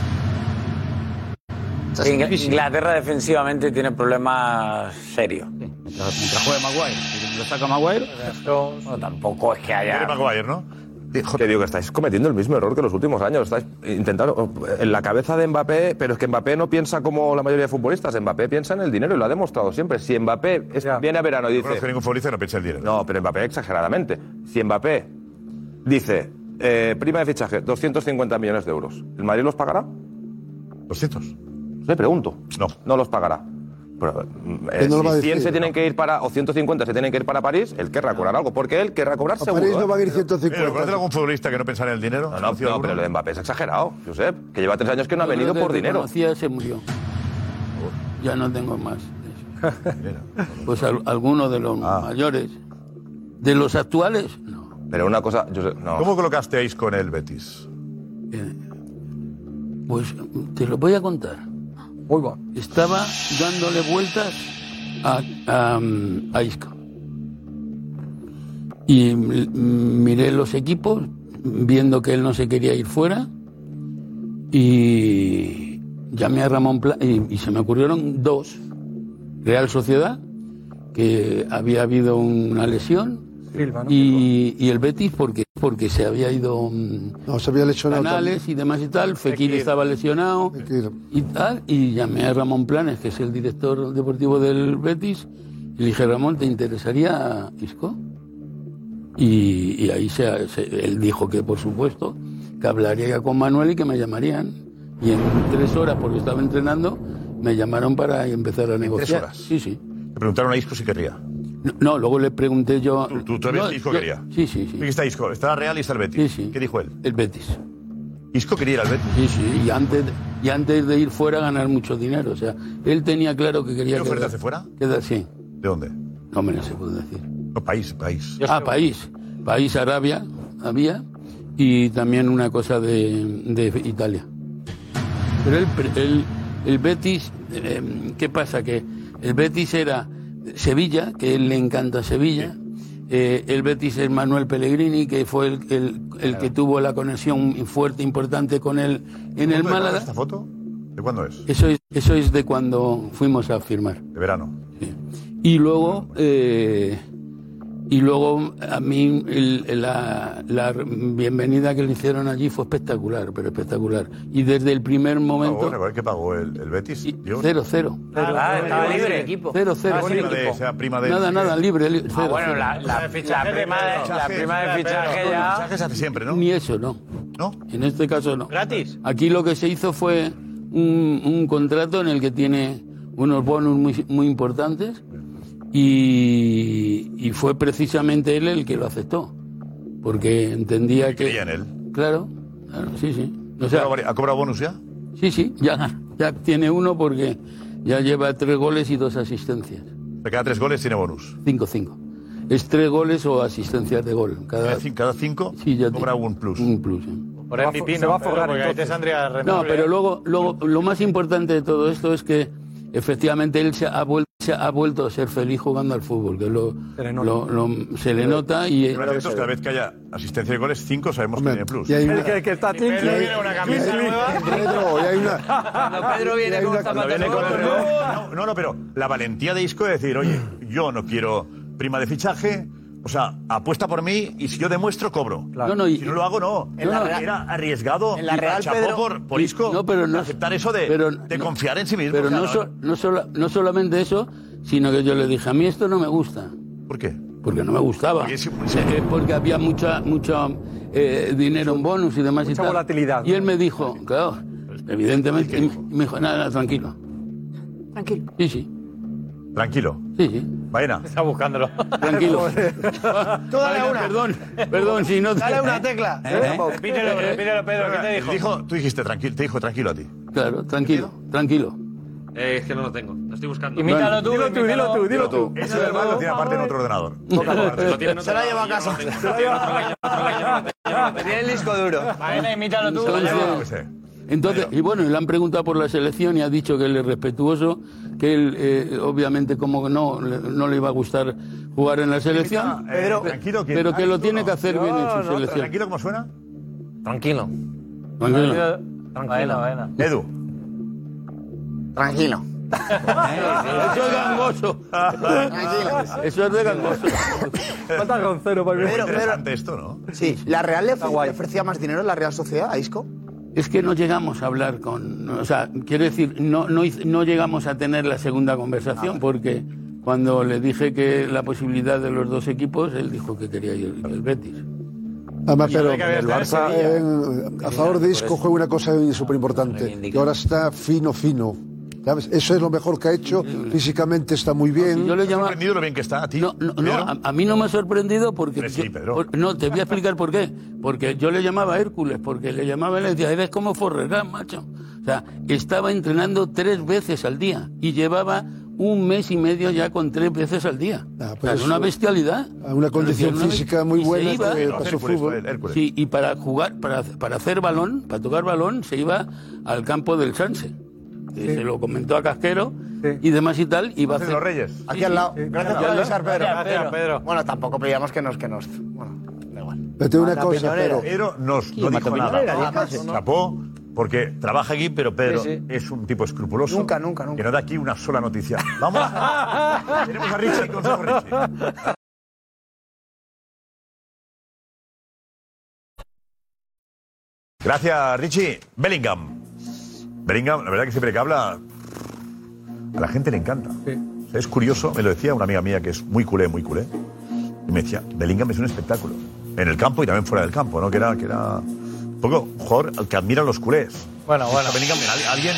Inglaterra defensivamente tiene problemas serios.
Mientras, mientras juegue Maguire, si lo saca Maguire.
Bueno, tampoco es que haya.
¿no?
Eh, Te digo que estáis cometiendo el mismo error que los últimos años. Estáis intentando. oh, En la cabeza de Mbappé, pero es que Mbappé no piensa como la mayoría de futbolistas. Mbappé piensa en el dinero y lo ha demostrado siempre. Si Mbappé es- viene a verano y
No
dice.
conozco ningún futbolista que no piensa en el dinero.
No, pero Mbappé exageradamente. Si Mbappé dice. eh, prima de fichaje, 250 millones de euros. ¿El Madrid los pagará?
200.
Le pregunto.
No.
No los pagará. Pero, mm, eh,
Que no lo
si
va a
100
decir,
se tienen que ir para, o 150 se tienen que ir para París, él querrá cobrar algo, porque él querrá cobrar
A
seguro.
París no
¿eh?
va a ir 150. ¿Pero conoces algún futbolista que no pensara en el dinero?
No, no, no, pero lo de Mbappé es exagerado, Josep, que lleva tres años que no ha
Yo creo
venido
que el
por
que
dinero.
conocía se murió. Oh, Ya no tengo más. de eso. pues al- alguno de los
Ah.
mayores. De los actuales,
Pero una
Ah,
cosa, Josep, no.
¿Cómo colocasteis con el Betis?
Pues te lo voy a contar. Estaba dándole vueltas a, a, a Isco. Y m- miré los equipos, viendo que él no se quería ir fuera. Y llamé a Ramón Pla y, y se me ocurrieron dos. Real Sociedad, que había habido una lesión. y, y el Betis porque porque se había ido mm,
No, se había lesionado.
Canales y demás y tal, Fekir
Fekir.
estaba lesionado y tal, y llamé a Ramón Planes, que es el director deportivo del Betis, y le dije, Ramón, ¿te interesaría Isco? Y, y ahí se, se- él dijo que, por supuesto, que hablaría con Manuel y que me llamarían. Y en tres horas, porque estaba entrenando, me llamaron para empezar a negociar.
horas?
Sí, sí.
Le preguntaron a Isco si querría.
No, no, luego le pregunté yo...
Tú, tú, tú habías
No,
que Isco
yo-
quería.
Sí, sí, sí.
Aquí está Isco, está la Real y está el Betis. ¿Qué dijo él?
El Betis.
Isco quería ir al Betis.
Sí, sí, y antes, y antes de ir fuera ganar mucho dinero. O sea, él tenía claro que quería.
¿Qué oferta
quedar-
hace fuera?
Quedar, sí.
¿De dónde?
No me lo se puede decir.
país, país.
Ah, país. País Arabia había y también una cosa de, de Italia. Pero el, el, el Betis, em, eh, ¿qué pasa? Que el Betis era Sevilla, que él le encanta Sevilla, eh, el Betis es Manuel Pellegrini, que fue el, el- el que tuvo la conexión fuerte, importante con él en el
¿Cuándo es
Málaga.
¿Esta foto? ¿De cuándo es?
Eso es, eso es de cuando fuimos a firmar.
De verano.
Y luego, eh, y luego a mí el- la, la bienvenida que le hicieron allí fue espectacular, pero espectacular. Y desde el primer momento...
¿Qué pagó el, el Betis? Diego?
Cero, ¿eh? cero.
Ah, estaba libre.
Cero,
Equipo.
Cero, cero.
Estaba sin Prima de- equipo. sea, prima de-
Nada, nada, libre. li-
Ah,
cero,
bueno,
cero.
la- la- La de fichaje la prima de- de Pedro. la prima de fichaje Pedro. ya- Fichaje se hace siempre, ¿no?
Ni eso, no.
¿No?
En este caso no.
¿Gratis?
Aquí lo que se hizo fue un, un contrato en el que tiene unos bonos muy, muy importantes y, y fue precisamente él el que lo aceptó. Porque entendía que.
creía en él.
Claro, claro, sí, sí. O
¿Ha
sea,
cobrado vari- ¿Ha cobrado bonus ya?
sí, sí, ya, ya tiene uno porque ya lleva tres goles y dos asistencias.
Se queda tres goles, tiene bonus.
5-5. Es tres goles o asistencias de gol. Cada,
cada cinco
sí, ya
cobra un plus.
Un plus, sí.
Por MVP,
se va a
no, Pedro,
forrar,
porque ahí te
entonces.
saldría ¿eh?
No,
rentable.
pero luego, luego lo más importante de todo esto es que efectivamente él se ha vuelto, se ha vuelto a ser feliz jugando al fútbol, que lo, se, le lo, lo- se le nota y... eh,
Pero nosotros cada vez que haya asistencia de goles, cinco sabemos que tiene plus.
y hay
El que, el que está Tim
Pedro
Tim.
viene una camisa
Tim, Tim.
nueva.
y hay una-
Cuando Pedro viene con zapatos
con el
nuevos,
reloj. No, no, no, pero la valentía de Isco de decir, oye, yo no quiero prima de fichaje, o sea, apuesta por mí y si yo demuestro, cobro.
No, no, y-
si no lo hago, no.
En la
Era-
Real-
Era arriesgado
en la
y
Real,
chapó
Pedro-
por, por Isco
No, pero no-
aceptar eso de,
pero
de confiar en sí mismo.
Pero
O sea,
no, so- no, sola- no solamente eso, sino que yo le dije, a mí esto no me gusta.
¿Por qué?
Porque no me gustaba.
Porque
Es
es-
que- porque había mucha, mucha eh, dinero en bonus y demás. y
Mucha
tal.
volatilidad,
Y él me dijo, claro, evidentemente, y me dijo, nada, nada, tranquilo.
Tranquilo.
Sí, sí.
Tranquilo.
Sí, sí.
Vaina.
Está buscándolo.
Tranquilo.
Vaina,
Perdón, perdón, si no te...
Dale una tecla.
¿Eh?
Repítelo, repítelo, Pedro, ¿qué te dijo?
tú dijiste tranquilo, te eh, dijo tranquilo a ti.
Claro, tranquilo, tranquilo.
Eh, es que no lo tengo, lo estoy buscando.
Imítalo
tú, Dilo tú, imítalo. dilo tú, dilo tú.
Ese del mal lo tiene aparte en otro
Eh,
ordenador.
Se la lleva a casa. Se la lleva
Tiene el disco duro. Vale, imítalo tú.
Entonces, entonces, y bueno, y le han preguntado por la selección y ha dicho que él es respetuoso, que él eh, obviamente como que no, le- no le iba a gustar jugar en la selección,
Pedro, Eh, tranquilo, que-
pero que lo
Ah,
tiene
no.
que hacer bien en
No,
su
no,
selección.
Tranquilo, ¿cómo suena?
Tranquilo.
Tranquilo.
Vaina, vaina.
Edu.
Tranquilo.
Eso es gangoso. Eso es de gangoso.
Falta Roncero para el
Pero, interesante esto, ¿no?
Sí, ¿la Real le, ofre- le ofrecía más dinero la Real Sociedad a Isco?
Es que no llegamos a hablar con, o sea, quiero decir, no, no, hiz- no llegamos a tener la segunda conversación porque cuando le dije que la posibilidad de los dos equipos, él dijo que quería ir al Betis.
Además,
Y
pero
habría que haber
el
estado
Barça,
en Sevilla.
en- a favor de Isco, juega una cosa súper importante, que ahora está fino, fino. ¿Sabes? Eso es lo mejor que ha hecho, físicamente está muy bien.
Yo le llamo-
lo bien que está a ti?
No, no, no, a, a mí no me ha sorprendido porque. yo- por- no, te voy a explicar por qué. Porque yo le llamaba Hércules, porque le llamaba y le decía, eres como Forrest Gump, macho. O sea, estaba entrenando tres veces al día y llevaba un mes y medio ya con tres veces al día.
Ah, pues
O sea, es
eso-
una bestialidad.
a una condición
Es decir, besti-
física muy
y se
buena
iba-
para- para su Hércules, fútbol. Hércules.
Sí, y para jugar, para, para hacer balón, para tocar balón, se iba al campo del Sanse. que Se lo comentó a Casquero y demás y tal. Iba a hacer...
Los Reyes. Aquí al lado.
Eh,
Gracias por avisar, Pedro.
Pedro.
Bueno, tampoco pedíamos que nos, que nos. Bueno, da igual.
Pero te digo una
Mata
cosa, pero...
Peñonera.
Pedro nos, no
Sí,
dijo
Mata
nada.
Peñonera,
Nada
dijo,
más
¿no?
Chapó, porque trabaja aquí, pero Pedro
Sí, sí.
es un tipo escrupuloso.
Nunca, nunca,
Que no da aquí una sola noticia. Vamos. Tenemos a Richie, consejo Richie. Gracias, Richie. Bellingham. Bellingham, la verdad que siempre que habla, a la gente le encanta. O sea, es curioso, me lo decía una amiga mía que es muy culé, muy culé. Y me decía, Bellingham es un espectáculo. En el campo y también fuera del campo, ¿no? Que era, que era un poco un jugador al que admiran los culés.
Bueno, bueno.
Bellingham, al- alguien,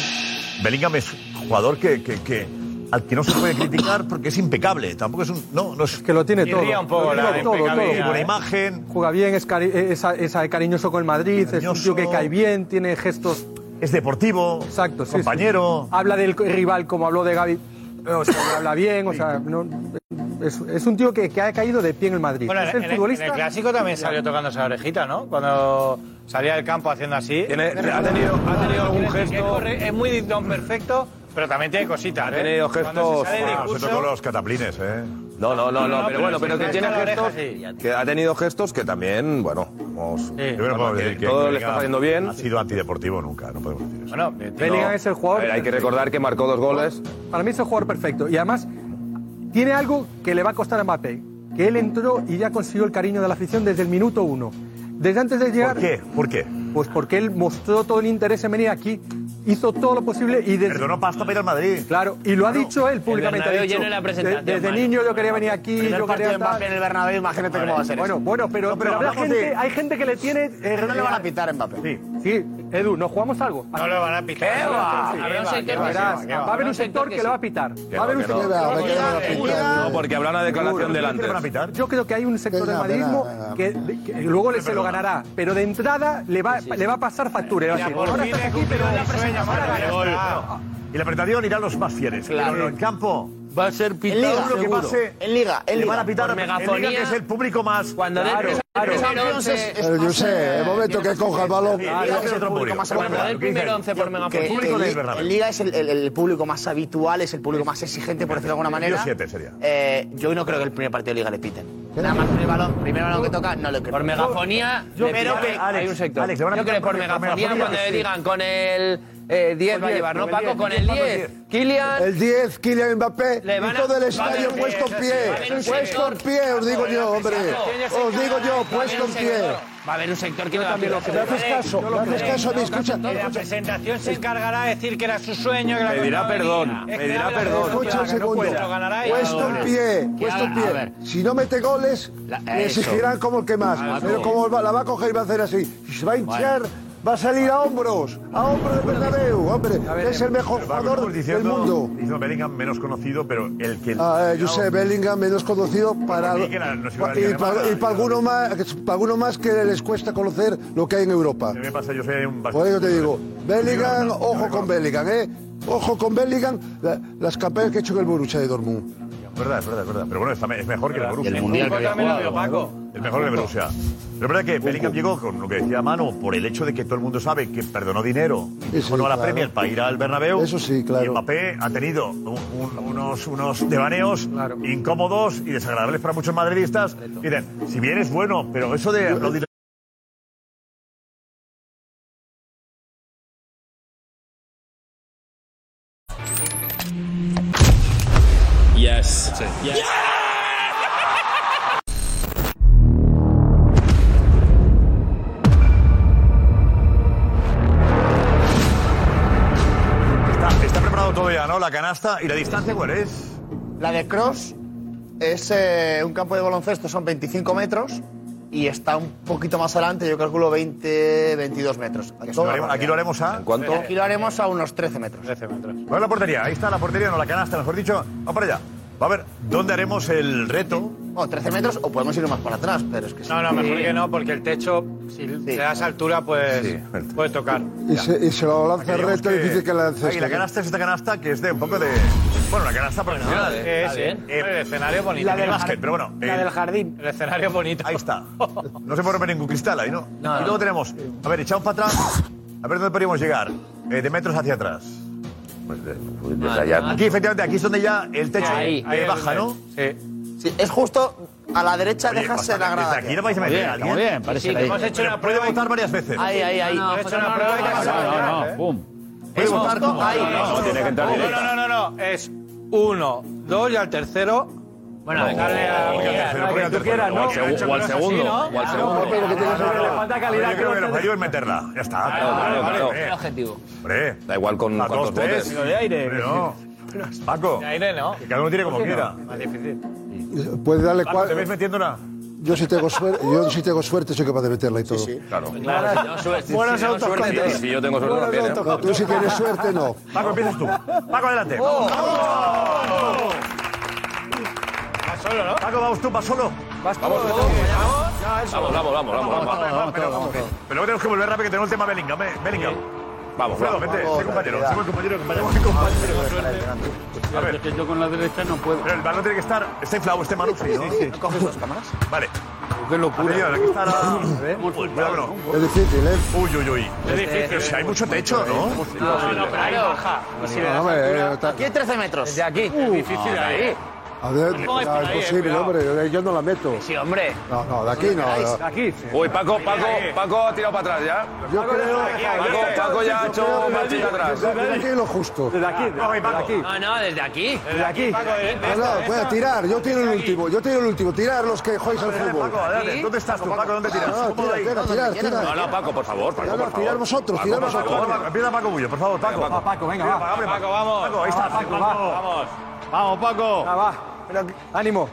Bellingham es un jugador que, que- que- al que no se puede criticar porque es impecable. Tampoco es un. No, no es.
Que lo tiene todo. Lo tiene todo, todo.
¿eh?
Buena imagen.
Juega bien, es, cari- eh, es- es- es cariñoso con el Madrid, es un tío que cae bien, tiene gestos.
Es deportivo,
Exacto, sí, sí.
compañero.
Habla del rival como habló de Gaby. O sea, habla bien, o sea, no- es, es un tío que, que ha caído de pie en el Madrid.
Bueno,
es
en,
el
en
futbolista.
en el clásico también salió tocando esa orejita, ¿no? Cuando salía del campo haciendo así.
ha tenido- ha tenido algún
Quiere decir que
gesto-
corre- es muy don perfecto, pero también tiene cositas.
Ha tenido
¿eh? Cuando se
gestos-
sale del
Bueno,
Sobre
discurso-
todo los cataplines, ¿eh?
No, no, no, no,
No,
pero
pero
bueno,
sí,
pero que
sí,
tiene
sí, la
gestos,
oreja,
que ha tenido gestos que también, bueno, vamos,
Yo creo que podemos
que
decir que
todo le
Bellingham
está saliendo bien.
Ha sido antideportivo nunca, no podemos decir eso.
Bueno,
No.
Bellingham es el jugador.
A ver, hay que recordar que marcó dos goles.
Para mí es el jugador perfecto. Y además, tiene algo que le va a costar a Mbappé. Que él entró y ya consiguió el cariño de la afición desde el minuto uno. Desde antes de llegar. ¿Por qué?
¿Por qué?
Pues porque él mostró todo el interés en venir aquí. Hizo todo lo posible y desde.
Perdonó pasta para ir al Madrid.
Claro, y lo ha dicho él públicamente. ha
Bernabéu
dicho,
lleno de la
"De-
presentación,
desde
Mario.
niño yo quería venir aquí.
Primer
yo
partido
quería
de
tal".
Mbappé en el Bernabéu, imagínate cómo va a ser
Bueno,
eso.
bueno, pero,
No, pero
pero, habrá
hablamos
gente,
de-
hay gente que le tiene. eh,
No le van a pitar
a Mbappé.
Sí, sí. Edu, ¿nos jugamos algo?
No le van a pitar.
Verás,
va? ¿Qué va? ¿Qué va?
verás,
¿Qué va?
Va a haber un sector que le va a pitar.
Que
Va a haber
no,
un
que no.
sector.
No, porque habrá una declaración delante.
Yo creo que hay un sector del madridismo que, que luego le se lo ganará, pero de entrada le va, le va a pasar factura. y va a decir, "Ahora estás aquí, pero la presentación ahora ganas".
Y la apretación irán los más fieles.
Claro.
Pero en campo.
Va a ser
En
pitado
Liga, lo que
seguro.
pase.
En Liga, en
le
Liga.
van a pitar
Por
En
megafonía.
Liga, que es el público más.
Cuando den
claro,
presa-
claro.
presa al once, es-
Pero yo sé, el momento que coja el balón.
Liga es el
otro
público
público.
más habitual.
Bueno, el primer once por
Que-
megafonía.
que
El público
en
del
Li-
Bernabéu.
En Liga es el, el- el público más habitual, es el público más exigente, por decirlo de alguna manera.
Yo siete sería.
Eh, yo no creo que el primer partido de Liga le piten. Nada más con el balón, primer balón que toca, no lo creo.
Por megafonía,
Yo-
le
pero
pitan,
que-
hay-
Alex,
hay un sector.
Alex, le van a
Yo creo
pitar
que
por
por megafonía,
megafonía,
cuando
que
le
sí.
digan con el eh, 10 va a llevar, ¿no, Paco? Con el 10. Kylian.
El 10, Kylian Mbappé.
Le van a-
Y todo el
va a
estadio
haber-
puesto en
va a haber un
pie. Puesto
sector.
en pie, os digo yo, hombre. Os digo yo,
Va a haber
puesto
un
en pie.
sector- Va a haber un sector que no
también lo creo. ¿Me haces caso? ¿Me haces caso a mí? Escucha,
La
escucha.
presentación se encargará de decir que era su sueño. Que
Me dirá perdón, me dirá perdón.
Escucha un segundo. Puesto en pie, puesto en pie. Si no mete goles, le
eso.
exigirán como el que más.
Paco.
Pero como va- la va a coger y va a hacer así. Y se va a hinchar, va a salir a hombros. A hombros de Bernabéu. Hombre, es el mejor jugador del mundo.
Hizo Bellingham menos conocido, pero el que.
Ah, eh, Josep Bellingham, menos conocido para,
mí que era- no se iba a
y,
decir
para,
nada.
y para alguno más, para alguno más que les cuesta conocer lo que hay en Europa.
¿Qué me pasa? Yo soy un
Por eso te digo, Bellingham, ojo con Bellingham, ¿eh? Ojo con Bellingham, la- las campañas que ha hecho en el Borussia de Dortmund.
Verdad, es verdad, es verdad. Pero bueno, está- es mejor que el Borussia.
Y el Mundial que había
También lo
jugado,
veo, Paco. Es mejor que el Borussia. Pero es verdad que Bellingham llegó con lo que decía Manu, por el hecho de que todo el mundo sabe que perdonó dinero, y
sí,
no a la
claro.
Premier para ir al Bernabéu.
Eso sí, claro.
Y Mbappé ha tenido un- un- unos, unos devaneos incómodos y desagradables para muchos madridistas. Miren, si bien es bueno, pero eso de aplaudir
Yes. yes.
Está, está preparado todo ya, ¿no? La canasta y la distancia, ¿cuál es?
La de Cross es eh, un campo de baloncesto, son 25 metros y está un poquito más adelante, yo calculo 20, 22 metros.
Aquí lo haremos- aquí lo haremos a. ¿En cuánto?
Aquí lo haremos a unos 13 metros. 13 metros.
Vamos a la portería, ahí está la portería, no la canasta, mejor dicho. Vamos para allá. Va a ver, ¿dónde haremos el reto?
Bueno, 13 Oh, metros o podemos ir más para atrás, pero es que
No, no, mejor que no, porque el techo, si le das altura, pues puede tocar.
Y se, y se lo lanza el
Digamos
reto y
que-
dice que la
Ahí, la canasta es esta canasta que es de un poco de. Bueno, la canasta profesional.
Bueno,
¿eh?
es,
Está bien.
es, el escenario bonito.
La del
El
básquet,
jardín.
pero bueno. eh,
La del
jardín.
El escenario bonito.
Ahí está. No se puede romper ningún cristal ahí, ¿no? y luego tenemos. A ver, echamos para atrás. A ver dónde podríamos llegar. Eh, de metros hacia atrás.
Pues, eh, desde allá.
Aquí, efectivamente, aquí es donde ya el techo
Ahí.
eh,
Ahí es
baja, ¿no?
donde Sí, es justo a la derecha
Oye,
dejas
bastante-
la grada.
desde aquí no vais a meter a alguien. Sí, que hemos hecho una prueba. Puede votar varias veces.
Ahí, ahí, ahí.
Hemos hecho una prueba y ya se va a llegar, ¿eh? Puede
Es
votar
justo
como-
ahí.
No, no, no, tiene que entrar
No,
directo.
no, no, no, no. Es uno, dos y al tercero. Bueno, dejarle a
Pero
al
ponle
que
al
tú
tercero,
quieras, ¿no?
O al segu- o al segundo. o al segundo.
Le falta calidad.
Yo creo que lo fallo es meterla. Ya está.
claro, claro.
Hombre,
El
objetivo.
Hombre.
Da igual con
A dos,
cuántos
tres.
botes.
Hombre, no. Paco.
De aire, ¿no?
Que cada uno tire como
¿Por qué
quiera.
no? Más difícil.
Puedes darle
Paco, ¿te ves
cuatro.
metiendo una?
Yo si tengo suerte, yo si tengo suerte soy capaz de meterla y todo.
Claro.
Claro, si no, suerte. Buenas
Si no,
autos,
suerte.
Paco.
Y Si yo tengo suerte
Buenas
también, ¿eh?
No, tú si tienes suerte no.
Paco, empiezas tú. Paco, adelante.
Va solo, ¿no?
Paco, vamos tú, vas solo.
Vas
vamos,
tú,
vamos,
Vamos, vamos, vamos, vamos, vamos.
Pero luego tenemos que volver rápido que tenemos el tema Bellingham, eh. Bellingham.
Vamos,
Fredo,
vamos.
vete, sé compañero, sé buen compañero, compañero, compañero. A ver.
que yo con la derecha no puedo.
Pero el balón tiene que estar. Está inflado, este balón frío. ¿Coges dos cámaras? Vale.
Qué locura.
Atención, aquí está la- Uy, cuidado, no.
Es difícil, ¿eh?
Uy, uy, uy. Es difícil. Pero si hay mucho techo, ¿no?
No, no, pero ahí baja.
No, hombre, eh, ta-
Aquí hay 13 metros. De aquí.
difícil ahí.
A ver,
No
no,
pongáis por
es
ahí, eh,
posible,
cuidado.
hombre. Yo no la meto.
Sí, hombre.
No, no, de aquí no. no.
Uy, Paco, Paco, Paco ha tirado para atrás ya.
Yo creo.
Paco, Paco ya ha hecho marchita atrás.
Desde aquí lo justo. Desde aquí, desde aquí.
No, no, desde aquí. eh,
Desde aquí.
eh,
No, no, voy a tirar. Yo tiro el último. Yo tiro el último. Tirar los que juegues al fútbol.
Paco, adelante. ¿Dónde estás tú, Paco? ¿Dónde tiras?
No, no,
¿Cómo
tira,
ahí?
tira, tira, tira.
No, no, Paco, por favor, Paco, por
Tirar,
favor.
tirar vosotros, tirar
Paco, por
vosotros.
favor.
Paco, Empieza Paco Bullo, por favor, Paco.
Venga, Paco.
Paco, venga,
Venga,
va.
abre,
Paco, vamos. Paco, ahí está, Paco,
Vamos. Vamos, Paco.
Ah,
Pero, ánimo.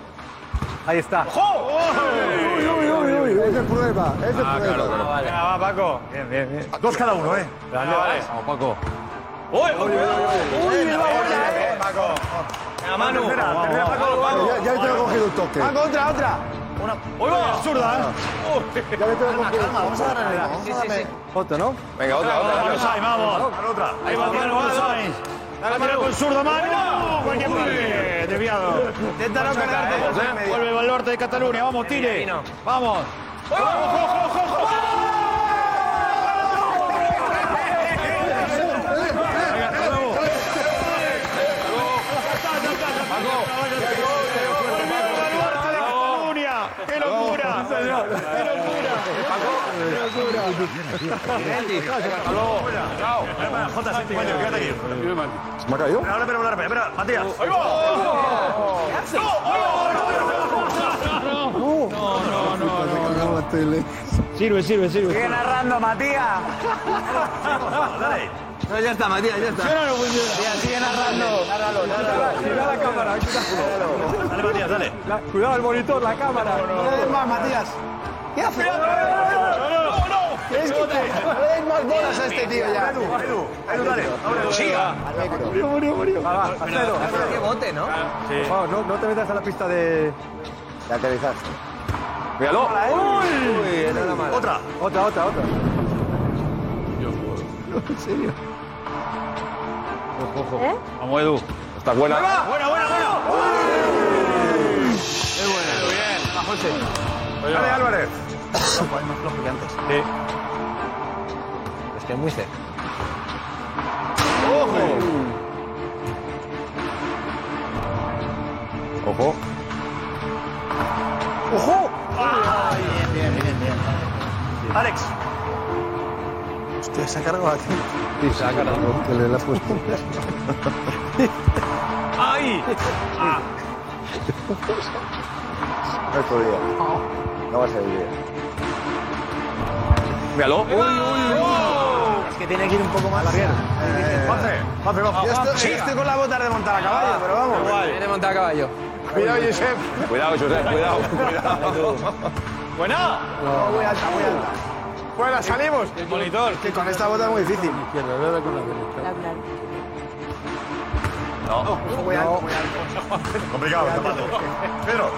Ahí está.
Uy, uy, uy, uy. Es de prueba. Es de prueba.
Ah, Venga, va, Paco. Bien, bien, bien.
Dos cada uno, ¿eh?
Grande, vale. Vamos, Paco.
¡Uy, uy, uy! ¡Uy,
Paco.
La mano. Tercera, tercera, Paco, Paco.
Ya, ya te he cogido el toque.
Ah,
Paco, otra, otra.
¡Uy, va! ¡Absurda, eh!
Ya le tengo cogido el toque.
Vamos a agarrar el ritmo. Vamos a darle-
Otro, ¿no?
Venga, otra, otra.
Vamos, ahí, vamos. Dale otra.
Ahí va, Manu González. Dale, Manu, con zurdo, Manu. Cualquier parte. Desviado. eh.
Intenta no quedarte dos en medio.
Vuelve el norte de Cataluña. Vamos, tire. Vamos. Cataluña. ¡Qué locura! ¡Qué locura!
Chao.
Espera, Jota, sí, coño, quédate aquí.
¿Se me ha caído?
Ahora, espera, espera, espera, Matías. ¡Ahí va!
No, no, no. la tele.
Sirve, sirve, sirve.
Sigue narrando, Matías.
Dale.
No, ya está, Matías, ya está.
Matías, sigue narrando. Nárralo,
Cuidado la cámara.
Dale, Matías, dale.
Cuidado el monitor, la cámara.
No le des más, Matías. ¿Qué haces? Es que no le des más bolas a este tío ya.
Edu, Edu, Edu, dale. Ahora,
Siga. Murió, murió, murió. Va, va, Alfredo.
Qué bote, ¿no?
Por favor, no, no te metas a la pista de...
De aterrizaje.
Míralo.
Uy, nada mal.
Otra.
Otra, otra, otra.
En serio.
Vamos, Edu. Estás buena.
Buena, buena, buena.
Ah,
¡Qué buena! Muy bien. José. Dale, Álvarez.
Estoy muy cerca.
Ojo.
¡Ojo!
Alex.
Hostia, se ha cargado la tele. Sí, se ha cargado. Que le la ha puesto.
¡Ay! Ah.
No he podido. No va a salir
Míralo. Uy, uy,
Es que tiene que ir un poco más.
Juanfe, Juanfe, vamos.
Ya estoy, ya estoy con la bota de montar a caballo, pero vamos.
Viene montado a caballo.
Cuidado, Josep.
uy. Cuidado, Josep, cuidado. Cuidado.
¡Buena!
No, muy alta, muy alta.
Fuera, salimos.
El monitor.
Que con esta bota es muy difícil.
Izquierda, dale con la derecha.
No.
Muy alto, muy alto.
Complicado, está Paco. Pedro.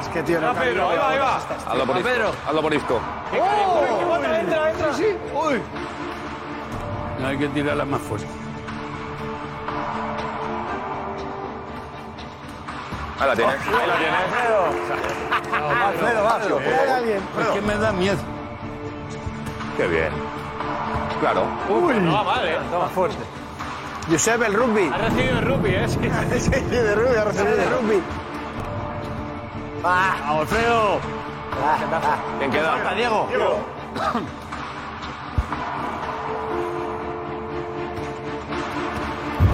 Es que, tío, no
Va, Pedro,
eh.
eh. ahí va, ahí va.
Hazlo por Isco. Hazlo por Isco.
Entra, entra, sí. Uy.
No hay que tirarla más fuerte.
Ahí la tienes. Ahí la tienes.
Alfredo, va, tío. Pégale a alguien.
Es que me da miedo.
Qué bien. Claro.
No va mal, eh.
Más fuerte.
Josep, el rugby.
Ha recibido el rugby, eh. Sí.
Sí, de rugby, ahora se ve de rugby. Ah,
Vamos, Alfredo.
Bien queda.
Diego.
Diego.
No, Diego,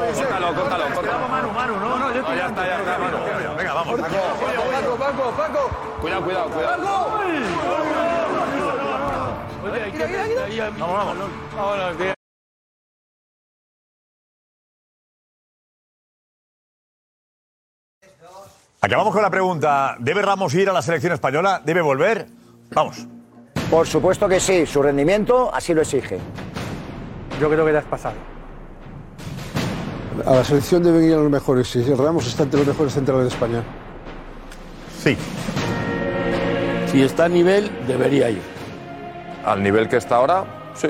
Córtalo, córtalo, córtalo.
Manu, Manu, no, no, yo
Ah,
No, ya está, ya está, Manu.
Venga, vamos.
Paco, Paco, Paco.
Cuidado, cuidado, cuidado.
Vamos, vamos.
Vámonos, Diego.
Acabamos con la pregunta. ¿Debe Ramos ir a la selección española? ¿Debe volver? Vamos.
Por supuesto que sí, su rendimiento así lo exige.
Yo creo que ya has pasado.
A la selección deben ir los mejores. Y Ramos está entre los mejores centrales de España.
Sí.
Si está a nivel, debería ir. Al nivel que está ahora, sí.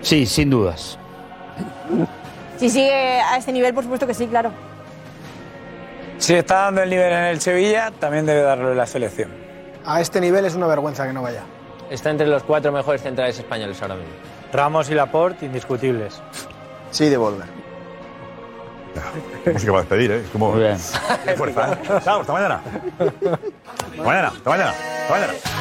Sí, sin dudas.
Si sigue a este nivel, por supuesto que sí, claro.
Si está dando el nivel en el Sevilla, también debe darlo en la selección.
A este nivel es una vergüenza que no vaya.
Está entre los cuatro mejores centrales españoles ahora mismo.
Ramos y Laporte, indiscutibles.
Sí, devolver.
Música para despedir, ¿eh? Es como. Qué fuerza, ¿eh? Chao, hasta mañana. Hasta mañana, hasta mañana, hasta mañana.